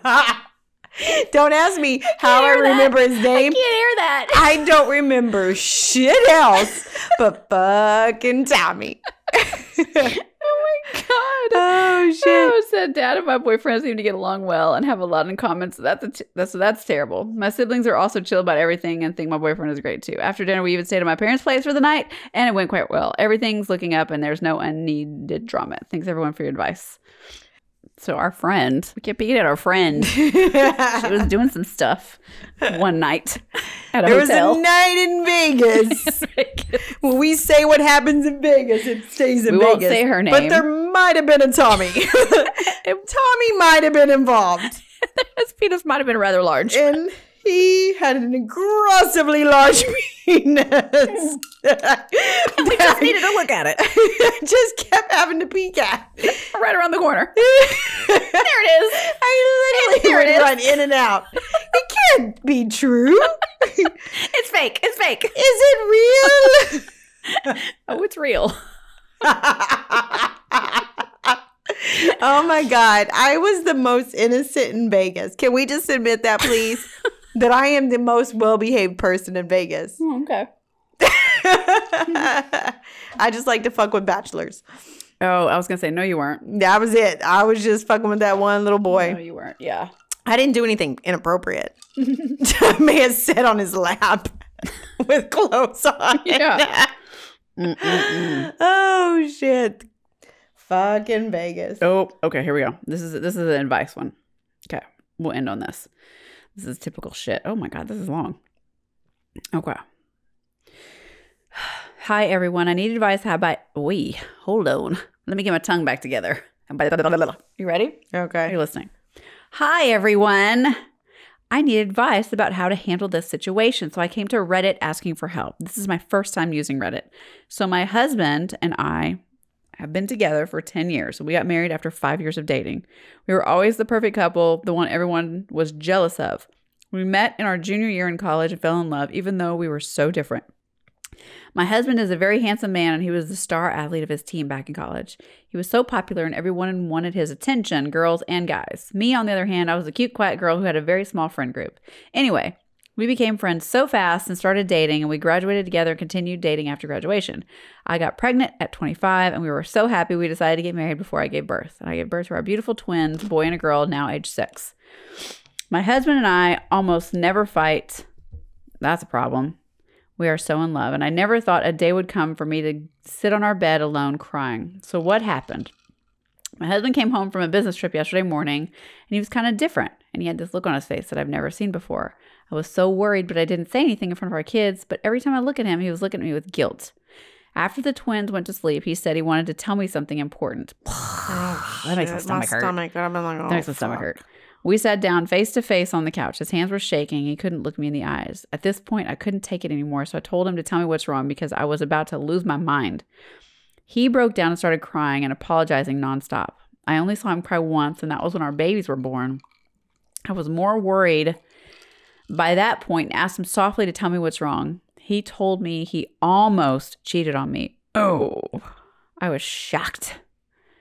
Speaker 2: don't ask me how I
Speaker 1: hear that.
Speaker 2: remember his name.
Speaker 1: can't hear that.
Speaker 2: I don't remember shit else but fucking Tommy.
Speaker 1: oh my god.
Speaker 2: Oh
Speaker 1: Oh, said dad and my boyfriend seem to get along well and have a lot in common. So that's a t- that's so that's terrible. My siblings are also chill about everything and think my boyfriend is great too. After dinner, we even stayed at my parents' place for the night, and it went quite well. Everything's looking up, and there's no unneeded drama. Thanks everyone for your advice. So our friend, we kept being at our friend. she was doing some stuff one night at a
Speaker 2: There was
Speaker 1: hotel.
Speaker 2: a night in Vegas. when we say what happens in Vegas, it stays in
Speaker 1: We
Speaker 2: Vegas.
Speaker 1: won't say her
Speaker 2: But
Speaker 1: name.
Speaker 2: there might have been a Tommy. Tommy might have been involved.
Speaker 1: His penis might have been rather large.
Speaker 2: And he had an aggressively large penis. I just needed to look at it. just kept having to peek at.
Speaker 1: right around the corner.
Speaker 2: there it is. I literally
Speaker 1: There it
Speaker 2: would
Speaker 1: is.
Speaker 2: run in and out. It can't be true. Is
Speaker 1: It's fake. It's fake.
Speaker 2: it real?
Speaker 1: Oh, it's real.
Speaker 2: oh my God. I was the most innocent in Vegas. Can we just admit that, please? that I am the most well behaved person in Vegas.
Speaker 1: okay.
Speaker 2: I just like to fuck with bachelors.
Speaker 1: Oh, I was gonna say no, you weren't.
Speaker 2: That was it. I was just fucking with that one little
Speaker 1: No,
Speaker 2: boy.
Speaker 1: you weren't. Yeah.
Speaker 2: I didn't do anything inappropriate. Man sat on his lap with clothes on.
Speaker 1: Yeah.
Speaker 2: oh shit. Fucking Vegas.
Speaker 1: Oh, okay. Here we go. This is this is an advice one. Okay, we'll end on this. This is typical shit. Oh my god, this is long. Okay. Hi everyone. I need advice. How about we? Hold on. Let me get my tongue back together. You ready? Are
Speaker 2: Okay.
Speaker 1: you listening? Hi, everyone. I need advice about how to handle this situation, so I came to Reddit asking for help. This is my first time using Reddit. So, my husband and I have been together for 10 years. We got married after five years of dating. We were always the perfect couple, the one everyone was jealous of. We met in our junior year in college and fell in love, even though we were so different. My husband is a very handsome man, and he was the star athlete of his team back in college. He was so popular, and everyone wanted his attention girls and guys. Me, on the other hand, I was a cute, quiet girl who had a very small friend group. Anyway, we became friends so fast and started dating, and we graduated together and continued dating after graduation. I got pregnant at 25, and we were so happy we decided to get married before I gave birth. And I gave birth to our beautiful twins, boy and a girl, now age six. My husband and I almost never fight. That's a problem. We are so in love, and I never thought a day would come for me to sit on our bed alone crying. So, what happened? My husband came home from a business trip yesterday morning, and he was kind of different, and he had this look on his face that I've never seen before. I was so worried, but I didn't say anything in front of our kids. But every time I look at him, he was looking at me with guilt. After the twins went to sleep, he said he wanted to tell me something important.
Speaker 2: Oh,
Speaker 1: That makes my
Speaker 2: shit,
Speaker 1: stomach hurt.
Speaker 2: stomach- I'm like, oh,
Speaker 1: That makes my stomach
Speaker 2: fuck.
Speaker 1: hurt. We sat down face to face on the couch. His hands were shaking. He couldn't look me in the eyes. At this point, I couldn't take it anymore, so I told him to tell me what's wrong because I was about to lose my mind. He broke down and started crying and apologizing nonstop. I only saw him cry once, and that was when our babies were born. I was more worried by that point and asked him softly to tell me what's wrong. He told me he almost cheated on me. Oh, I was shocked.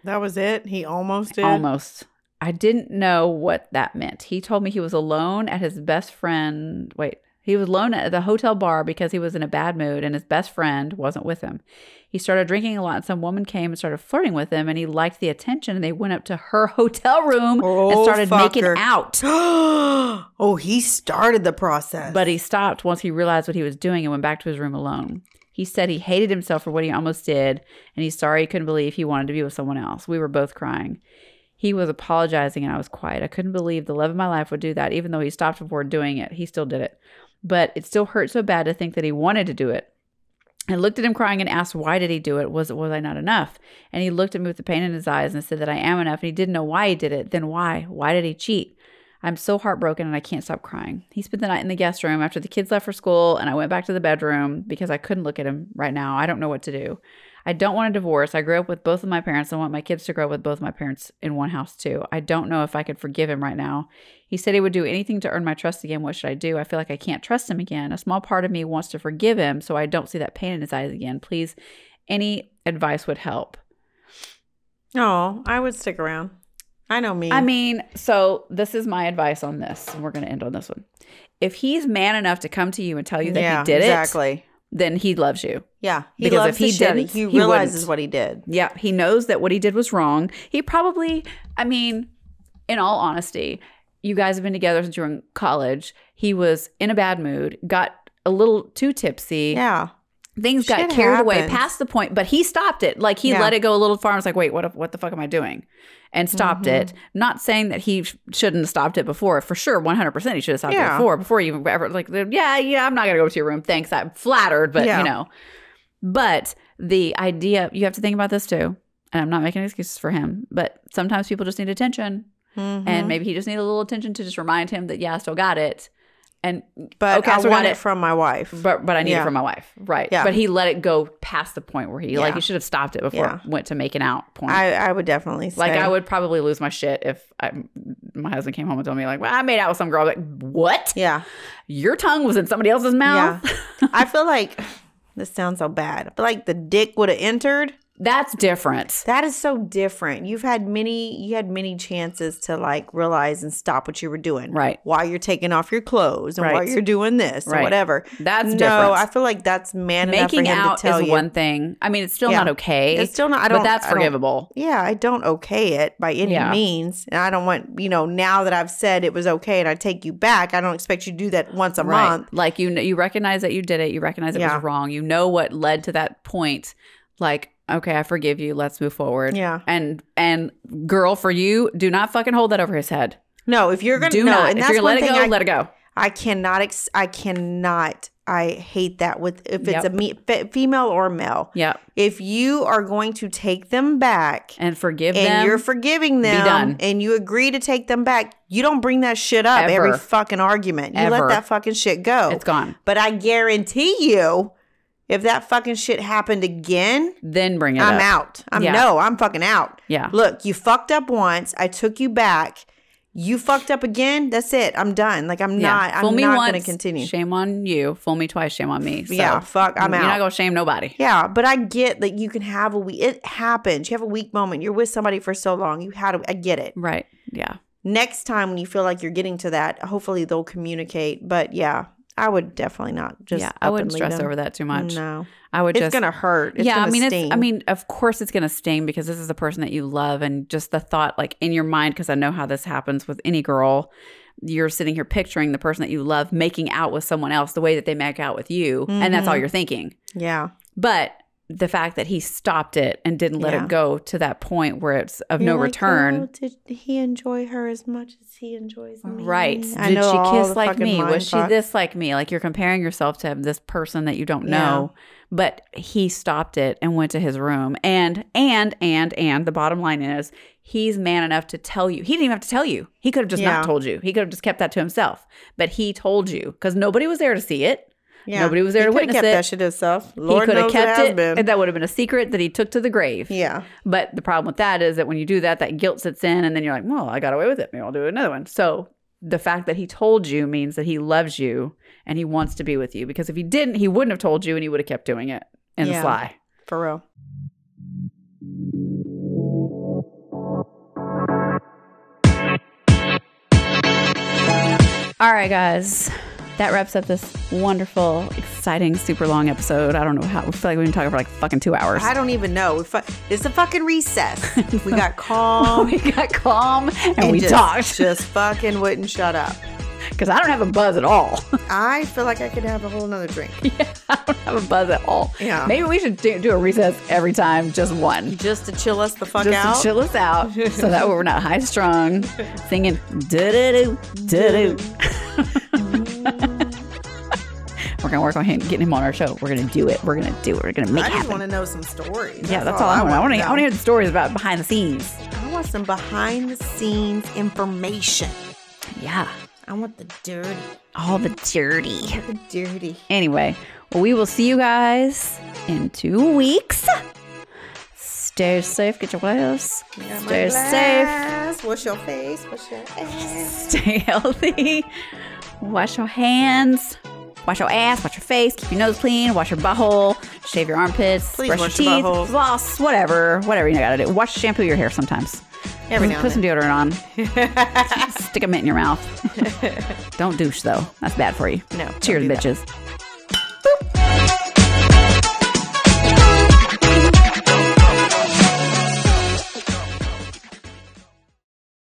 Speaker 2: That was it. He almost did.
Speaker 1: Almost. I didn't know what that meant. He told me he was alone at his best friend. Wait, he was alone at the hotel bar because he was in a bad mood and his best friend wasn't with him. He started drinking a lot, and some woman came and started flirting with him, and he liked the attention. And they went up to her hotel room and
Speaker 2: Oh,
Speaker 1: started making
Speaker 2: fucker.
Speaker 1: out.
Speaker 2: oh, he started the process.
Speaker 1: But he stopped once he realized what he was doing and went back to his room alone. He said he hated himself for what he almost did, and he's sorry he couldn't believe he wanted to be with someone else. We were both crying. He was apologizing, and I was quiet. I couldn't believe the love of my life would do that, even though he stopped before doing it. He still did it. But it still hurt so bad to think that he wanted to do it. I looked at him crying and asked, Why did he do it? Was, was I not enough? And he looked at me with the pain in his eyes and said that I am enough, and he didn't know why he did it. Then why? Why did he cheat? I'm so heartbroken and I can't stop crying. He spent the night in the guest room after the kids left for school, and I went back to the bedroom because I couldn't look at him right now. I don't know what to do. I don't want a divorce. I grew up with both of my parents and want my kids to grow up with both my parents in one house, too. I don't know if I could forgive him right now. He said he would do anything to earn my trust again. What should I do? I feel like I can't trust him again. A small part of me wants to forgive him so I don't see that pain in his eyes again. Please, any advice would help.
Speaker 2: no, Oh, I would stick around. I know me.
Speaker 1: I mean, so this is my advice on this. and We're going to end on this one. If he's man enough to come to you and tell you that
Speaker 2: yeah,
Speaker 1: he did
Speaker 2: exactly.
Speaker 1: it, then he loves you.
Speaker 2: Yeah, he
Speaker 1: Because
Speaker 2: loves
Speaker 1: if he
Speaker 2: the shit out of-
Speaker 1: didn't,
Speaker 2: he
Speaker 1: he
Speaker 2: realizes
Speaker 1: wouldn't.
Speaker 2: what he did.
Speaker 1: Yeah, he knows that what he did was wrong. He probably, I mean, in all honesty, you guys have been together since you were in college. He was in a bad mood, got a little too tipsy.
Speaker 2: Yeah,
Speaker 1: Things got
Speaker 2: Shit
Speaker 1: carried away
Speaker 2: happens.
Speaker 1: past the point, but he stopped it. Like he
Speaker 2: Yeah.
Speaker 1: let it go a little far. and was like, wait, what? What the fuck am I doing? And stopped it.
Speaker 2: Mm-hmm.
Speaker 1: Not saying that he sh- shouldn't have stopped it before. For sure, one hundred percent, he should have stopped it
Speaker 2: Yeah.
Speaker 1: before. Before you ever like, yeah, yeah, I'm not gonna go to your room. Thanks, I'm flattered, but
Speaker 2: Yeah.
Speaker 1: you know. But the idea you have to think about this too. And I'm not making excuses for him, but sometimes people just need attention,
Speaker 2: Mm-hmm.
Speaker 1: and maybe he just needed a little attention to just remind him that yeah, I still got it, and
Speaker 2: but
Speaker 1: okay, I
Speaker 2: I
Speaker 1: still
Speaker 2: want
Speaker 1: got
Speaker 2: it
Speaker 1: it.
Speaker 2: from my wife.
Speaker 1: but but I need it
Speaker 2: Yeah.
Speaker 1: from my wife, right?
Speaker 2: Yeah.
Speaker 1: But he let it go past the point where he like
Speaker 2: Yeah.
Speaker 1: he should have stopped it before
Speaker 2: Yeah.
Speaker 1: it went to making out point.
Speaker 2: I, I would definitely
Speaker 1: like
Speaker 2: say.
Speaker 1: I would probably lose my shit if I, my husband came home and told me like, well, I made out with some girl. I'm like, what?
Speaker 2: Yeah,
Speaker 1: Your tongue was in somebody else's mouth.
Speaker 2: I feel like this sounds so bad, but like the dick would have entered.
Speaker 1: That's different.
Speaker 2: That is so different. You've had many you had many chances to like realize and stop what you were doing.
Speaker 1: Right.
Speaker 2: While you're taking off your clothes and while
Speaker 1: Right.
Speaker 2: you're doing this
Speaker 1: Right.
Speaker 2: or whatever.
Speaker 1: That's
Speaker 2: no,
Speaker 1: different.
Speaker 2: I feel like that's man enough for
Speaker 1: Making
Speaker 2: him
Speaker 1: out
Speaker 2: to tell
Speaker 1: is
Speaker 2: you.
Speaker 1: one thing. I mean, it's still
Speaker 2: Yeah.
Speaker 1: not okay.
Speaker 2: It's still not- I
Speaker 1: but
Speaker 2: don't-
Speaker 1: that's
Speaker 2: I don't-
Speaker 1: forgivable.
Speaker 2: yeah, I don't okay it by any
Speaker 1: Yeah.
Speaker 2: means. And I don't want, you know, now that I've said it was okay and I take you back, I don't expect you to do that once a
Speaker 1: Right.
Speaker 2: month.
Speaker 1: Like you, kn- you recognize that you did it. You recognize it
Speaker 2: Yeah.
Speaker 1: was wrong. You know what led to that point. Like, okay, I forgive you. Let's move forward.
Speaker 2: Yeah.
Speaker 1: And and girl, for you, do not fucking hold that over his head.
Speaker 2: No, if you're gonna
Speaker 1: do
Speaker 2: no,
Speaker 1: not.
Speaker 2: and
Speaker 1: if
Speaker 2: that's
Speaker 1: you're gonna
Speaker 2: one
Speaker 1: let it
Speaker 2: thing
Speaker 1: go,
Speaker 2: I,
Speaker 1: let it go.
Speaker 2: I cannot ex- I cannot I hate that with if it's
Speaker 1: Yep.
Speaker 2: a me, fe- female or male.
Speaker 1: Yeah.
Speaker 2: If you are going to take them back
Speaker 1: And forgive
Speaker 2: and
Speaker 1: them.
Speaker 2: you're forgiving them
Speaker 1: done.
Speaker 2: and you agree to take them back, you don't bring that shit up every
Speaker 1: Ever.
Speaker 2: fucking argument. You
Speaker 1: Ever.
Speaker 2: let that fucking shit go.
Speaker 1: it's gone.
Speaker 2: But I guarantee you, if that fucking shit happened again,
Speaker 1: Then bring it
Speaker 2: I'm
Speaker 1: up.
Speaker 2: out. I'm
Speaker 1: Yeah.
Speaker 2: no, I'm fucking out.
Speaker 1: Yeah.
Speaker 2: Look, you fucked up once. I took you back. You fucked up again. That's it. I'm done. Like I'm
Speaker 1: Yeah.
Speaker 2: not.
Speaker 1: Fool
Speaker 2: I'm
Speaker 1: me
Speaker 2: not
Speaker 1: once.
Speaker 2: going to continue.
Speaker 1: Shame on you. Fool me twice. Shame on me. So
Speaker 2: Yeah, fuck, I'm
Speaker 1: You're not
Speaker 2: out.
Speaker 1: gonna shame nobody.
Speaker 2: Yeah, but I get that you can have a week. It happens. You have a weak moment. You're with somebody for so long. You had. A, I get it.
Speaker 1: Right. Yeah.
Speaker 2: Next time when you feel like you're getting to that, hopefully they'll communicate. But yeah, I would definitely not just.
Speaker 1: yeah. I
Speaker 2: up
Speaker 1: wouldn't
Speaker 2: and leave
Speaker 1: stress
Speaker 2: them.
Speaker 1: over that too much.
Speaker 2: No,
Speaker 1: I would
Speaker 2: it's
Speaker 1: just
Speaker 2: gonna hurt. It's
Speaker 1: yeah,
Speaker 2: gonna
Speaker 1: I mean,
Speaker 2: sting.
Speaker 1: It's, I mean, of course it's gonna sting because this is the person that you love, and just the thought, like in your mind, because I know how this happens with any girl, you're sitting here picturing the person that you love making out with someone else the way that they make out with you, and that's all
Speaker 2: Mhm.
Speaker 1: you're thinking.
Speaker 2: Yeah.
Speaker 1: But the fact that he stopped it and didn't let
Speaker 2: Yeah.
Speaker 1: it go to that point where it's of
Speaker 2: You're
Speaker 1: no
Speaker 2: like,
Speaker 1: return.
Speaker 2: "Oh, did he enjoy her as much as he enjoys me?
Speaker 1: Right.
Speaker 2: I
Speaker 1: Did
Speaker 2: know all
Speaker 1: she kiss
Speaker 2: the
Speaker 1: like
Speaker 2: fucking
Speaker 1: me?
Speaker 2: mind
Speaker 1: Was she
Speaker 2: fucks.
Speaker 1: this like me? Like you're comparing yourself to this person that you don't
Speaker 2: Yeah.
Speaker 1: know. But he stopped it and went to his room. And and and and the bottom line is he's man enough to tell you. He didn't even have to tell you. He could have just
Speaker 2: Yeah.
Speaker 1: not told you. He could have just kept that to himself. But he told you because nobody was there to see it.
Speaker 2: Yeah.
Speaker 1: Nobody was there
Speaker 2: He
Speaker 1: to
Speaker 2: coulda
Speaker 1: witness
Speaker 2: kept
Speaker 1: it.
Speaker 2: that shit himself. Lord
Speaker 1: he could have
Speaker 2: knows
Speaker 1: kept
Speaker 2: it,
Speaker 1: it,
Speaker 2: has been.
Speaker 1: and that would have been a secret that he took to the grave.
Speaker 2: yeah.
Speaker 1: But the problem with that is that when you do that, that guilt sits in, and then you're like, well, I got away with it. Maybe I'll do another one. So the fact that he told you means that he loves you and he wants to be with you because if he didn't, he wouldn't have told you and he would have kept doing it in
Speaker 2: Yeah.
Speaker 1: the sly.
Speaker 2: For real.
Speaker 1: All right, guys. That wraps up this wonderful, exciting, super long episode. I don't know how, we feel like we've been talking for like fucking two hours.
Speaker 2: I don't even know. We fu- It's a fucking recess. we got calm.
Speaker 1: we got calm and,
Speaker 2: and
Speaker 1: we
Speaker 2: just,
Speaker 1: talked
Speaker 2: Just fucking wouldn't shut up.
Speaker 1: because I don't have a buzz at all.
Speaker 2: I feel like I could have a whole nother drink.
Speaker 1: I don't have a buzz at all.
Speaker 2: Yeah.
Speaker 1: Maybe we should do, do a recess every time, just one.
Speaker 2: Just to chill us the fuck
Speaker 1: just
Speaker 2: out.
Speaker 1: to chill us out so that we're not high strung singing doo doo doo doo doo. We're gonna work on him, getting him on our show. We're gonna do it. We're gonna do it. We're gonna make
Speaker 2: I
Speaker 1: it
Speaker 2: just
Speaker 1: happen.
Speaker 2: want to know some stories.
Speaker 1: yeah, that's all, I want. I want to. I want to
Speaker 2: know.
Speaker 1: hear the stories about behind the scenes.
Speaker 2: I want some behind the scenes information.
Speaker 1: Yeah,
Speaker 2: I want the dirty,
Speaker 1: all the dirty.
Speaker 2: the dirty.
Speaker 1: Anyway, well, we will see you guys in two weeks. Stay safe. Get your gloves.
Speaker 2: Got my
Speaker 1: Stay safe.
Speaker 2: glass. Wash your face. Wash your ass.
Speaker 1: stay healthy. Wash your hands. Wash your ass. Wash your face. Keep your nose clean. Wash your butthole. Shave your armpits.
Speaker 2: Please
Speaker 1: brush
Speaker 2: wash your
Speaker 1: your teeth.
Speaker 2: butthole.
Speaker 1: floss. Whatever. Whatever you gotta do. Wash, shampoo your hair sometimes.
Speaker 2: Every
Speaker 1: Put-
Speaker 2: now
Speaker 1: Put
Speaker 2: and
Speaker 1: some deodorant on. Stick a mint in your mouth. don't douche though. That's bad for you.
Speaker 2: No, don't
Speaker 1: Cheers,
Speaker 2: do that.
Speaker 1: bitches.